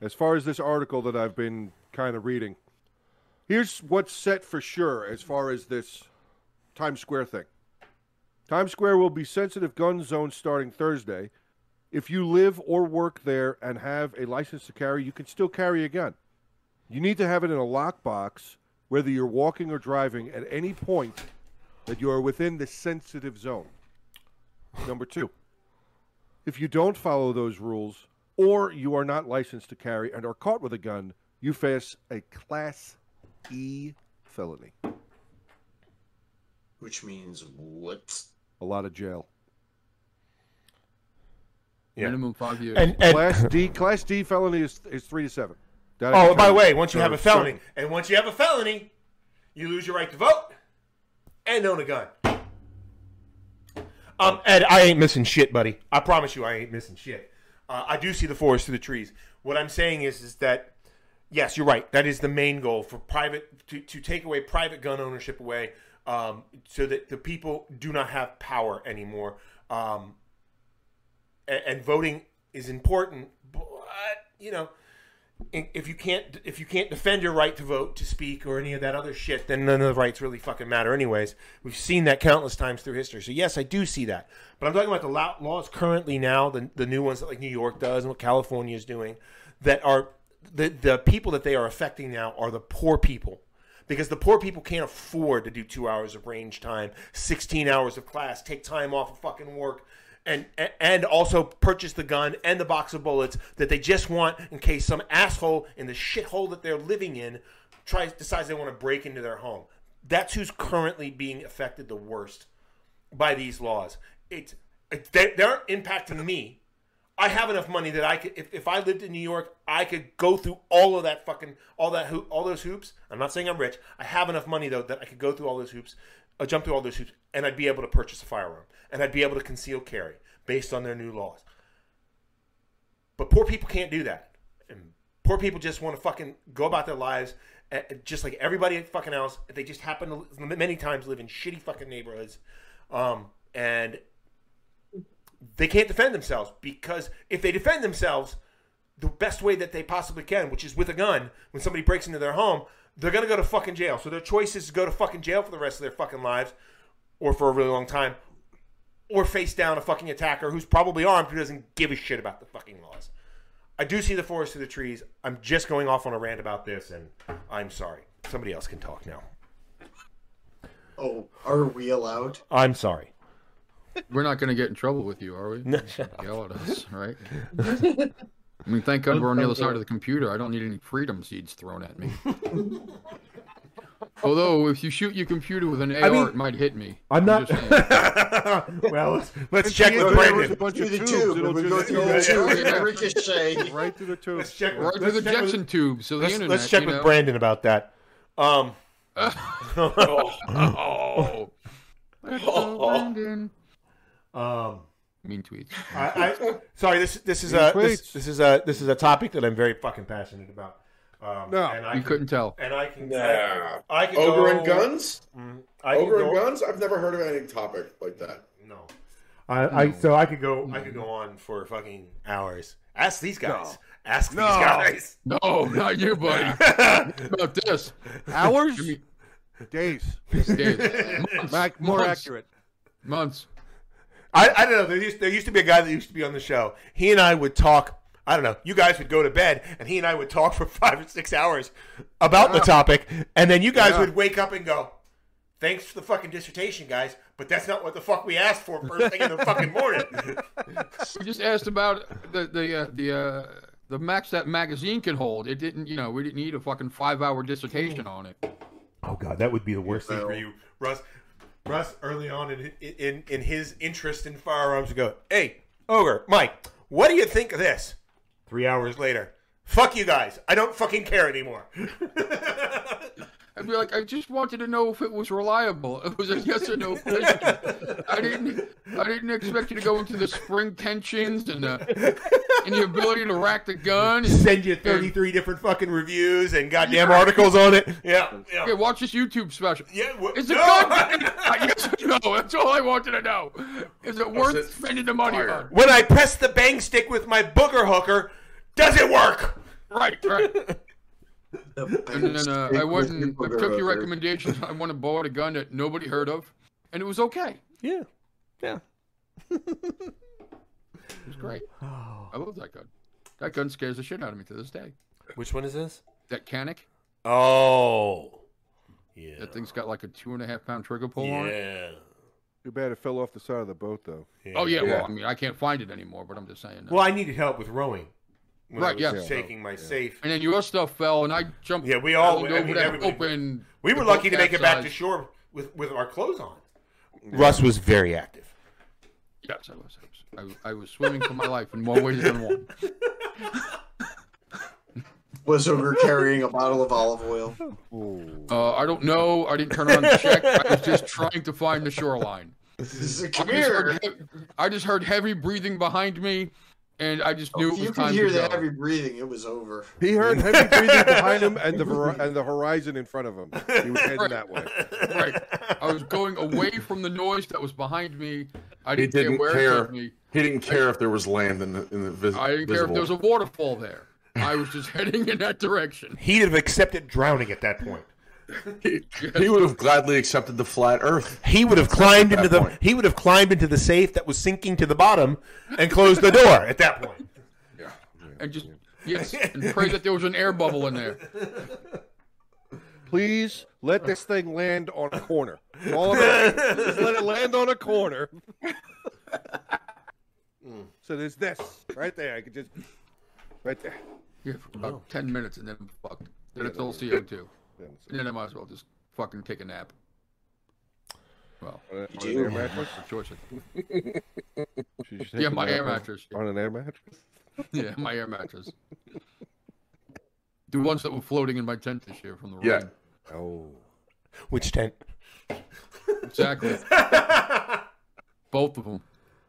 As far as this article that I've been kind of reading, here's what's set for sure as far as this Times Square thing. Times Square will be sensitive gun zone starting Thursday. If you live or work there and have a license to carry, you can still carry a gun. You need to have it in a lockbox, whether you're walking or driving, at any point that you are within the sensitive zone. Number two, if you don't follow those rules or you are not licensed to carry and are caught with a gun, you face a Class E felony.
Which means what?
A lot of jail.
Yeah.
Minimum five years.
And, and
class D Class D felony is is three to seven. That is
oh, by the
true.
way, once you have a
True.
felony,
And once you have a felony, you lose your right to vote and own a gun.
um, Ed, I ain't missing shit, buddy. I promise you, I ain't missing shit. Uh, I do see the forest through the trees. What I'm saying is, is that yes, you're right. That is the main goal for private to, to take away private gun ownership away, um, so that the people do not have power anymore. Um, and, and voting is important, but you know, i- if you can't if you can't defend your right to vote, to speak, or any of that other shit, then none of the rights really fucking matter, anyways. We've seen that countless times through history. So yes, I do see that, but I'm talking about the law- laws currently now, the the new ones that like New York does and what California is doing, that are the the people that they are affecting now are the poor people. Because the poor people can't afford to do two hours of range time, sixteen hours of class, take time off of fucking work, and and also purchase the gun and the box of bullets that they just want in case some asshole in the shithole that they're living in tries decides they want to break into their home. That's who's currently being affected the worst by these laws. It's it, they, they're impacting me. I have enough money that I could, if, if I lived in New York, I could go through all of that fucking, all that, hoop, all those hoops. I'm not saying I'm rich. I have enough money though that I could go through all those hoops, uh, jump through all those hoops, and I'd be able to purchase a firearm and I'd be able to conceal carry based on their new laws. But poor people can't do that. And poor people just want to fucking go about their lives uh, just like everybody fucking else. They just happen to many times live in shitty fucking neighborhoods. Um, and they can't defend themselves because if they defend themselves the best way that they possibly can, which is with a gun, when somebody breaks into their home, they're going to go to fucking jail. So their choice is to go to fucking jail for the rest of their fucking lives or for a really long time or face down a fucking attacker who's probably armed who doesn't give a shit about the fucking laws. I do see the forest through the trees. I'm just going off on a rant about this and I'm sorry. Somebody else can talk now.
Oh, are we allowed?
I'm sorry.
We're not going to get in trouble with you, are we? Yell at us, right? I mean, thank God we're on the other side of the computer. I don't need any freedom seeds thrown at me. Although, if you shoot your computer with an AR,
mean,
it might hit me.
I'm not-
just saying.
well, let's, let's
Check
If
with
there was a
Brandon.
bunch
Through
of
the
tubes,
tube.
it'll
We go
just
through
go
the tube
Yeah.
and ricochet.
right to the tubes.
check.
right through the
check with-
Jetson tubes. So the
Let's,
internet.
let's check
you
with
know?
Brandon about that. Um,
Oh. Brandon.
Um,
Mean tweets.
I, I,
Sorry, this this is
Any
a this,
tweets?
this is a this is a topic that I'm very fucking passionate about. Um,
No,
and I
You
can,
couldn't tell.
and I can.
Nah.
I can go-
Ogre
Oh.
Mm,
and guns?
I can
Ogre
go,
and guns? I've never heard of any topic like that.
No,
I, I so I could go.
I could go on for fucking hours. Ask these guys.
No.
Ask these
No.
guys.
No, not you, buddy. What about this.
Hours,
Give me-
days,
Dave,
Mac, more
months,
accurate.
Months.
I, I don't know. There used, there used to be a guy that used to be on the show. He and I would talk. I don't know. You guys would go to bed, and he and I would talk for five or six hours about the topic, and then you guys
Yeah.
would wake up and go, "Thanks for the fucking dissertation, guys, but that's not what the fuck we asked for first thing in the fucking morning."
We just asked about the the uh, the uh, the max that magazine can hold. It didn't, you know, we didn't need a fucking five-hour dissertation on it.
Oh god, that would be the worst
thing for
you, Russ. Russ, early on in in in his interest in firearms, would go, "Hey,
Ogre, Mike, what do you think of this?
three hours later."
Fuck you guys. I don't fucking care anymore.
I I'd be like, I just wanted to know if it was reliable. It was a yes or no question. I didn't, I didn't expect you to go into the spring tensions and the and the ability to rack the gun. And,
Send you 33 different fucking reviews and goddamn articles on it. Yeah. Yeah.
okay, watch this YouTube special.
yeah w-
Is it
no.
good? I yes or no. That's all I wanted to know. Is it worth
it
spending the money
fire?
on?
when I press the bang stick with my booger hooker, does it work?
Right, right. And then uh,
Stick
I went
with
and
people
I
that
took
are
your
out there.
recommendations. I went and bought a gun that nobody heard of, and it was okay.
Yeah. Yeah.
It was great. I love that gun. That gun scares the shit out of me to this day.
Which one is this?
That canic,
Oh. Yeah.
that thing's got like a two and a half pound trigger pull on it.
yeah.
Too bad it fell off the side of the boat, though.
Oh yeah, well I mean I can't find it anymore, but I'm just saying. That.
Well, I needed help with rowing. When
Right,
I
yeah.
was shaking my safe.
and then your stuff fell, and I jumped.
Yeah, we all-
over
I mean,
that
everybody-
open.
We
the
were
boat
lucky to make it back to
capsized.
shore with, with our clothes on.
Russ was very active.
Yes, I was. I was, I, I was swimming for my life in more ways than one.
Was over carrying a bottle of olive oil.
Uh, I don't know. I didn't turn around and check. I was just trying to find the shoreline. I just, heard, I just heard heavy breathing behind me, and I just knew it
If
was
Oh, you could
time
hear
to
the
go.
heavy breathing, it was over.
He heard heavy breathing behind him and the ver- and the horizon in front of him. He was heading that way.
Right. I was going away from the noise that was behind me. I
He
didn't,
didn't
care where it
care.
took me.
He didn't care if there was land in the in the vis-
I didn't care if
visible.
there was a waterfall there. I was just heading in that direction.
He'd have accepted drowning at that point.
he would have gladly accepted the flat Earth.
He would have climbed into the
point.
he would have climbed into the safe that was sinking to the bottom and closed the door at that point.
And just, yes, and pray that there was an air bubble in there.
Please let this thing land on a corner. That's All I'm asking. Just let it land on a corner. Mm. So there's this right there. I could just right there.
Yeah, for about 10 minutes, and then I'm fucked. Then it's all CO2. And then I might as well just fucking take a nap. Well,
On
You
an air
do.
mattress.
that's the choice. I think.
Should you
Yeah,
take
my
a nap
air
on-
mattress.
on an air mattress.
Yeah, my air mattress. The ones that were floating in my tent this year from the rain.
Yeah.
Oh,
Which tent?
Exactly. Both of them.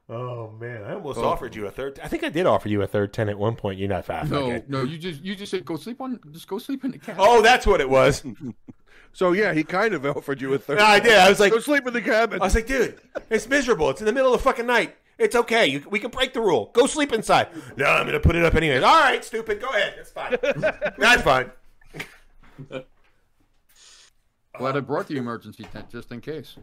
Oh man, I almost
Oh.
offered you a third.
I think I did offer you a third tent at one point. You're not five.
No,
Okay.
no, you just you just said go sleep on just go sleep in the cabin.
Oh, that's what it was.
so yeah, he kind of offered you a third.
No, I did. I was like,
Go sleep in the cabin.
I was like, dude, it's miserable. It's in the middle of the fucking night. It's okay. You, we can break the rule. Go sleep inside. No, I'm gonna put it up anyway. All right, stupid. Go ahead. It's fine. That's fine.
Glad I brought the emergency tent just in case.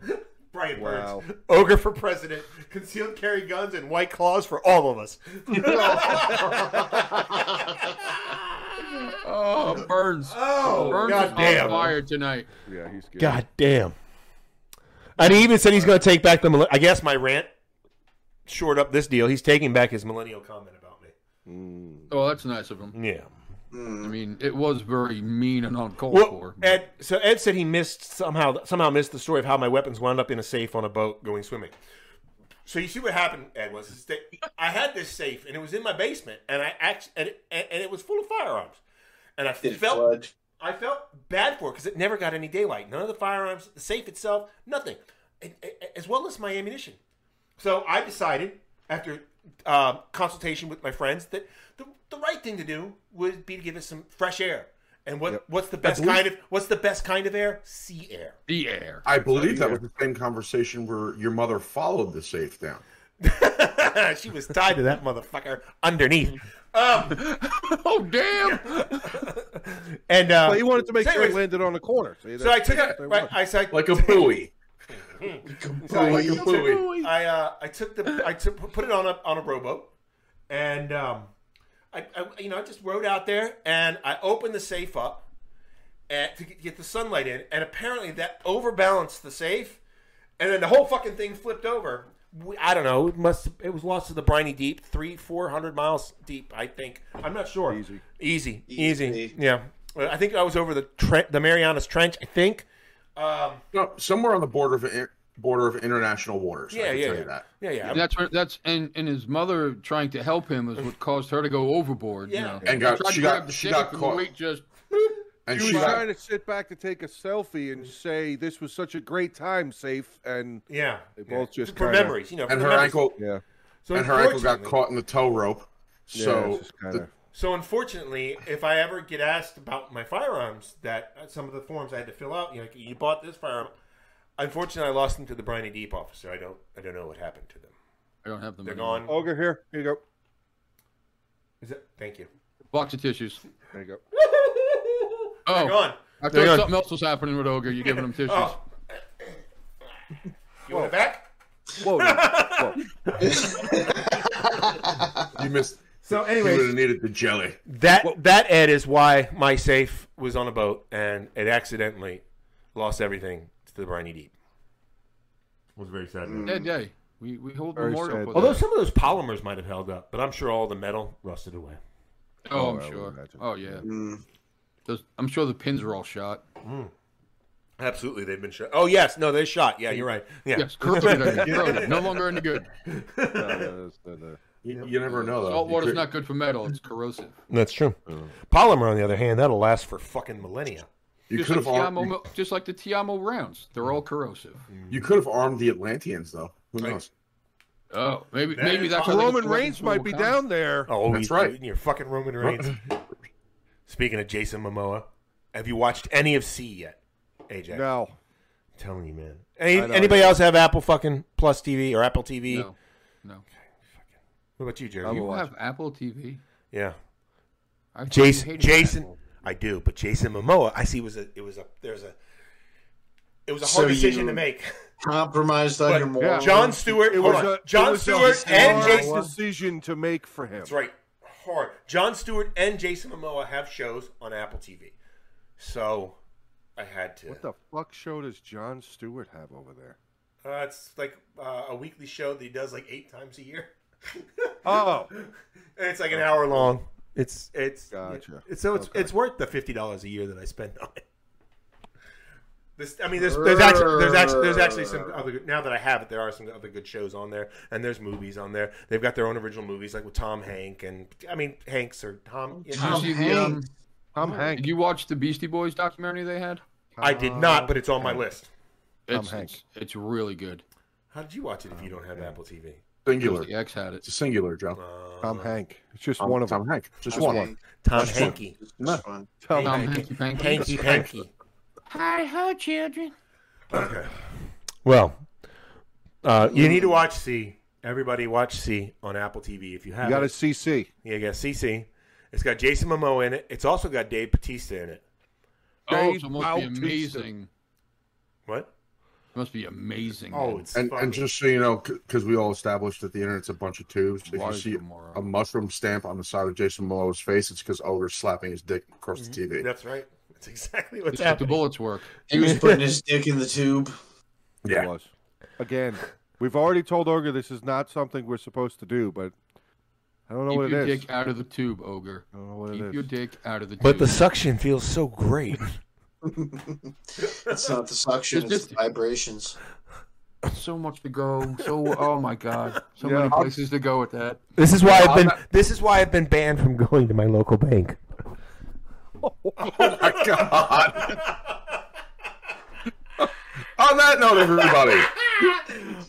Brian
Wow.
Burns, ogre for president, concealed carry guns and white claws for all of us.
Oh, Burns.
Oh,
Burns is
goddamn.
on fire tonight.
yeah, he's good.
God damn. And he even said he's going to take back the. millen- I guess my rant short up this deal. He's taking back his millennial comment about me.
Oh, that's nice of him.
Yeah.
I mean, it was very mean and uncalled
Well,
for.
Ed. So Ed said he missed somehow somehow missed the story of how my weapons wound up in a safe on a boat going swimming. So you see what happened, Ed, was is that I had this safe and it was in my basement and I act and it, and and it was full of firearms and I
Did it
felt
flood?
I felt bad for it because it never got any daylight. None of the firearms, the safe itself, nothing, And- and- as well as my ammunition. So I decided, after uh, consultation with my friends, that the, the right thing to do would be to give it some fresh air. And what what's the best kind of what's the best kind of air? Sea air.
the air.
I believe that was the same conversation where your mother followed the safe down.
she was tied to that motherfucker underneath. Um,
Oh damn!
And uh,
But he wanted to make
so
sure he
anyways,
landed on a corner. So, he-
So I took out. Right, I, so I,
Like a buoy.
Like
a buoy.
I uh, I took the I took put it on a on a rowboat, and um, I, I you know I just rowed out there and I opened the safe up, and to get the sunlight in, and apparently that overbalanced the safe, and then the whole fucking thing flipped over. We, I don't know. It must it was lost to the briny deep, three four hundred miles deep. I think I'm not sure.
Easy.
Easy, easy,
Easy.
Yeah, Well, I think I was over the tre- the Marianas Trench. I think. Um,
No, somewhere on the border of border of international waters. I
yeah,
can
yeah,
tell
yeah.
you that.
yeah, yeah,
And that's what, that's and and his mother trying to help him is what caused her to go overboard.
Yeah.
You know?
And got
Tried to
she
grab
got
the
she
safe
got
and
caught.
Wait, just
And
you
she
were
got-
trying to sit back to take a selfie and say this was such a great time, safe, and
Yeah.
they both
Yeah.
just
For
kinda-
memories, you know,
and her ankle
Yeah,
So
and her ankle got
unfortunately-
caught in the tow rope.
Yeah,
So
it's just kinda-
So unfortunately, if I ever get asked about my firearms, that uh, some of the forms I had to fill out, you know, like, you bought this firearm. Unfortunately, I lost them to the Briny Deep officer. I don't, I don't know what happened to them.
I don't have them.
They're
anymore.
gone.
ogre here. Here you go.
Is it? Thank you.
Box of tissues.
There you go.
Oh,
Oh.
They're gone.
I
They're
thought
gone.
something else was happening with Ogre. You're giving him tissues.
Oh. You want it back?
Whoa, whoa.
you missed.
So,
You would
anyways,
have needed the jelly.
That that Ed is why my safe was on a boat and it accidentally lost everything to the briny deep.
was very sad.
Mm.
Dead day. We we hold
Very
memorial.
sad.
for
Although
that.
some of those polymers might have held up, but I'm sure all the metal rusted away.
oh,
Oh, I
I'm
would
sure.
imagine.
Oh yeah.
Mm.
Those, I'm sure the pins are all shot.
Absolutely, they've been shot. Oh yes, no, they shot. Yeah, you're right. Yeah,
Yes, corroded. corroded. No longer any good.
No, no, that's not there.
You, you never know though.
Salt
You
water's
could-
not good for metal. It's corrosive.
That's true.
Uh. Polymer, on the other hand, that'll last for fucking millennia.
You
Just
could
like,
have
Tiamo,
armed.
mil- just like the Tiamo rounds, they're all corrosive.
You could have armed the Atlanteans though. Who knows?
Oh, maybe
That
maybe
is
that's
awesome.
how they
Roman
got
Reigns
threatened
might be
from Wakanda.
down there.
Oh,
That's
you-
right.
Your fucking Roman Reigns. Speaking of Jason Momoa, have you watched any of C yet, AJ?
No,
I'm telling you, man. Any,
I know.
anybody else have Apple fucking Plus TV or Apple TV?
No, no.
What about you, Jerry?
I'm
You-
a-
You
watch
have Apple TV.
yeah,
I fucking
Jason.
hated
Jason,
Apple.
I do, but Jason Momoa, I see was a. It was a. There's a. It was a
So
hard decision
you-
to make.
Compromised
But
on your moral.
John Stewart,
it
hold
was
on.
a it
John
was uh, a
Stewart and
hard
Jason
decision to make for him.
That's right. Hard. John Stewart and Jason Momoa have shows on Apple TV. So I had to.
What the fuck show does John Stewart have over there?
Uh, it's like uh, a weekly show that he does like eight times a year.
Oh,
And it's like an hour long. It's it's
Gotcha.
it's- so it's
Okay.
it's worth the fifty dollars a year that I spend on it. This, I mean, there's there's actually there's actually there's actually some other good, now that I have it, there are some other good shows on there, and there's movies on there. They've got their own original movies like with Tom Hank and I mean Hanks or
Oh,
Tom. you know.
Did you, see the, um,
Tom Hanks.
did you watch the Beastie Boys documentary they had?
I did not, but it's on my list.
It's
Hanks.
it's, it's really good.
How did you watch it if you don't have Apple TV?
Singular.
The X had it.
It's a singular, Joe.
Tom Hank. It's just one of
Tom
them.
Hank. Just
Just
one.
one.
Tom Hanky.
Just one.
Tom
Tom
Hanks.
Hanky Panky.
Hanky Panky.
Hi ho, children.
Okay.
Well,
Uh, you need to watch C. Everybody watch C on Apple TV if you have
You got a
it.
CC.
Yeah, you got CC. It's got Jason Momoa in it. It's also got Dave Batista in it.
Oh, so it must be
Dave Bautista.
amazing.
What?
It must be amazing.
Oh,
then.
it's
Mm-hmm. And,
fucking-
and just so you know, because we all established that the internet's a bunch of tubes. If you
Why
see
tomorrow?
a mushroom stamp on the side of Jason Momoa's face, it's because Ogre's slapping his dick across the TV.
That's right. That's exactly what's
It's like the
happening.
bullets work.
He was putting his dick in the tube.
It
Yeah.
was. Again, we've already told Ogre this is not something we're supposed to do, but I don't know
Keep
what
your
it is.
dick out of the tube, ogre.
I don't know what it
Keep your
is.
dick out of the tube.
but the suction feels so great.
It's not the suction,
It's
it's
just-
the vibrations.
so much to go. So oh my god, so
Yeah.
many places to go with that.
This is why I've been. This is why I've been banned from going to my local bank.
Oh my God. on that note, everybody,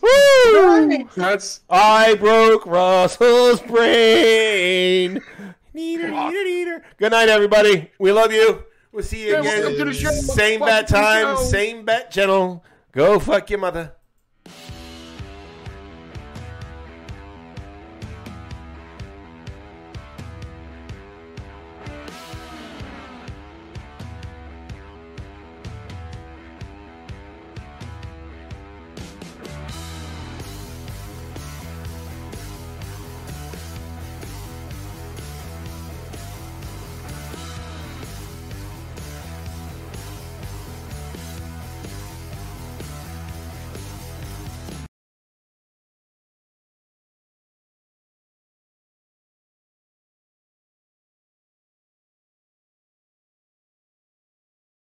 Woo!
that's
I broke Russell's brain. Neater, neater, neater. Good night, everybody. We love you. We'll see you
welcome
again.
to the show.
Same
Welcome
bat
to the
time,
show.
same bat channel. Go fuck your mother.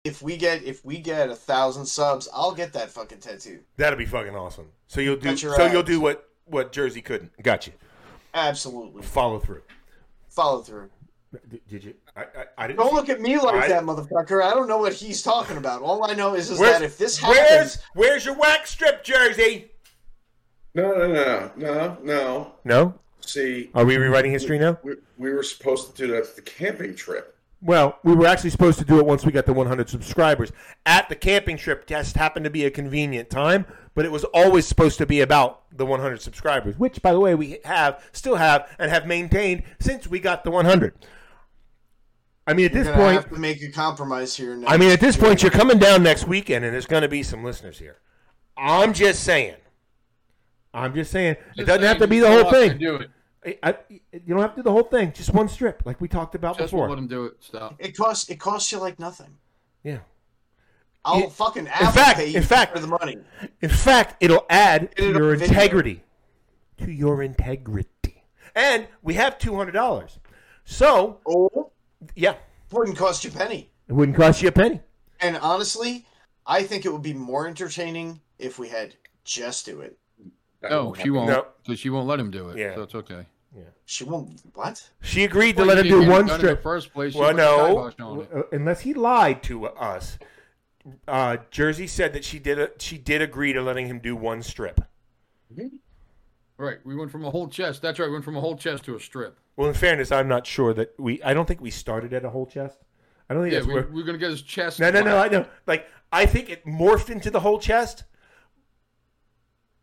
If we get if we get a thousand subs, I'll get that fucking tattoo.
That'll be fucking awesome. So you'll do.
Cut your
So
ass.
you'll do what what Jersey couldn't. Got you.
Absolutely.
Follow through.
Follow through.
Did you? I, I,
I didn't.
Don't look at me like
I-
that, motherfucker. I don't know what he's talking about. All I know is, is
Where's-
that if this
Where's
happens,
Where's your wax strip jersey?
No, no, no, no, no.
No?
See,
Are we rewriting history now?
we, we were supposed to do that for the camping trip.
Well, we were actually supposed to do it once we got to 100 subscribers. At the camping trip, just happened to be a convenient time, but it was always supposed to be about the 100 subscribers, which, by the way, we have, still have, and have maintained since we got the 100. I mean, at
you're
this
gonna
point,
have to make a compromise here. Now.
I mean, at this point, you're coming down next weekend, and there's going to be some listeners here. I'm just saying. I'm just saying. it doesn't have to be the whole thing.
Do it.
I, I- you don't have to do the whole thing. Just one strip, like we talked about
Just
before.
let him do it. Stop.
it costs it costs you like nothing.
Yeah.
I'll
In-
fucking Apple
fact-
pay you
in fact-
for the money.
In fact, it'll add to
Get it
your
on video.
integrity. To your integrity. And we have $200. So,
Oh,
yeah,
wouldn't cost you a penny.
it wouldn't cost you a penny.
And honestly, I think it would be more entertaining if we had just do it.
No, she won't.
No.
Because she won't let him do it.
Yeah.
So it's okay.
She won't. What?
She agreed to
Well,
let
you didn't
him do
get it
one
done in the
strip.
first place. You
Well,
put the kibosh on
no,
it.
uh, unless he lied to us. Uh, Jersey said that she did. A, she did agree to letting him do one strip.
Right. We went from a whole chest. That's right. We went from a whole chest to a strip.
Well, in fairness, I'm not sure that we. I don't think we started at a whole chest. I don't think
Yeah,
that's
we,
where.
we're going to get his chest.
No, no, no. I
flat.
know. Like I think it morphed into the whole chest.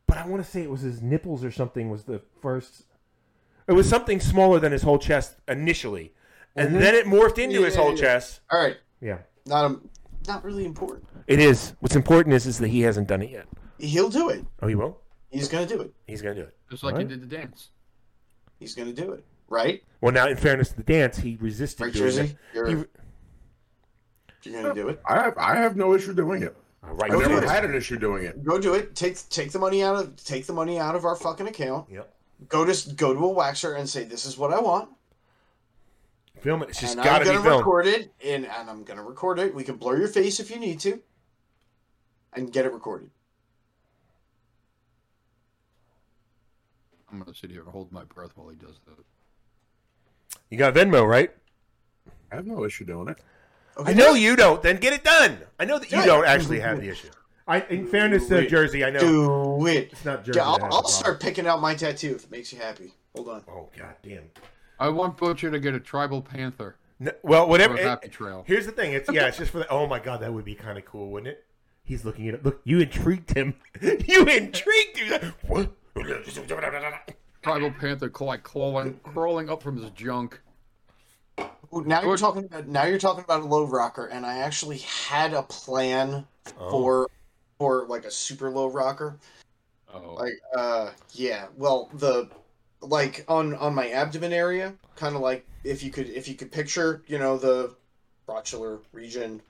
But I want to say it was his nipples or something was the first.
It was something smaller than his whole chest initially, and then it morphed into his
Yeah,
whole
yeah.
chest.
All right,
Yeah.
not um not really important.
It is. What's important is is that he hasn't done it yet.
He'll do it.
Oh, he won't.
He's gonna do it.
He's gonna do it.
Just like
Right.
he did the dance.
He's gonna do it. Right?
Well, now in fairness to the dance, he resisted.
Right,
doing it.
Jersey? You're,
He-
you're gonna do it.
I have, I have no issue doing it.
All right,
I've
Okay.
never had an issue doing it.
Go do it. Take take the money out of take the money out of our fucking account.
Yep.
Go to go to a waxer and say this is what I want.
Film it. It's just
and I'm
got to be
gonna
filmed.
record it and, and I'm gonna record it. We can blur your face if you need to. And get it recorded.
I'm going to sit here and hold my breath while he does that.
You got Venmo, right?
I have no issue doing it.
Okay.
I know you don't. Then get it done. I know that you
Yeah.
don't actually have the issue.
I in fairness to
So,
Jersey,
Jersey, I know.
Do it.
it's not Jersey.
Yeah, I'll,
that has
I'll
the problem.
start picking out my tattoo if it makes you happy. Hold on.
Oh god damn.
I want Butcher to get a tribal panther
No, well,
for
whatever.
a happy
it-
trail.
here's the thing. It's yeah. It's just for the. Oh my god, that would be kind of cool, wouldn't it? He's looking at it. Look, you intrigued him. you intrigued him. What?
Tribal panther cl- like crawling, crawling up from his junk.
Ooh, now you're
Good.
talking about now you're talking about a low rocker, and I actually had a plan
Oh.
for for like a super low rocker.
Oh.
Like uh yeah, well the like on on my abdomen area, kind of like if you could if you could picture you know the rotular region,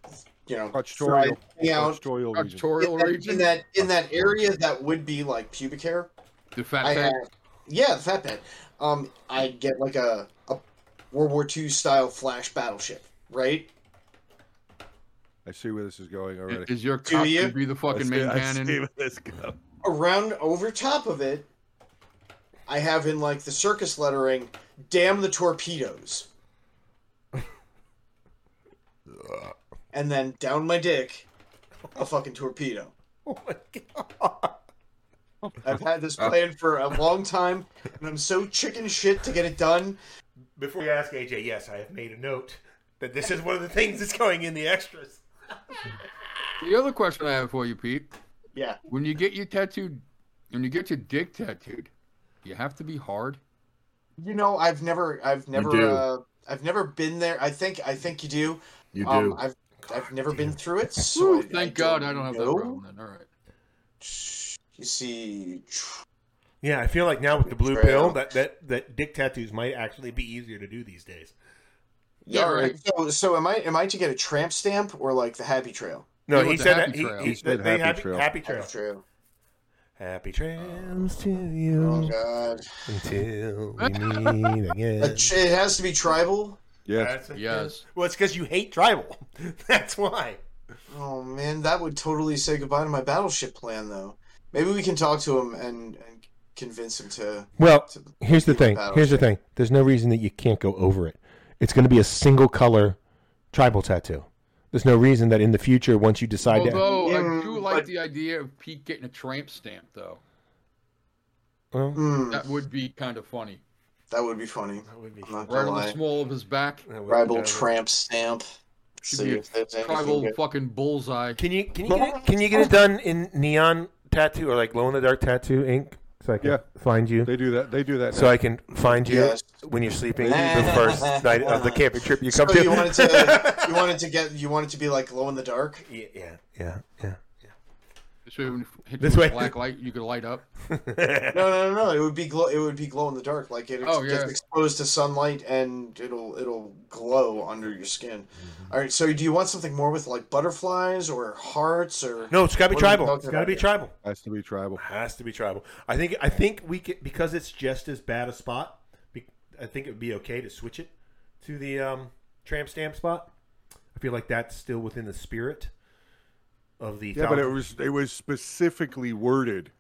you know,
Crotchtorial.
thing out.
Crotchtorial region.
Artorial
in that,
region.
in that in that area that would be like pubic hair.
the fat
I
fat.
had, yeah, the fat pad. Um, I'd get like a, a World War II style flash battleship, right?
I see where this is going already.
Is your cock
you?
going to be the fucking main cannon?
Let's go.
Around over top of it, I have in like the circus lettering, "Damn the torpedoes," and then down my dick, a fucking torpedo.
Oh my god.
I've had
Oh.
this plan for a long time, and I'm so chicken shit to get it done.
Before you ask AJ, yes, I have made a note that this is one of the things that's going in the extras.
The other question I have for you, Pete:
Yeah,
When you get your tattooed, when you get your dick tattooed, you have to be hard.
you know, I've never, I've never,
do.
uh, I've never been there. I think, I think you do.
You do.
Um, I've I've never been through it. So
Whew,
I-
Oh, thank God I don't have
know.
that problem. Then all right.
You see, tr-
Yeah, I feel like now with the blue
Trail.
pill, that, that that dick tattoos might actually be easier to do these days.
Yeah,
all
right.
So, so am I? Am I to get a tramp stamp or like the Happy Trail?
No,
He
he
went to
said
Happy
that he,
Trail.
he,
He
said
they
Happy
happy,
Trail.
happy trail.
Happy Trail.
Happy trails to
Oh
Mm.
you
God!
until we meet
A
again.
tr- It has to be tribal.
Yes.
That's-
Yes.
Well, it's because you hate tribal. That's why.
Oh man, that would totally say goodbye to my battleship plan, though. Maybe we can talk to him and, and convince him to.
Well,
to
here's the
be a
thing. Here's the
battleship.
thing. There's no reason that you can't go over it. It's going to be a single color tribal tattoo. There's no reason that in the future, once you decide to.
Although I
Mm,
do like the idea of Pete getting a tramp stamp, though.
Well,
Hmm,
That would be kind of funny.
that would be funny.
That would be.
I'm not
Right
gonna
on the
lie.
small of his back,
Tribal tramp stamp.
Should be
See
a
if there's anything
tribal
good.
fucking bullseye.
Can you can you get it, can you get it done in neon tattoo or like glow in the dark tattoo ink so I can
Yeah.
find you?
They do that. They do that.
so I can find you
Yes.
when you're sleeping the first night of the camping trip you come
So
to.
you wanted to, you wanted to get, you wanted to be like glow in the dark.
yeah, yeah, yeah, yeah.
This way, when you hit
This
this
way.
black light, you could light up.
No, no, no, no. It would be glow. It would be glow in the dark. Like it ex-
Oh, yeah.
gets exposed to sunlight, and it'll it'll glow under your skin. All right. So, do you want something more with like butterflies or hearts or?
No, it's got to be
What are we
tribal.
talking
It's got to
about
be
here?
tribal.
Has to be tribal.
Has to be tribal. I think. I think we could because it's just as bad a spot. Be, I think it would be okay to switch it to the um, tramp stamp spot. I feel like that's still within the spirit of the.
Yeah, but it
Falcon.
was it was specifically worded.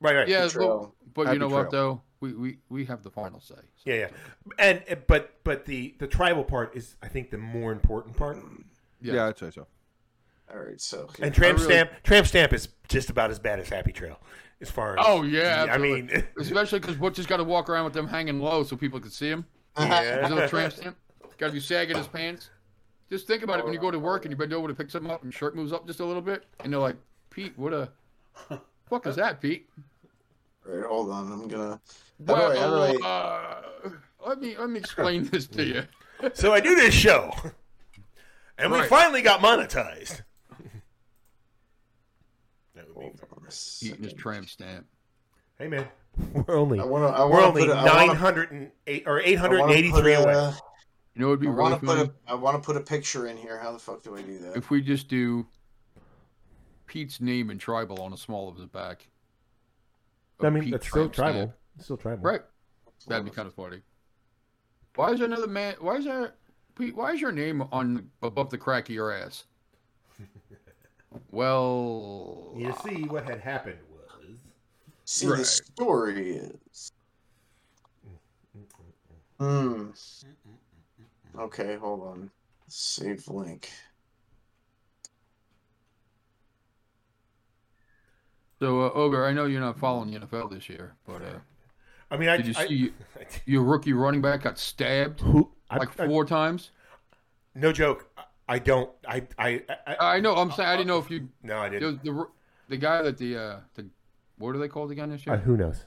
right, right.
Yeah, but,
Trail.
but
Happy
you know
trail.
what though? We, we we have the final say. So.
Yeah, yeah, and but but the the tribal part is I think the more important part.
Yeah, I'd say so.
All right. So.
And tramp
really-
stamp, tramp stamp is just about as bad as Happy Trail, as far as.
Oh yeah,
I mean,
especially because Butch has got to walk around with them hanging low so people can see him. There's no tramp stamp. Got to be sagging his pants. Just think about it when you go to work and you bend over to pick something up and shirt moves up just a little bit, and they're like, "Pete, what a fuck is that, Pete?"
All right, hold on. I'm gonna. How do I, how do
Well,
I-
uh, let me let me explain this to you.
so I do this show, and we
Right.
finally got monetized. That would be-
hold on
Eating
a
his
second.
tramp stamp.
Hey man,
We're only
I wanna. I
we're
wanna
only
put. a- I
nine
wanna-
hundred and eight or eight
I
hundred
wanna
and eighty-three
put a-
away.
You know, it'd be
I
really
want to put
funny
a. I want to put a picture in here. How the fuck do I do that?
if we just do Pete's name and tribal on the small of his back.
uh,
I mean,
Pete
that's still
tramp stamp.
tribal. It's still tribal.
Right. That'd be kind of funny. Why is there another man? Why is there? Pete, why is your name on above the crack of your ass? Well,
You see what had happened was.
See the
Right.
story is. Hmm. Okay, hold on. Save link.
so uh, Ogre, I know you're not following the NFL this year, but uh,
I mean, I,
did you
I-
see your rookie running back got stabbed
who? I,
like
I-
four times?
no joke. I, I don't. I, I, I, I.
I know. I'm saying I didn't know if you
No, I
the
didn't.
the, the guy that the uh, the what are they called again this year?
Uh, who knows?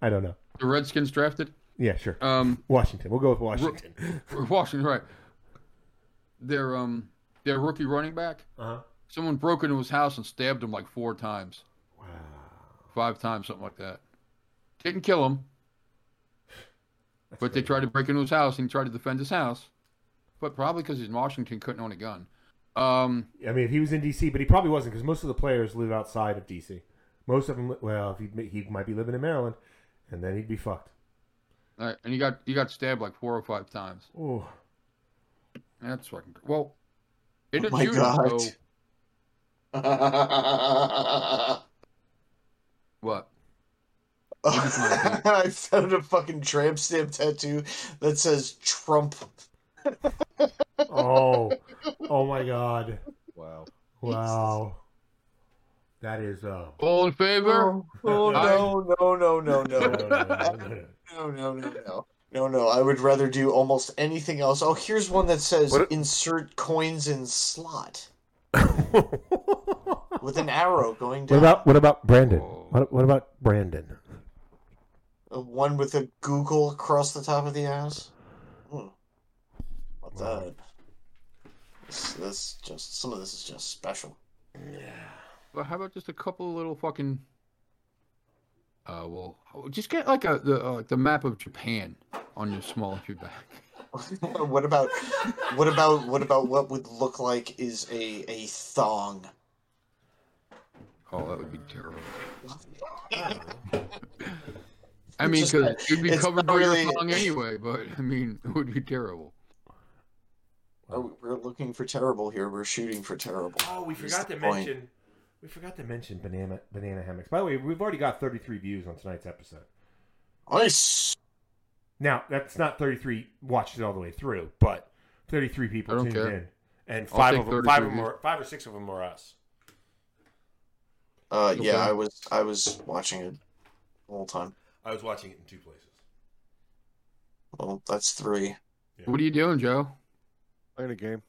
I don't know.
the Redskins drafted.
Yeah, sure.
Um,
Washington. We'll go with Washington.
Washington, right? Their um, their rookie running back.
Uh-huh.
Someone broke into his house and stabbed him like four times,
Wow.
five times, something like that. Didn't kill him, but they tried to break into his house and he tried to defend his house, but probably because he's in Washington, couldn't own a gun. Um,
I mean, if he was in D.C., but he probably wasn't because most of the players live outside of D.C. Most of them, li- well, if he he might be living in Maryland, and then he'd be fucked.
all right, and he got he got stabbed like four or five times.
Oh,
That's fucking well. It
Oh
is
my
you,
God.
so- what?
I found a fucking tramp stamp tattoo that says Trump.
oh, oh my God!
Wow.
Wow, that is uh.
All in favor?
Oh, no, no, no,
no,
no, no.
no, no, no, no.
No, no, no, no. No, no, I would rather do almost anything else. Oh, here's one that says insert coins in slot with an arrow going
What
down.
about what about Brandon?
Oh.
What, what about Brandon?
Uh, One with a Google across the top of the ass. Hmm. What the? This, this just some of this is just special.
Well, how about just a couple of little fucking? Uh, well, just get like a the uh, the map of Japan on your small of your back.
what about what about what about what would look like is a a thong?
Oh, that would be terrible. I mean,
just-
because you'd be
it's
covered
not
by
really-
your tongue anyway. But I mean, it would be terrible.
Oh, we're looking for terrible here. We're shooting for terrible.
Oh, we
Here's
forgot
the
to
point.
mention. We forgot to mention banana banana hammocks. By the way, we've already got 33 views on tonight's episode.
Nice.
Now, that's not 33 watched it all the way through, but
Thirty-three people
I don't
tuned
care.
in, and
I'll
Five
take
of them,
33
five, of them
views.
were, five or six of them were us.
Uh, yeah,
Okay.
I was I was watching it the whole time.
I was watching it in two places.
Well, that's three.
What are you doing, Joe?
Playing a game,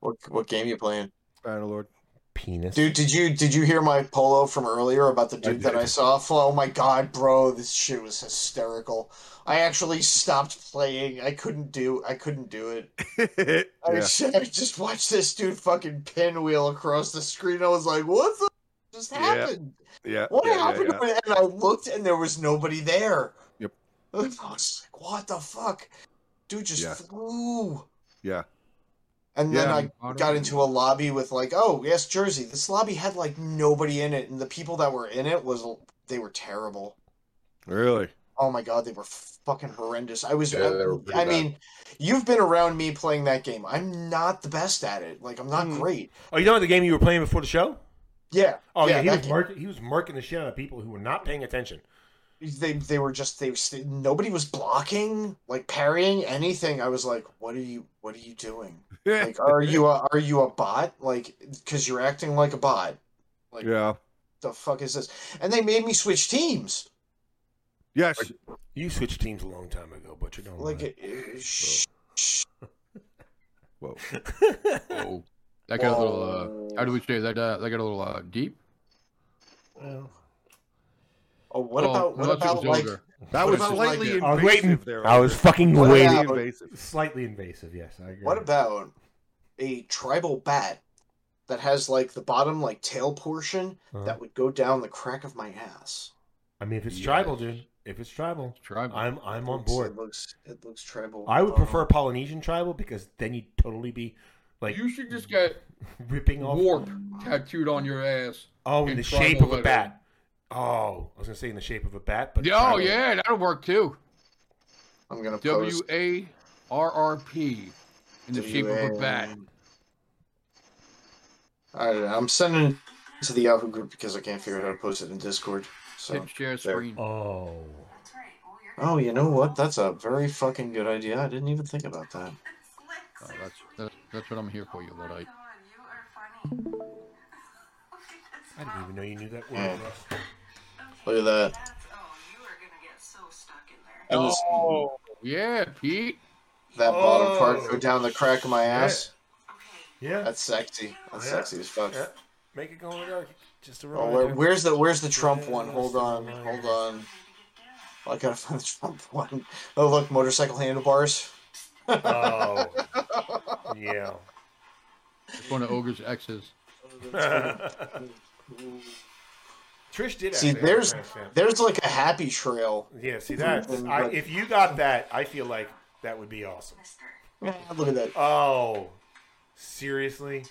What what game you playing,
Bannerlord.
Penis.
dude? Did you did you hear my polo from earlier about the dude that I saw? Oh my god, bro, this shit was hysterical. I actually stopped playing. I couldn't do I couldn't do it. I,
Yeah.
just, I just watched this dude fucking pinwheel across the screen. I was like, what the f- just
Yeah.
happened?
Yeah.
What
yeah, yeah,
happened?
yeah.
when- And I looked, and there was nobody there.
Yep.
I was like, what the fuck? Dude just
Yeah.
flew.
Yeah.
And then
Yeah,
I got into a lobby with like, oh yes, Jersey. This lobby had like nobody in it, and the people that were in it was they were terrible.
Really?
Oh my god, they were fucking horrendous. I was,
Yeah, they were pretty
I
bad.
mean, you've been around me playing that game. I'm not the best at it. Like, I'm not great.
Oh, you know the game you were playing before the show?
Yeah.
Oh yeah, he
that
was
game-
murk- he was murking the shit out of people who were not paying attention.
they they were just they was- nobody was blocking, like parrying anything. I was like, what are you what are you doing? Like, are you a, are you a bot? Like, because you're acting like a bot. Like,
Yeah.
the fuck is this? And they made me switch teams.
Yes.
You switched teams a long time ago, but you don't.
Oh,
Like,
mind.
it, it- sh-
Whoa.
Oh, that got a little. Uh, how do we say that? Uh, that got a little uh, deep.
oh, what
Well,
about what
unless it
about
was
like
Ilgar.
That was
about
slightly
like
I was
invasive
waiting.
there.
I was fucking
What
waiting.
about-
Slightly invasive.
Slightly invasive, yes, I agree.
What about a tribal bat that has like the bottom like tail portion
Uh-huh.
that would go down the crack of my ass?
I mean, if it's
Yes.
tribal, dude. If it's tribal,
Tribal.
I'm I'm on
It
board.
looks it looks tribal.
I would
Um,
prefer Polynesian tribal because then you'd totally be like
you should just get
ripping off.
warp tattooed on your ass.
Oh, in
and
the shape
tribal
of
letter.
a bat. Oh, I was gonna say in the shape of a bat, but
Oh
tribal-
yeah, that'll work too.
I'm gonna
W
post
a r r p in the shape of a bat.
I don't know. I'm sending it to the Yahoo group because I can't figure out how to post it in Discord. So
Hit share screen.
Oh,
Oh, you know what? That's a very fucking good idea. I didn't even think about that.
Oh, that's, that's that's what I'm here for, you luddite.
I didn't even know you knew that word.
Yeah.
Russ.
Look at that. And this-
Yeah, Pete.
that bottom
Oh,
part go down the crack of my ass.
Yeah.
That's sexy. That's
Oh, Yeah.
sexy as fuck.
yeah. Make it go in the dark. Just a
Oh,
reminder.
where, where's the where's the Trump one? Hold on, hold on. I gotta find the Trump one. Oh look, motorcycle handlebars.
Oh, yeah.
It's one of Ogre's exes.
Trish did.
See,
actually have a
there's Mm-hmm.
timestamp.
there's like a happy trail.
Yeah, see that. I, if you got that, I feel like that would be awesome.
Yeah, Look at that.
Oh, seriously?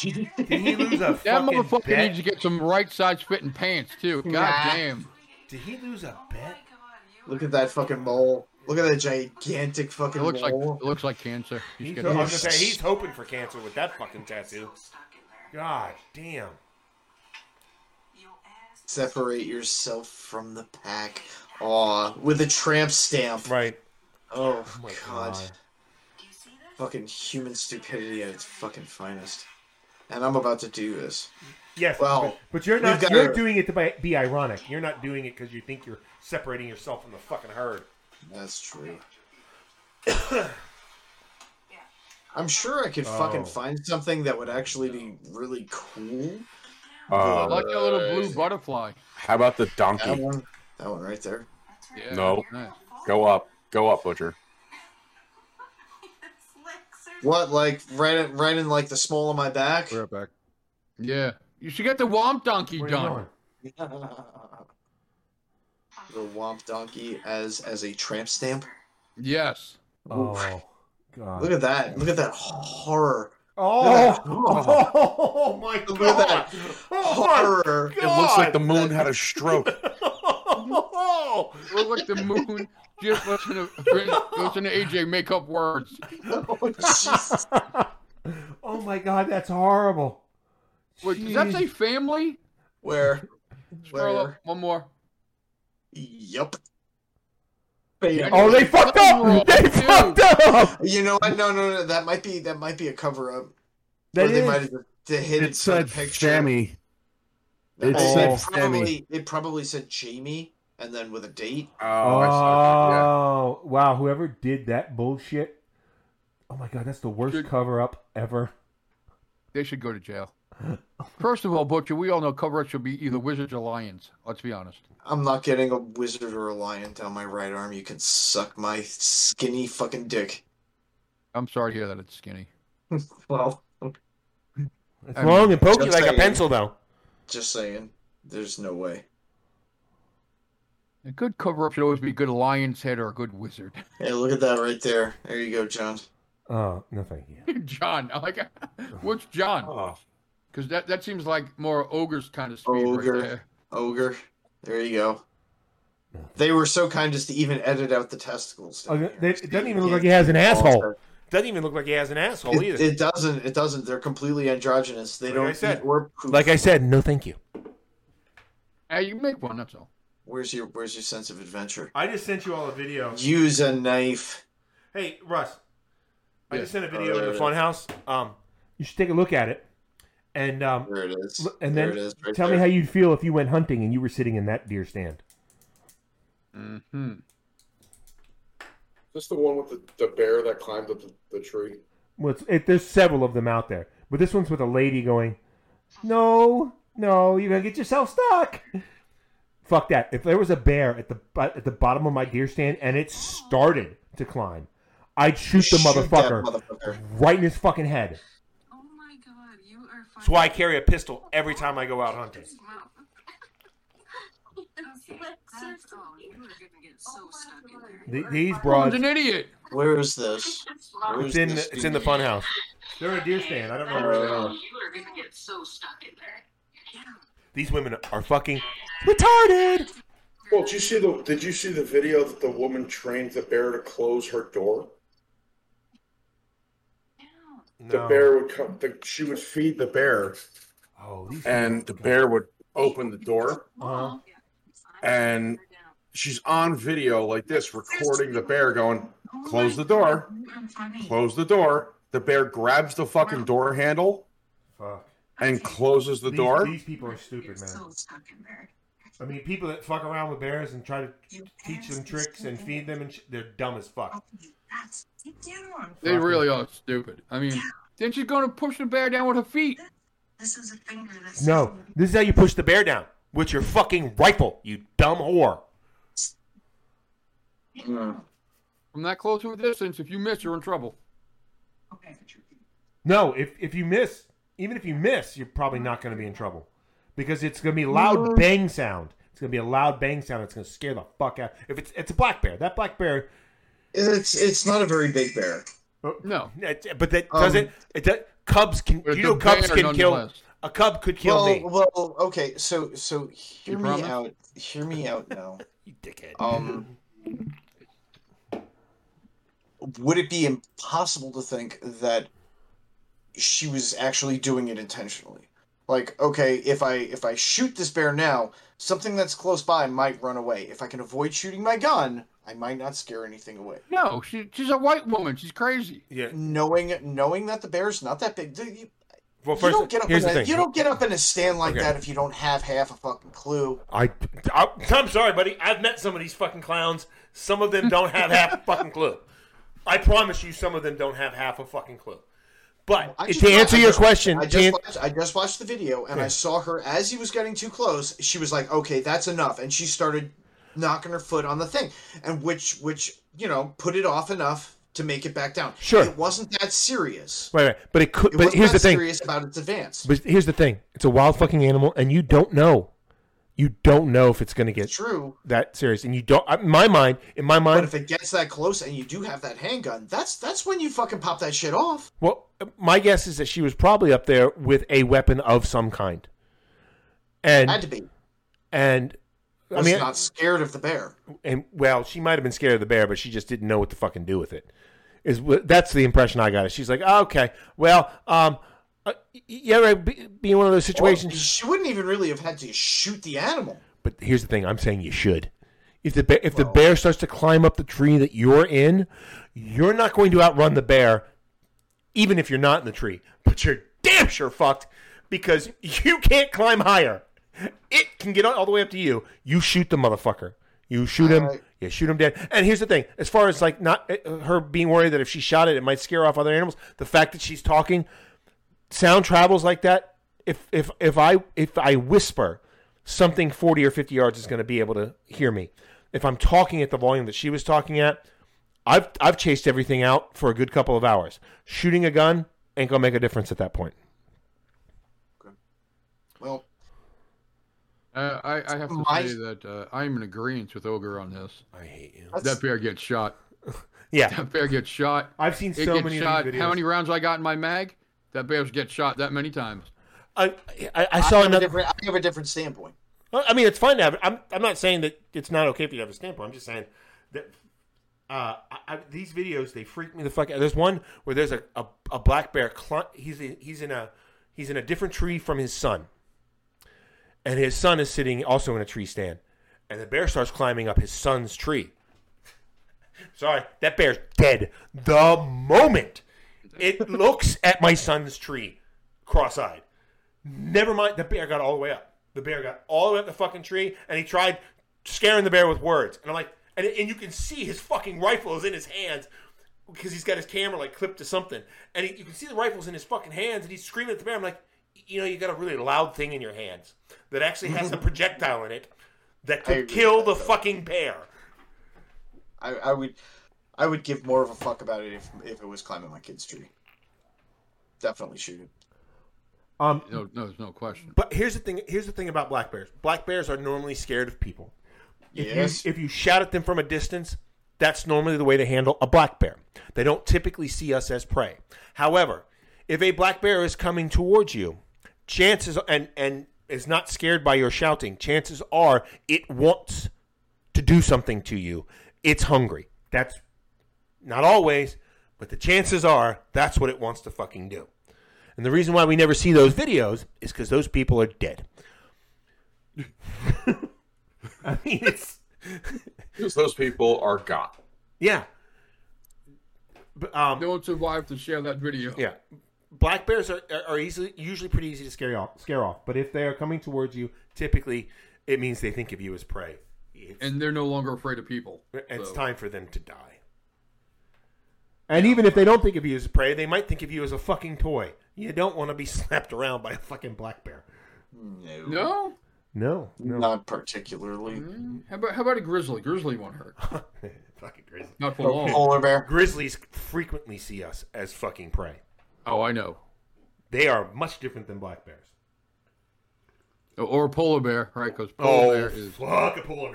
Did he lose a
That
fucking
motherfucker
bet?
needs to get some right size fitting pants too. God damn.
Did he lose
Oh
a bet?
Look at that fucking mole. Look at that gigantic fucking
It looks like
mole.
it looks like cancer. He's
He's,
getting-
I'm just saying, he's hoping for cancer with that fucking tattoo. God damn.
Separate yourself from the pack. Aw, with a tramp stamp.
Right.
Oh,
my
god.
God.
Fucking human stupidity at its fucking finest. And I'm about to do this.
Yes.
Well,
but, but you're
we've
not
got
you're
to-
doing it to be, be ironic. You're not doing it because you think you're separating yourself from the fucking herd.
That's true. I'm sure I could
Oh.
fucking find something that would actually be really cool.
I
Uh,
like that little blue butterfly.
how about the
That
donkey?
one, that one right there.
Yeah,
No.
nice.
Go up, go up, butcher.
What, like right, right in like the small of my back?
We're back.
Yeah. You should get the womp donkey
Where you
done.
going?
the Womp Donkey as as a tramp stamp.
Yes.
Oh,
Look
God.
at that! Look at that horror!
Oh, oh, my God.
Look at that
Oh,
horror!
my
It looks
God.
like the moon had a stroke.
Mm-hmm.
oh,
Look like the moon. Just listen to listen to AJ make up words.
Oh, Jesus.
oh my god, that's horrible.
Wait, does that say family?
Where?
Scroll
Where?
up one more.
Yep.
Oh, they fucked up! They fucked up!
You know what? No, no, no. That might be that might be a cover up.
That
Or they
is-
might have they hid
It
it for the
said
picture.
Sammy. It
No,
said Sammy.
probably it probably said Jamie and then with a date.
Oh,
Oh,
I saw that, yeah.
wow! Whoever did that bullshit. Oh my god, that's the worst
Dude.
cover up ever.
They should go to jail. First of all, Butcher, we all know cover ups should be either wizards or lions. Let's be honest.
I'm not getting a wizard or a lion down my right arm. You can suck my skinny fucking dick.
I'm sorry to hear that it's skinny.
Well,
It's
I mean,
long and pokey
just
like a
saying.
pencil, though.
just saying, there's no way.
A good cover up should always be a good lion's head or a good wizard.
Hey, look at that right there. There you go, John.
Oh, no, thank you.
John, I like which John?
Oh,
Because that, that seems like more ogre's kind of speed
Ogre.
right there.
Ogre. There you go. They were so kind as to even edit out the testicles. down
Oh,
here.
they- it doesn't even
You
look like
can't
he has an asshole.
alter.
Doesn't even look like he has an asshole
It,
either.
it doesn't. It doesn't. They're completely androgynous. They
Like
don't
I said.
eat or poop.
Like I said, no, thank you.
Hey, you make one, that's all.
Where's your Where's your sense of adventure?
I just sent you all a video.
Use a knife.
Hey, Russ. I
Yeah.
just sent a
Oh,
video
there
to
it
the
is.
Funhouse. Um,
You should take a look at it, and um,
There it is.
Look, and
there
then
it is. Right
tell me
there.
how you'd feel if you went hunting and you were sitting in that deer stand.
Mm-hmm.
Is this the one with the, the bear that climbed up the, the tree?
Well, it's, it, there's several of them out there, but this one's with a lady going, "No, no, you're gonna get yourself stuck." Fuck that! If there was a bear at the bo- at the bottom of my deer stand and it started to climb, I'd shoot the
Shoot that
motherfucker,
motherfucker.
right in his fucking head.
Oh my god, you are fine.
that's why I carry a pistol every time I go out hunting.
Wow. That's all. You are gonna get so stuck in there.
Th- these
Ron's
broads,
an idiot.
Where is this? Where
It's
is
in
this
it's in the
dude?
funhouse.
they're a deer stand. I don't know.
Uh,
Where
You are gonna get so stuck in there.
These women are fucking retarded.
Well, did you see the Did you see the video that the woman trained the bear to close her door? The bear would come. The, she would feed the bear,
oh, these.
and the bear would open the door.
Uh-huh.
And she's on video like this, recording the bear going,
Oh
"Close the door, close the door." The bear grabs the fucking door handle
Fuck.
and closes the
These-
door.
These people are stupid, man.
So stuck in there.
I mean, people that fuck around with bears and try to teach them tricks and feed them, and sh- they're dumb as fuck.
That's sit down.
They really are stupid. I mean, then she's going to push the bear down with her feet.
This is a finger that's
No,
This is how you push the bear down with your fucking rifle, you dumb whore.
Mm.
From that close to a distance, if you miss, you're in trouble.
okay.
No, if if you miss, even if you miss, you're probably not going to be in trouble because it's going to be a loud bang sound. It's going to be a loud bang sound. It's going to scare the fuck out. If it's it's a black bear, that black bear, Uh,
It's It's not a very big bear.
No.
That's- But that
Um,
doesn't. It does, cubs can.
But
You
the
know, cubs
bear
can kill.
nonetheless.
A cub could kill
well,
me.
well, okay. So, so hear
You
me
promise?
out. Hear me out now.
You dickhead.
Um, would it be impossible to think that she was actually doing it intentionally? Like, okay, if I if I shoot this bear now, something that's close by might run away. If I can avoid shooting my gun, I might not scare anything away.
No, she, she's a white woman. She's crazy.
yeah.
Knowing knowing that the bear's not that big, dude, you,
Well,
you
first,
don't get up
here's
in
the
a,
thing.
you don't get up in a stand like
Okay.
that if you don't have half a fucking clue.
I.
I, I'm sorry, buddy. I've met some of these fucking clowns. Some of them don't have half a fucking clue. I promise you, some of them don't have half a fucking clue. But
I
To
just-
answer
I
your
just-
question,
I
to an-
just, watched, I just watched the video and I saw her as he was getting too close. She was like, "Okay, that's enough," and she started knocking her foot on the thing, and which, which you know, put it off enough to make it back down.
Sure.
it wasn't that serious.
Right, right. But it could.
It
but
wasn't
here's the
that
thing.
serious about its advance.
But here's the thing. It's a wild fucking animal, and you don't know. You don't know if it's going to get
True,
that serious, and you don't. I- In my mind, in my
but
mind,
if it gets that close and you do have that handgun, that's that's when you fucking pop that shit off.
well, my guess is that she was probably up there with a weapon of some kind, and
Had to be.
and
I
I
was
mean,
not scared of the bear.
and well, she might have been scared of the bear, but she just didn't know what to fucking do with it. Is what that's the impression I got. She's like, oh, okay, well, um, uh, y- yeah, right, be, be in one of those situations.
She wouldn't even really have had to shoot the animal.
But here's the thing: I'm saying you should. If the bear, if the bear starts to climb up the tree that you're in, you're not going to outrun the bear, even if you're not in the tree. But you're damn sure fucked because you can't climb higher. It can get all the way up to you. You shoot the motherfucker. You shoot him. You shoot him dead. And here's the thing: as far as like not uh, her being worried that if she shot it, it might scare off other animals. The fact that she's talking, sound travels like that. If if if I if I whisper something forty or fifty yards is going to be able to hear me. If I'm talking at the volume that she was talking at, I've I've chased everything out for a good couple of hours. Shooting a gun ain't gonna make a difference at that point.
Well,
Uh, I, I have to
My-
say that uh, I'm in agreement with Ogre on this. I hate you.
That's-
That bear gets shot.
Yeah.
That bear gets shot.
I've seen
It
so
gets
many of these
shot.
videos.
How many rounds I got in my mag? That bears get shot that many times.
I I, I saw
have a
another.
different, I have a different standpoint.
Well, I mean, it's fine to have. I'm, I'm not saying that it's not okay for you to have a standpoint. I'm just saying that uh, I, I, these videos they freak me the fuck out. There's one where there's a, a, a black bear. Cl- he's in, he's in a he's in a different tree from his son, and his son is sitting also in a tree stand, and the bear starts climbing up his son's tree. Sorry, that bear's dead the moment it looks at my son's tree, cross-eyed. Never mind. The bear got all the way up. The bear got all the way up the fucking tree, and he tried scaring the bear with words. And I'm like, and, and you can see his fucking rifle is in his hands because he's got his camera like clipped to something, and he, you can see the rifle's in his fucking hands, and he's screaming at the bear. I'm like, you know, you got a really loud thing in your hands that actually has a projectile in it that
I
could
agree
kill
with
the
that, though.
fucking bear.
I, I would, I would give more of a fuck about it if if it was climbing my kid's tree. Definitely shoot it.
Um,
No, no, there's no question.
But here's the thing. Here's the thing about black bears. Black bears are normally scared of people. If
Yes.
You, if you shout at them from a distance, that's normally the way to handle a black bear. They don't typically see us as prey. However, if a black bear is coming towards you, chances and and is not scared by your shouting, chances are it wants to do something to you. It's hungry. That's not always, but the chances are that's what it wants to fucking do. And the reason why we never see those videos is because those people are dead. I mean, it's
Because those people are gone.
yeah, but, um,
No one survived to share that video.
yeah. Black bears are, are- are easily usually pretty easy to scare off. Scare off, but if they are coming towards you, typically it means they think of you as prey. It's,
And they're no longer afraid of people.
it's
So,
time for them to die.
and even if they don't think
Think of you as prey. They might think of you as a fucking toy. You don't want to be slapped around by a fucking black bear.
No,
No.
no, no,
not particularly.
Mm, How about how about a grizzly? Grizzly won't hurt.
fucking grizzly.
Not
Oh,
for long.
Polar bear.
Grizzlies frequently see us as fucking prey.
Oh, I know.
They are much different than black bears.
Or a polar bear, right? Because
Oh.
polar bear is
Oh, fuck a polar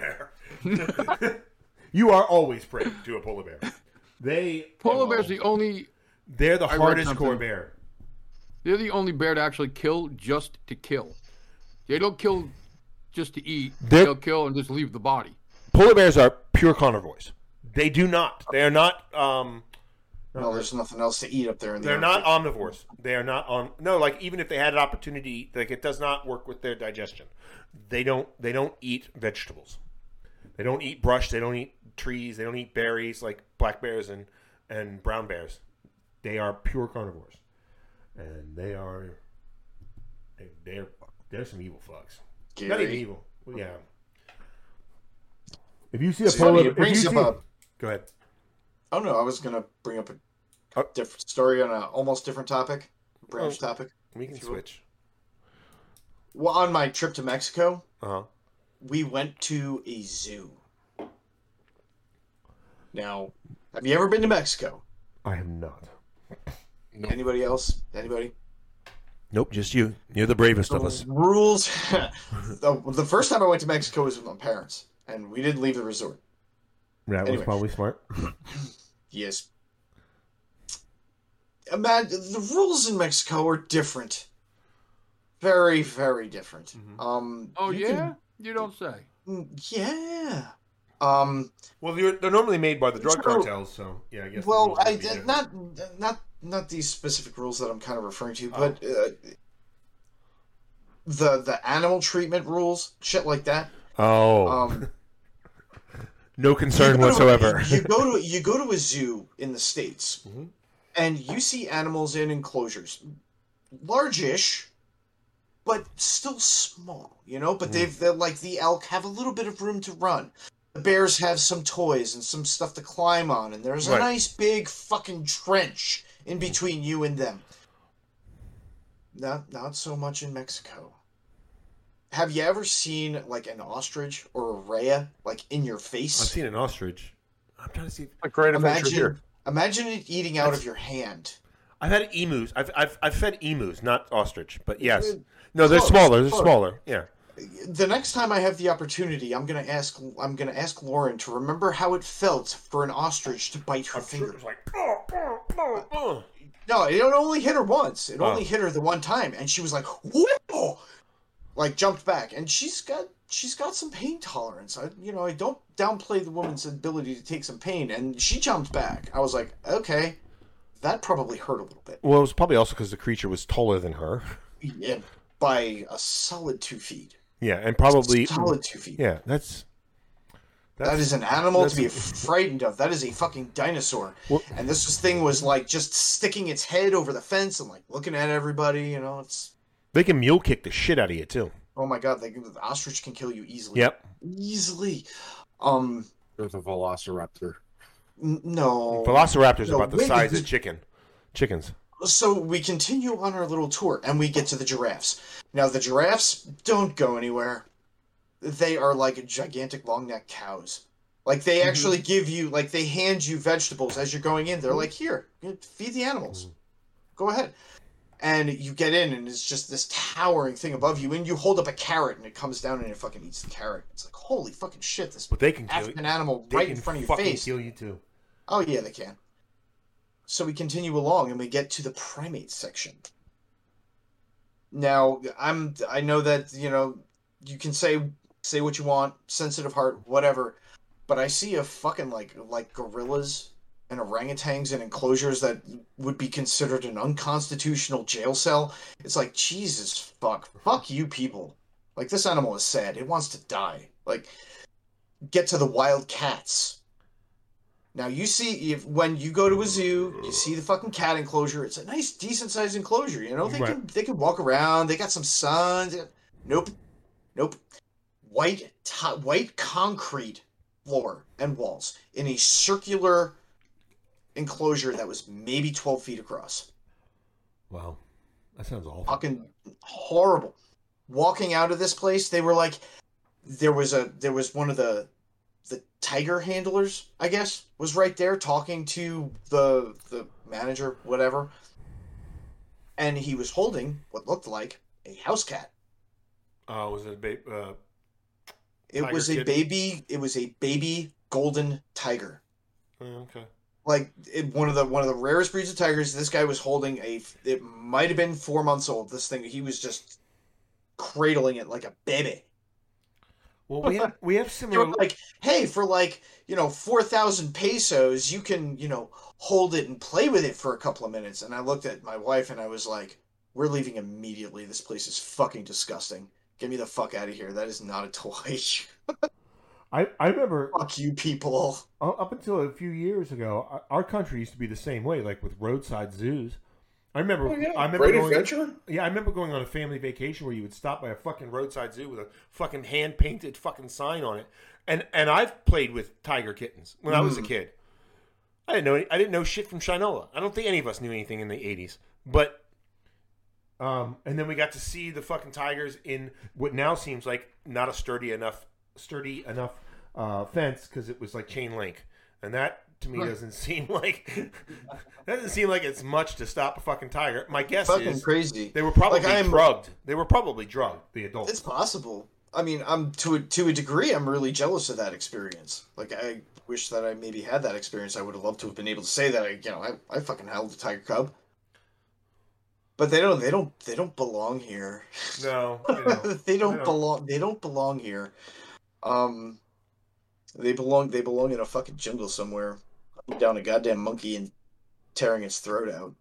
bear. you are always prey to a polar bear. They
polar bear's the only
they're the
I read
hardest
something.
core bear.
They're the only bear to actually kill just to kill. They don't kill just to eat.
They're-
They'll kill and just leave the body.
Polar bears are pure carnivores. They do not. They are not. Um,
No, there's nothing else to eat up there in the.
they're
Arctic.
not omnivores. They are not on. No, like even if they had an opportunity, like it does not work with their digestion. They don't. They don't eat vegetables. They don't eat brush. They don't eat trees. They don't eat berries like black bears and and brown bears. They are pure carnivores, and they are. They, they're they're some evil fucks. Not even
Gary.
evil. Yeah.
if you see a
It's funny,
polar,
it
if you
brings
see,
up a.
Go ahead.
Oh no, I was gonna bring up a
Oh.
different story on a almost different topic, branch topic.
We can switch.
Well, on my trip to Mexico,
Uh huh.
we went to a zoo. Now, have you ever been to Mexico?
I am not.
Anybody else? Anybody?
Nope, just you. You're the bravest of us.
The rules. the, the first time I went to Mexico was with my parents, and we didn't leave the resort.
That was
Anyway.
probably smart.
Yes. Imagine the rules in Mexico are different. Very, very different. Um.
Oh
you
yeah,
can-
you don't say.
yeah. Um.
Well, you're, they're normally made by the drug
True.
cartels, so yeah, I guess. the
Well,
rules
I
would be different.
not not not these specific rules that I'm kind of referring to, but uh,
Oh.
Uh, the the animal treatment rules, shit like that.
Oh,
Um,
No concern
You go to-
whatsoever. Mm-hmm.
you go to you go to a zoo in the states, and you see animals in enclosures, largish, but still small. You know,
Mm-hmm.
but they've they're like the elk have a little bit of room to run. The bears have some toys and some stuff to climb on, and there's a
Right.
nice big fucking trench in between you and them. Not not so much in Mexico. Have you ever seen like an ostrich or a rhea like in your face?
I've seen an ostrich. I'm trying to see.
A great
imagine, imagine it eating out of your hand.
I've had emus. I've, I've I've fed emus, not ostrich, but yes.
Uh,
No, they're
close,
smaller. They're
close.
smaller. Yeah.
The next time I have the opportunity, I'm gonna ask I'm gonna ask Lauren to remember how it felt for an ostrich to bite her finger. No, it only hit her once. It
Oh.
only hit her the one time, and she was like, "Whoa!" Like jumped back, and she's got she's got some pain tolerance. I you know I don't downplay the woman's ability to take some pain, and she jumped back. I was like, okay, that probably hurt a little bit.
Well, it was probably also because the creature was taller than her.
Yeah, by a solid two feet.
Yeah, and probably
Solid two feet.
Yeah, that's
That is an animal to be frightened of. That is a fucking dinosaur.
Well-
and this thing was like just sticking its head over the fence and like looking at everybody. You know, it's
they can mule kick the shit out of you too.
oh my god, they, the ostrich can kill you easily.
Yep.
easily. Um,
There's a velociraptor.
n- no.
Velociraptors
No,
are about the
wait,
size
did
of chicken. Chickens.
so we continue on our little tour and we get to the giraffes. Now the giraffes don't go anywhere. They are like gigantic long-necked cows. Like
Mm-hmm.
they actually give you like they hand you vegetables as you're going in. They're like, "Here, feed the animals.
Mm-hmm.
Go ahead." And you get in and it's just this towering thing above you and you hold up a carrot and it comes down and it fucking eats the carrot. It's like, "Holy fucking shit, this
But they can kill you.
African animal
They
right
can
in front of your
fucking
face."
kill you too.
Oh yeah, they can. So we continue along and we get to the primate section. Now, I'm I know that, you know, you can say say what you want, sensitive heart, whatever, but I see a fucking like like gorillas and orangutans in enclosures that would be considered an unconstitutional jail cell. It's like Jesus fuck, fuck you people. Like this animal is sad. It wants to die. Like get to the wild cats. Now you see if when you go to a zoo, you see the fucking cat enclosure. It's a nice, decent sized enclosure. You know they can they can walk around. They got some sun. they got- Nope, nope. White to- white concrete floor and walls in a circular enclosure that was maybe twelve feet across.
Wow, that sounds awful.
Fucking horrible. Walking out of this place, they were like, there was a there was one of the the tiger handlers, I guess, was right there talking to the the manager, whatever. And he was holding what looked like a house cat.
Oh, was it a ba- uh,
It
Tiger
was a
kitten.
baby. It was a baby golden tiger.
oh, okay?
Like it, one of the one of the rarest breeds of tigers. This guy was holding a. It might have been four months old. This thing. He was just cradling it like a baby.
Well, we have, we have
They were
similar.
like, hey, for like, you know, 4,000 pesos, you can, you know, hold it and play with it for a couple of minutes. And I looked at my wife and I was like, we're leaving immediately. This place is fucking disgusting. Get me the fuck out of here. That is not a toy.
I, I remember
fuck you people.
u- up until a few years ago, o- our country used to be the same way, like with roadside zoos. I remember.
Oh, yeah.
I remember
Great
going,
Adventure?
Yeah, I remember going on a family vacation where you would stop by a fucking roadside zoo with a fucking hand painted fucking sign on it.
And and I've played with tiger kittens when I was a kid. I didn't know any, I didn't know shit from Shinola. I don't think any of us knew anything in the eighties. But um, and then we got to see the fucking tigers in what now seems like not a sturdy enough sturdy enough uh, fence because it was like chain link, and that to me doesn't seem like that doesn't seem like it's much to stop a fucking tiger. My guess
Fucking
is
crazy.
they were probably
Like, I'm-
drugged. They were probably drugged. The adults.
It's possible. I mean, I'm to a, to a degree, I'm really jealous of that experience. Like, I wish that I maybe had that experience. I would have loved to have been able to say that. I, you know, I, I fucking held the tiger cub. But they don't. They don't. They don't belong here.
No, you know.
they don't
Yeah.
belong. They don't belong here. Um, they belong. They belong in a fucking jungle somewhere, hunting down a goddamn monkey and tearing its throat out.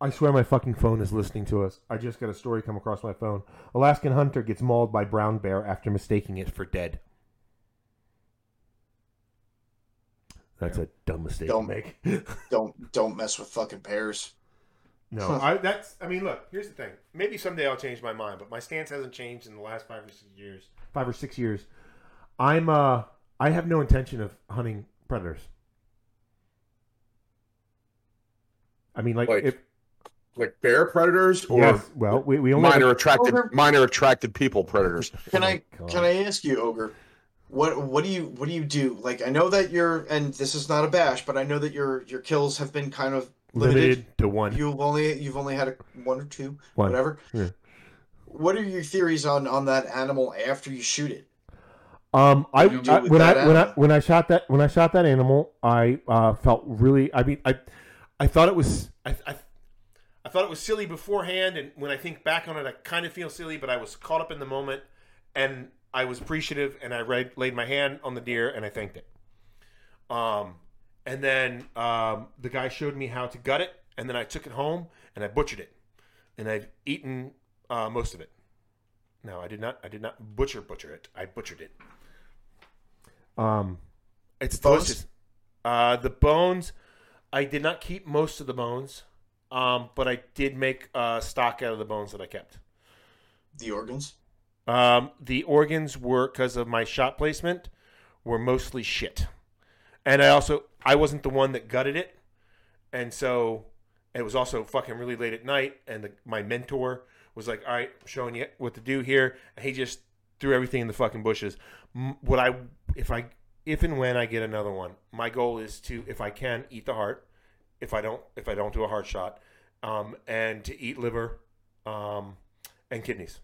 I swear my fucking phone is listening to us. I just got a story come across my phone. Alaskan hunter gets mauled by brown bear after mistaking it for dead.
That's a dumb mistake
Dumb.
to make.
Don't don't mess with fucking bears.
No, I, that's. I mean, look. Here's the thing. Maybe someday I'll change my mind, but my stance hasn't changed in the last five or six years. Five or six years. I'm. Uh, I have no intention of hunting predators. I mean, like,
Like,
if
like bear predators or
yes, well, we, we only Oh
minor attracted
Over-
minor attracted people predators.
Can I
God.
can I ask you, Ogre? What what do you what do you do? Like I know that you're and this is not a bash, but I know that your your kills have been kind of
limited,
limited.
to one.
You've only you've only had a, one or two,
One.
whatever.
Yeah.
What are your theories on on that animal after you shoot it?
Um, I,
What do you
I-
do with
when
that
I when I
animal?
when I shot that when I shot that animal, I uh, felt really. I mean, I I thought it was I, I I thought it was silly beforehand, and when I think back on it, I kind of feel silly. But I was caught up in the moment, and I was appreciative, and I read, laid my hand on the deer, and I thanked it. Um, and then um, the guy showed me how to gut it, and then I took it home and I butchered it, and I've eaten uh, most of it. No, I did not. I did not butcher butcher it. I butchered it.
Um,
It's
Bones?
delicious. Uh, the bones, I did not keep most of the bones, um, but I did make uh, stock out of the bones that I kept.
The organs?
Um, the organs were because of my shot placement were mostly shit, and I also I wasn't the one that gutted it, and so it was also fucking really late at night, and the, my mentor was like, "All right, I'm showing you what to do here," and he just threw everything in the fucking bushes. M- What I if I if and when I get another one, my goal is to if I can eat the heart, if I don't if I don't do a heart shot, um, and to eat liver, um, and kidneys.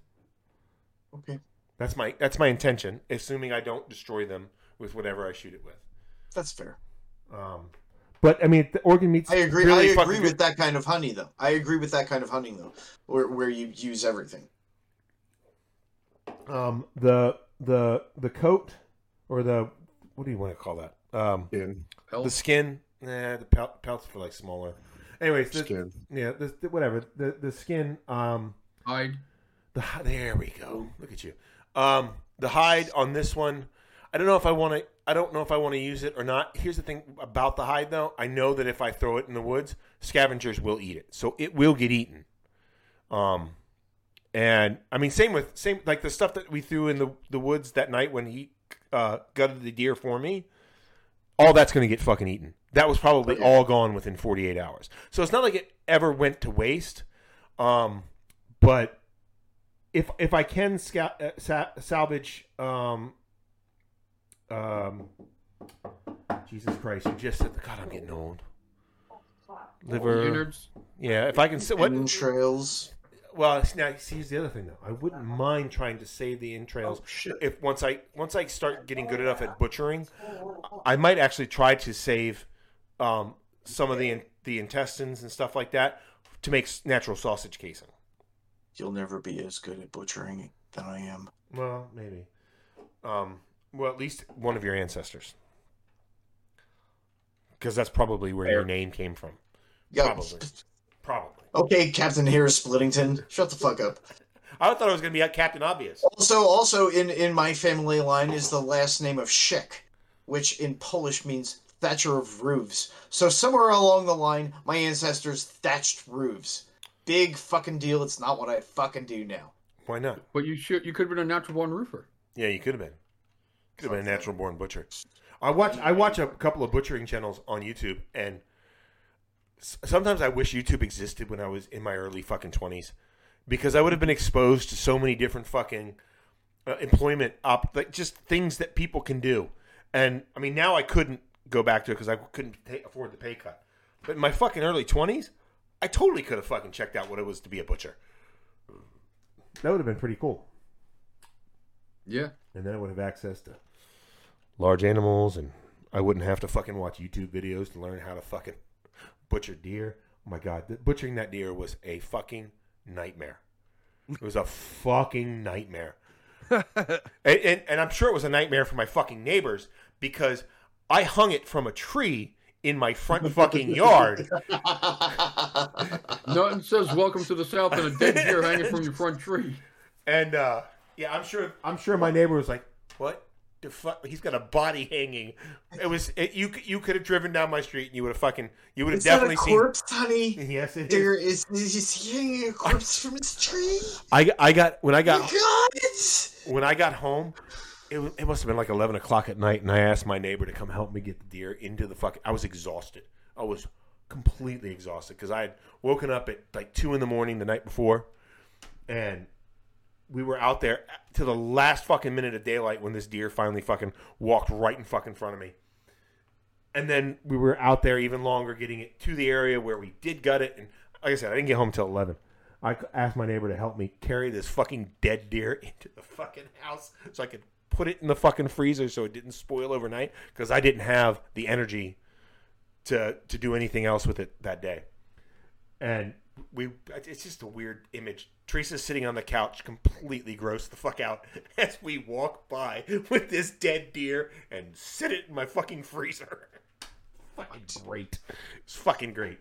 Okay,
That's my that's my intention, assuming I don't destroy them with whatever I shoot it with.
that's fair.
Um,
but I mean, the organ meats.
I agree.
Really
I
fucking
agree with that kind of hunting, though. I agree with that kind of hunting, though, where where you use everything.
um, the the the coat or the what do you want to call that? Um,
Skin,
Hell,
the skin. Nah, the pel- pelts for like smaller. Anyways, the,
skin.
yeah, the, the- whatever. The the skin. Um,
hide.
the hi- there we go. Look at you. Um, the hide on this one. I don't know if I want to. I don't know if I want to use it or not. Here's the thing about the hide, though. I know that if I throw it in the woods, scavengers will eat it, so it will get eaten. Um, and I mean, same with same like the stuff that we threw in the the woods that night when he uh, gutted the deer for me. All that's going to get fucking eaten. That was probably all gone within 48 hours. So it's not like it ever went to waste. Um, but if if I can sca- uh, sa- salvage um um Jesus Christ, you just said God, I'm getting old. Liver,
Unards.
yeah. If I can, sa- what?
Entrails.
Well, see, now see, here's the other thing though. I wouldn't mind trying to save the entrails. If once I once I start getting good enough at butchering, I might actually try to save um, some of the in- the intestines and stuff like that to make s- natural sausage casing.
You'll never be as good at butchering it than I am.
Well, maybe. Um, well, at least one of your ancestors, because that's probably where your name came from.
Yeah.
Probably. Probably.
Okay, Captain Harris Splittington, shut the fuck up.
I thought it was going to be Captain Obvious.
Also, also in in my family line is the last name of Schick, which in Polish means thatcher of roofs. So somewhere along the line, my ancestors thatched roofs. Big fucking deal. It's not what I fucking do now.
Why not?
But you should. You could have been a natural born roofer.
Yeah, you could have been. Could have been a natural born butcher. I watch I watch a couple of butchering channels on YouTube, and s- sometimes I wish YouTube existed when I was in my early fucking twenties, because I would have been exposed to so many different fucking uh, employment op, like just things that people can do. And I mean, now I couldn't go back to it because I couldn't pay, afford the pay cut. But in my fucking early twenties, I totally could have fucking checked out what it was to be a butcher.
That would have been pretty cool.
Yeah.
and then I would have access to large animals, and I wouldn't have to fucking watch YouTube videos to learn how to fucking butcher deer. Oh my god, th- butchering that deer was a fucking nightmare. It was a fucking nightmare, and, and and I'm sure it was a nightmare for my fucking neighbors because I hung it from a tree in my front fucking yard.
Norton says, "Welcome to the South," and a dead deer hanging from your front tree.
And uh, yeah, I'm sure. I'm sure my neighbor was like, "What? to fuck. He's got a body hanging. It was it, you. c- You could have driven down my street and you would have fucking. You would have
Is that
definitely
a corpse, honey?
seen. Yes, it is.
There is, is he hanging a corpse from his tree?
I, I got when I got
God!
when I got home, it, wa- it must have been like 11 o'clock at night, and I asked my neighbor to come help me get the deer into the fucking. I was exhausted. I was completely exhausted because I had woken up at like 2 in the morning the night before, and we were out there uh, to the last fucking minute of daylight when this deer finally fucking walked right in fucking front of me. And then we were out there even longer getting it to the area where we did gut it. And like I said, I didn't get home till 11. I c- asked my neighbor to help me carry this fucking dead deer into the fucking house so I could put it in the fucking freezer so it didn't spoil overnight because I didn't have the energy to to do anything else with it that day. And we it's just a weird image. Teresa's sitting on the couch completely grossed the fuck out as we walk by with this dead deer and sit it in my fucking freezer. fucking great. It's fucking great.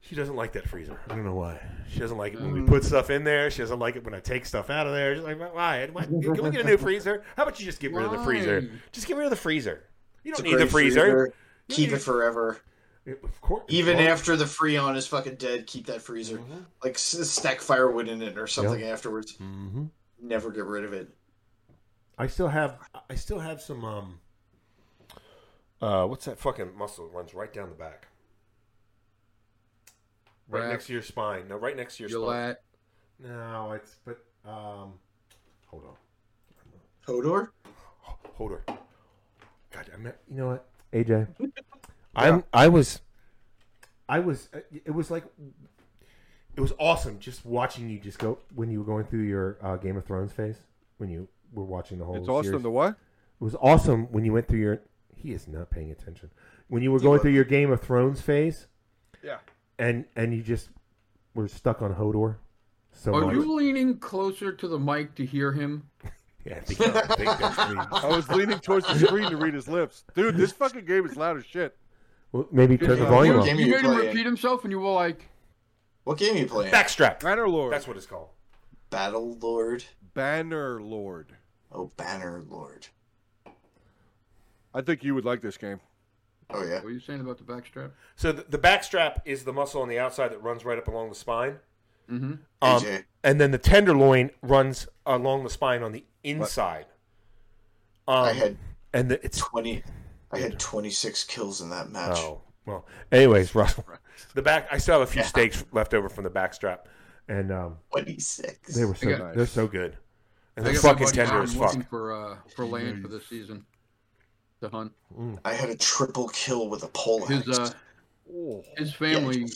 She doesn't like that freezer. I don't know why. She doesn't like it when we put stuff in there. She doesn't like it when I take stuff out of there. She's like, why? why? Can we get a new freezer? How about you just get rid of the freezer?
Why?
Just get rid of the freezer. You
It's
don't
a
need the
great
freezer.
Keep it forever.
Of course.
Even
Well, Mm-hmm.
after the Freon is fucking dead, keep that freezer. Like s- stack firewood in it or something afterwards.
Mhm.
Never get rid of it.
I still have I still have some um uh what's that fucking muscle that runs right down the back? Right
Back.
next to your spine. No, right next to your
Your
spine.
lat.
No, it's but um hold on.
Hodor?
Hold her. God, I'm not, you know what? AJ. I'm I was I was uh, it was like it was awesome just watching you just go when you were going through your uh, Game of Thrones phase when you were watching the whole
It's
series.
awesome. The what?
It was awesome when you went through your. He is not paying attention. When you were going through your Game of Thrones phase.
Yeah.
And and you just were stuck on Hodor. So
Are
much.
you leaning closer to the mic to hear him?
Yeah, I think, I think that's me.
I was leaning towards the screen to read his lips. Dude, this fucking game is loud as shit.
Well, maybe turn
You-
the volume
you,
up.
Game
you
you
made him
play.
repeat himself, and you were like,
What game are you playing?
Backstrap.
Banner Lord.
That's what it's called.
Battle Lord.
Banner Lord.
Oh, Banner Lord.
I think you would like this game.
Oh yeah.
"What are you saying about the backstrap?"
So the, the backstrap is the muscle on the outside that runs right up along the spine.
Mm-hmm.
Um,
AJ.
and then the tenderloin runs along the spine on the inside. Um,
I had
and the, it's
twenty. I had twenty six kills in that match.
Oh well. Anyways, Russell, the back. I still have a few steaks left over from the backstrap, and um,
Twenty six.
they were so
I got-
they're so good, and
I
they're
got my
fucking
buddy
tender
Aaron
as
looking
fuck.
for uh, for land for this season to hunt.
I had a triple kill with a pole
His
axe.
uh, his family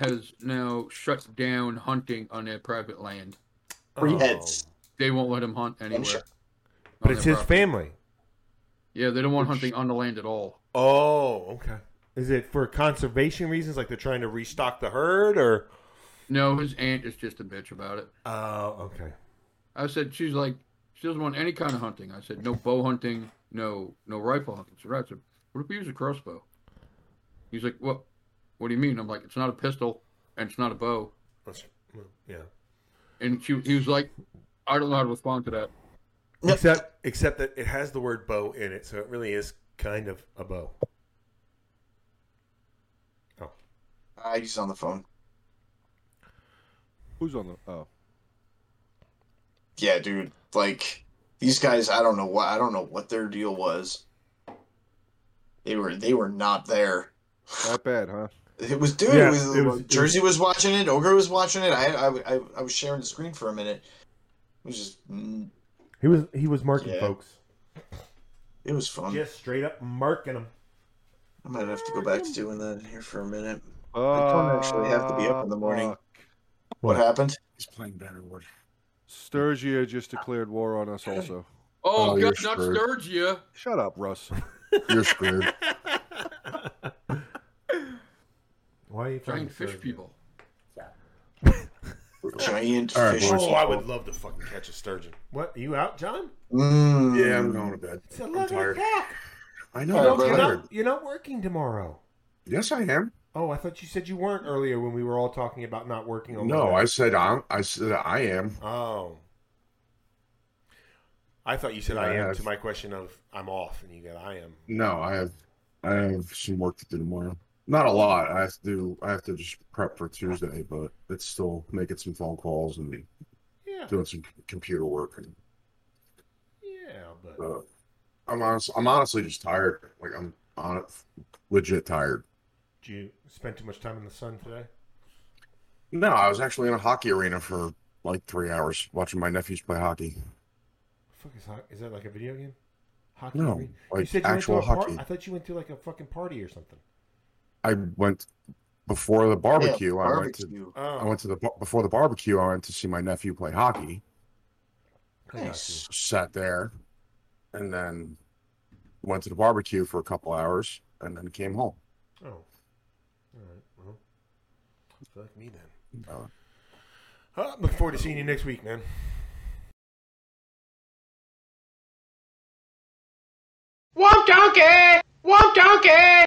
has now shut down hunting on their private land.
Three
Oh.
heads.
They won't let him hunt anywhere.
shut-
But
on
it's
their
his
property.
family.
Yeah, they don't want hunting on the land at all.
Oh, okay. Is it for conservation reasons, like they're trying to restock the herd, or?
No, his aunt is just a bitch about it.
Oh, okay.
I said she's like she doesn't want any kind of hunting. I said no bow hunting, no no rifle hunting. So I said, what if we use a crossbow? He's like, what? What do you mean? I'm like, it's not a pistol and it's not a bow.
That's- well, yeah.
And she, he was like, I don't know how to respond to that.
Except, except that it has the word bow in it, so it really is kind of a bow.
Ah, he's on the phone.
Who's on the. Oh.
Yeah, dude. Like these guys, I don't know what I don't know what their deal was. They were they were not there.
That bad, huh?
It was dude.
Yeah,
it was,
it was-
Jersey was watching it. Ogre was watching it. I, I I I was sharing the screen for a minute. It was just mm,
He was he was marking
Yeah.
folks.
it was fun.
Just straight up marking them.
I might have to go back to doing that here for a minute.
I
don't actually have to be up in the
Ah,
morning. What,
What?
happened?
He's playing Banner Lord.
Sturgia just declared war on us, also.
Oh,
Oh, you're
God, not
screwed.
Sturgia.
Shut up, Russ.
You're screwed.
Why are you
Giant fish people.
Giant
All right,
fish.
boys.
Oh, I would love to fucking catch a sturgeon. What? You out, John?
Mm.
yeah, I'm going to bed. I'm tired. Uh, I know.
All
You're
right,
I'm
brother.
tired.
not, you're not working tomorrow.
Yes, I am.
Oh, I thought you said you weren't earlier when we were all talking about not working on
No,
Monday.
I said I'm. I said I am.
Oh. I thought you said I
Yeah,
am
I've-
to my question of I'm off, and you got I am.
No, I have I have some work to do tomorrow. Not a lot. I have to do I have to just prep for Tuesday, but it's still making some phone calls and
Yeah.
doing some computer work. And,
Yeah, but
uh, I'm honest, I'm honestly just tired. Like I'm on legit tired.
did you spend too much time in the sun today?
No, I was actually in a hockey arena for like three hours watching my nephews play hockey.
Fuck is, ho- is that like a video game? Hockey?
No,
arena?
like
you said you
actual
went to a par-
hockey.
I thought you went to like a fucking party or something.
I went before the barbecue. I went to
barbecue.
I
Oh,
went to the bar- before the barbecue. I went to see my nephew play hockey.
I got
Nice.
s- sat there and then went to the barbecue for a couple hours and then came home.
you. Oh, all right. Well, fuck me then.
Uh,
Uh, look forward to seeing you next week, man.
Womp donkey! Womp donkey!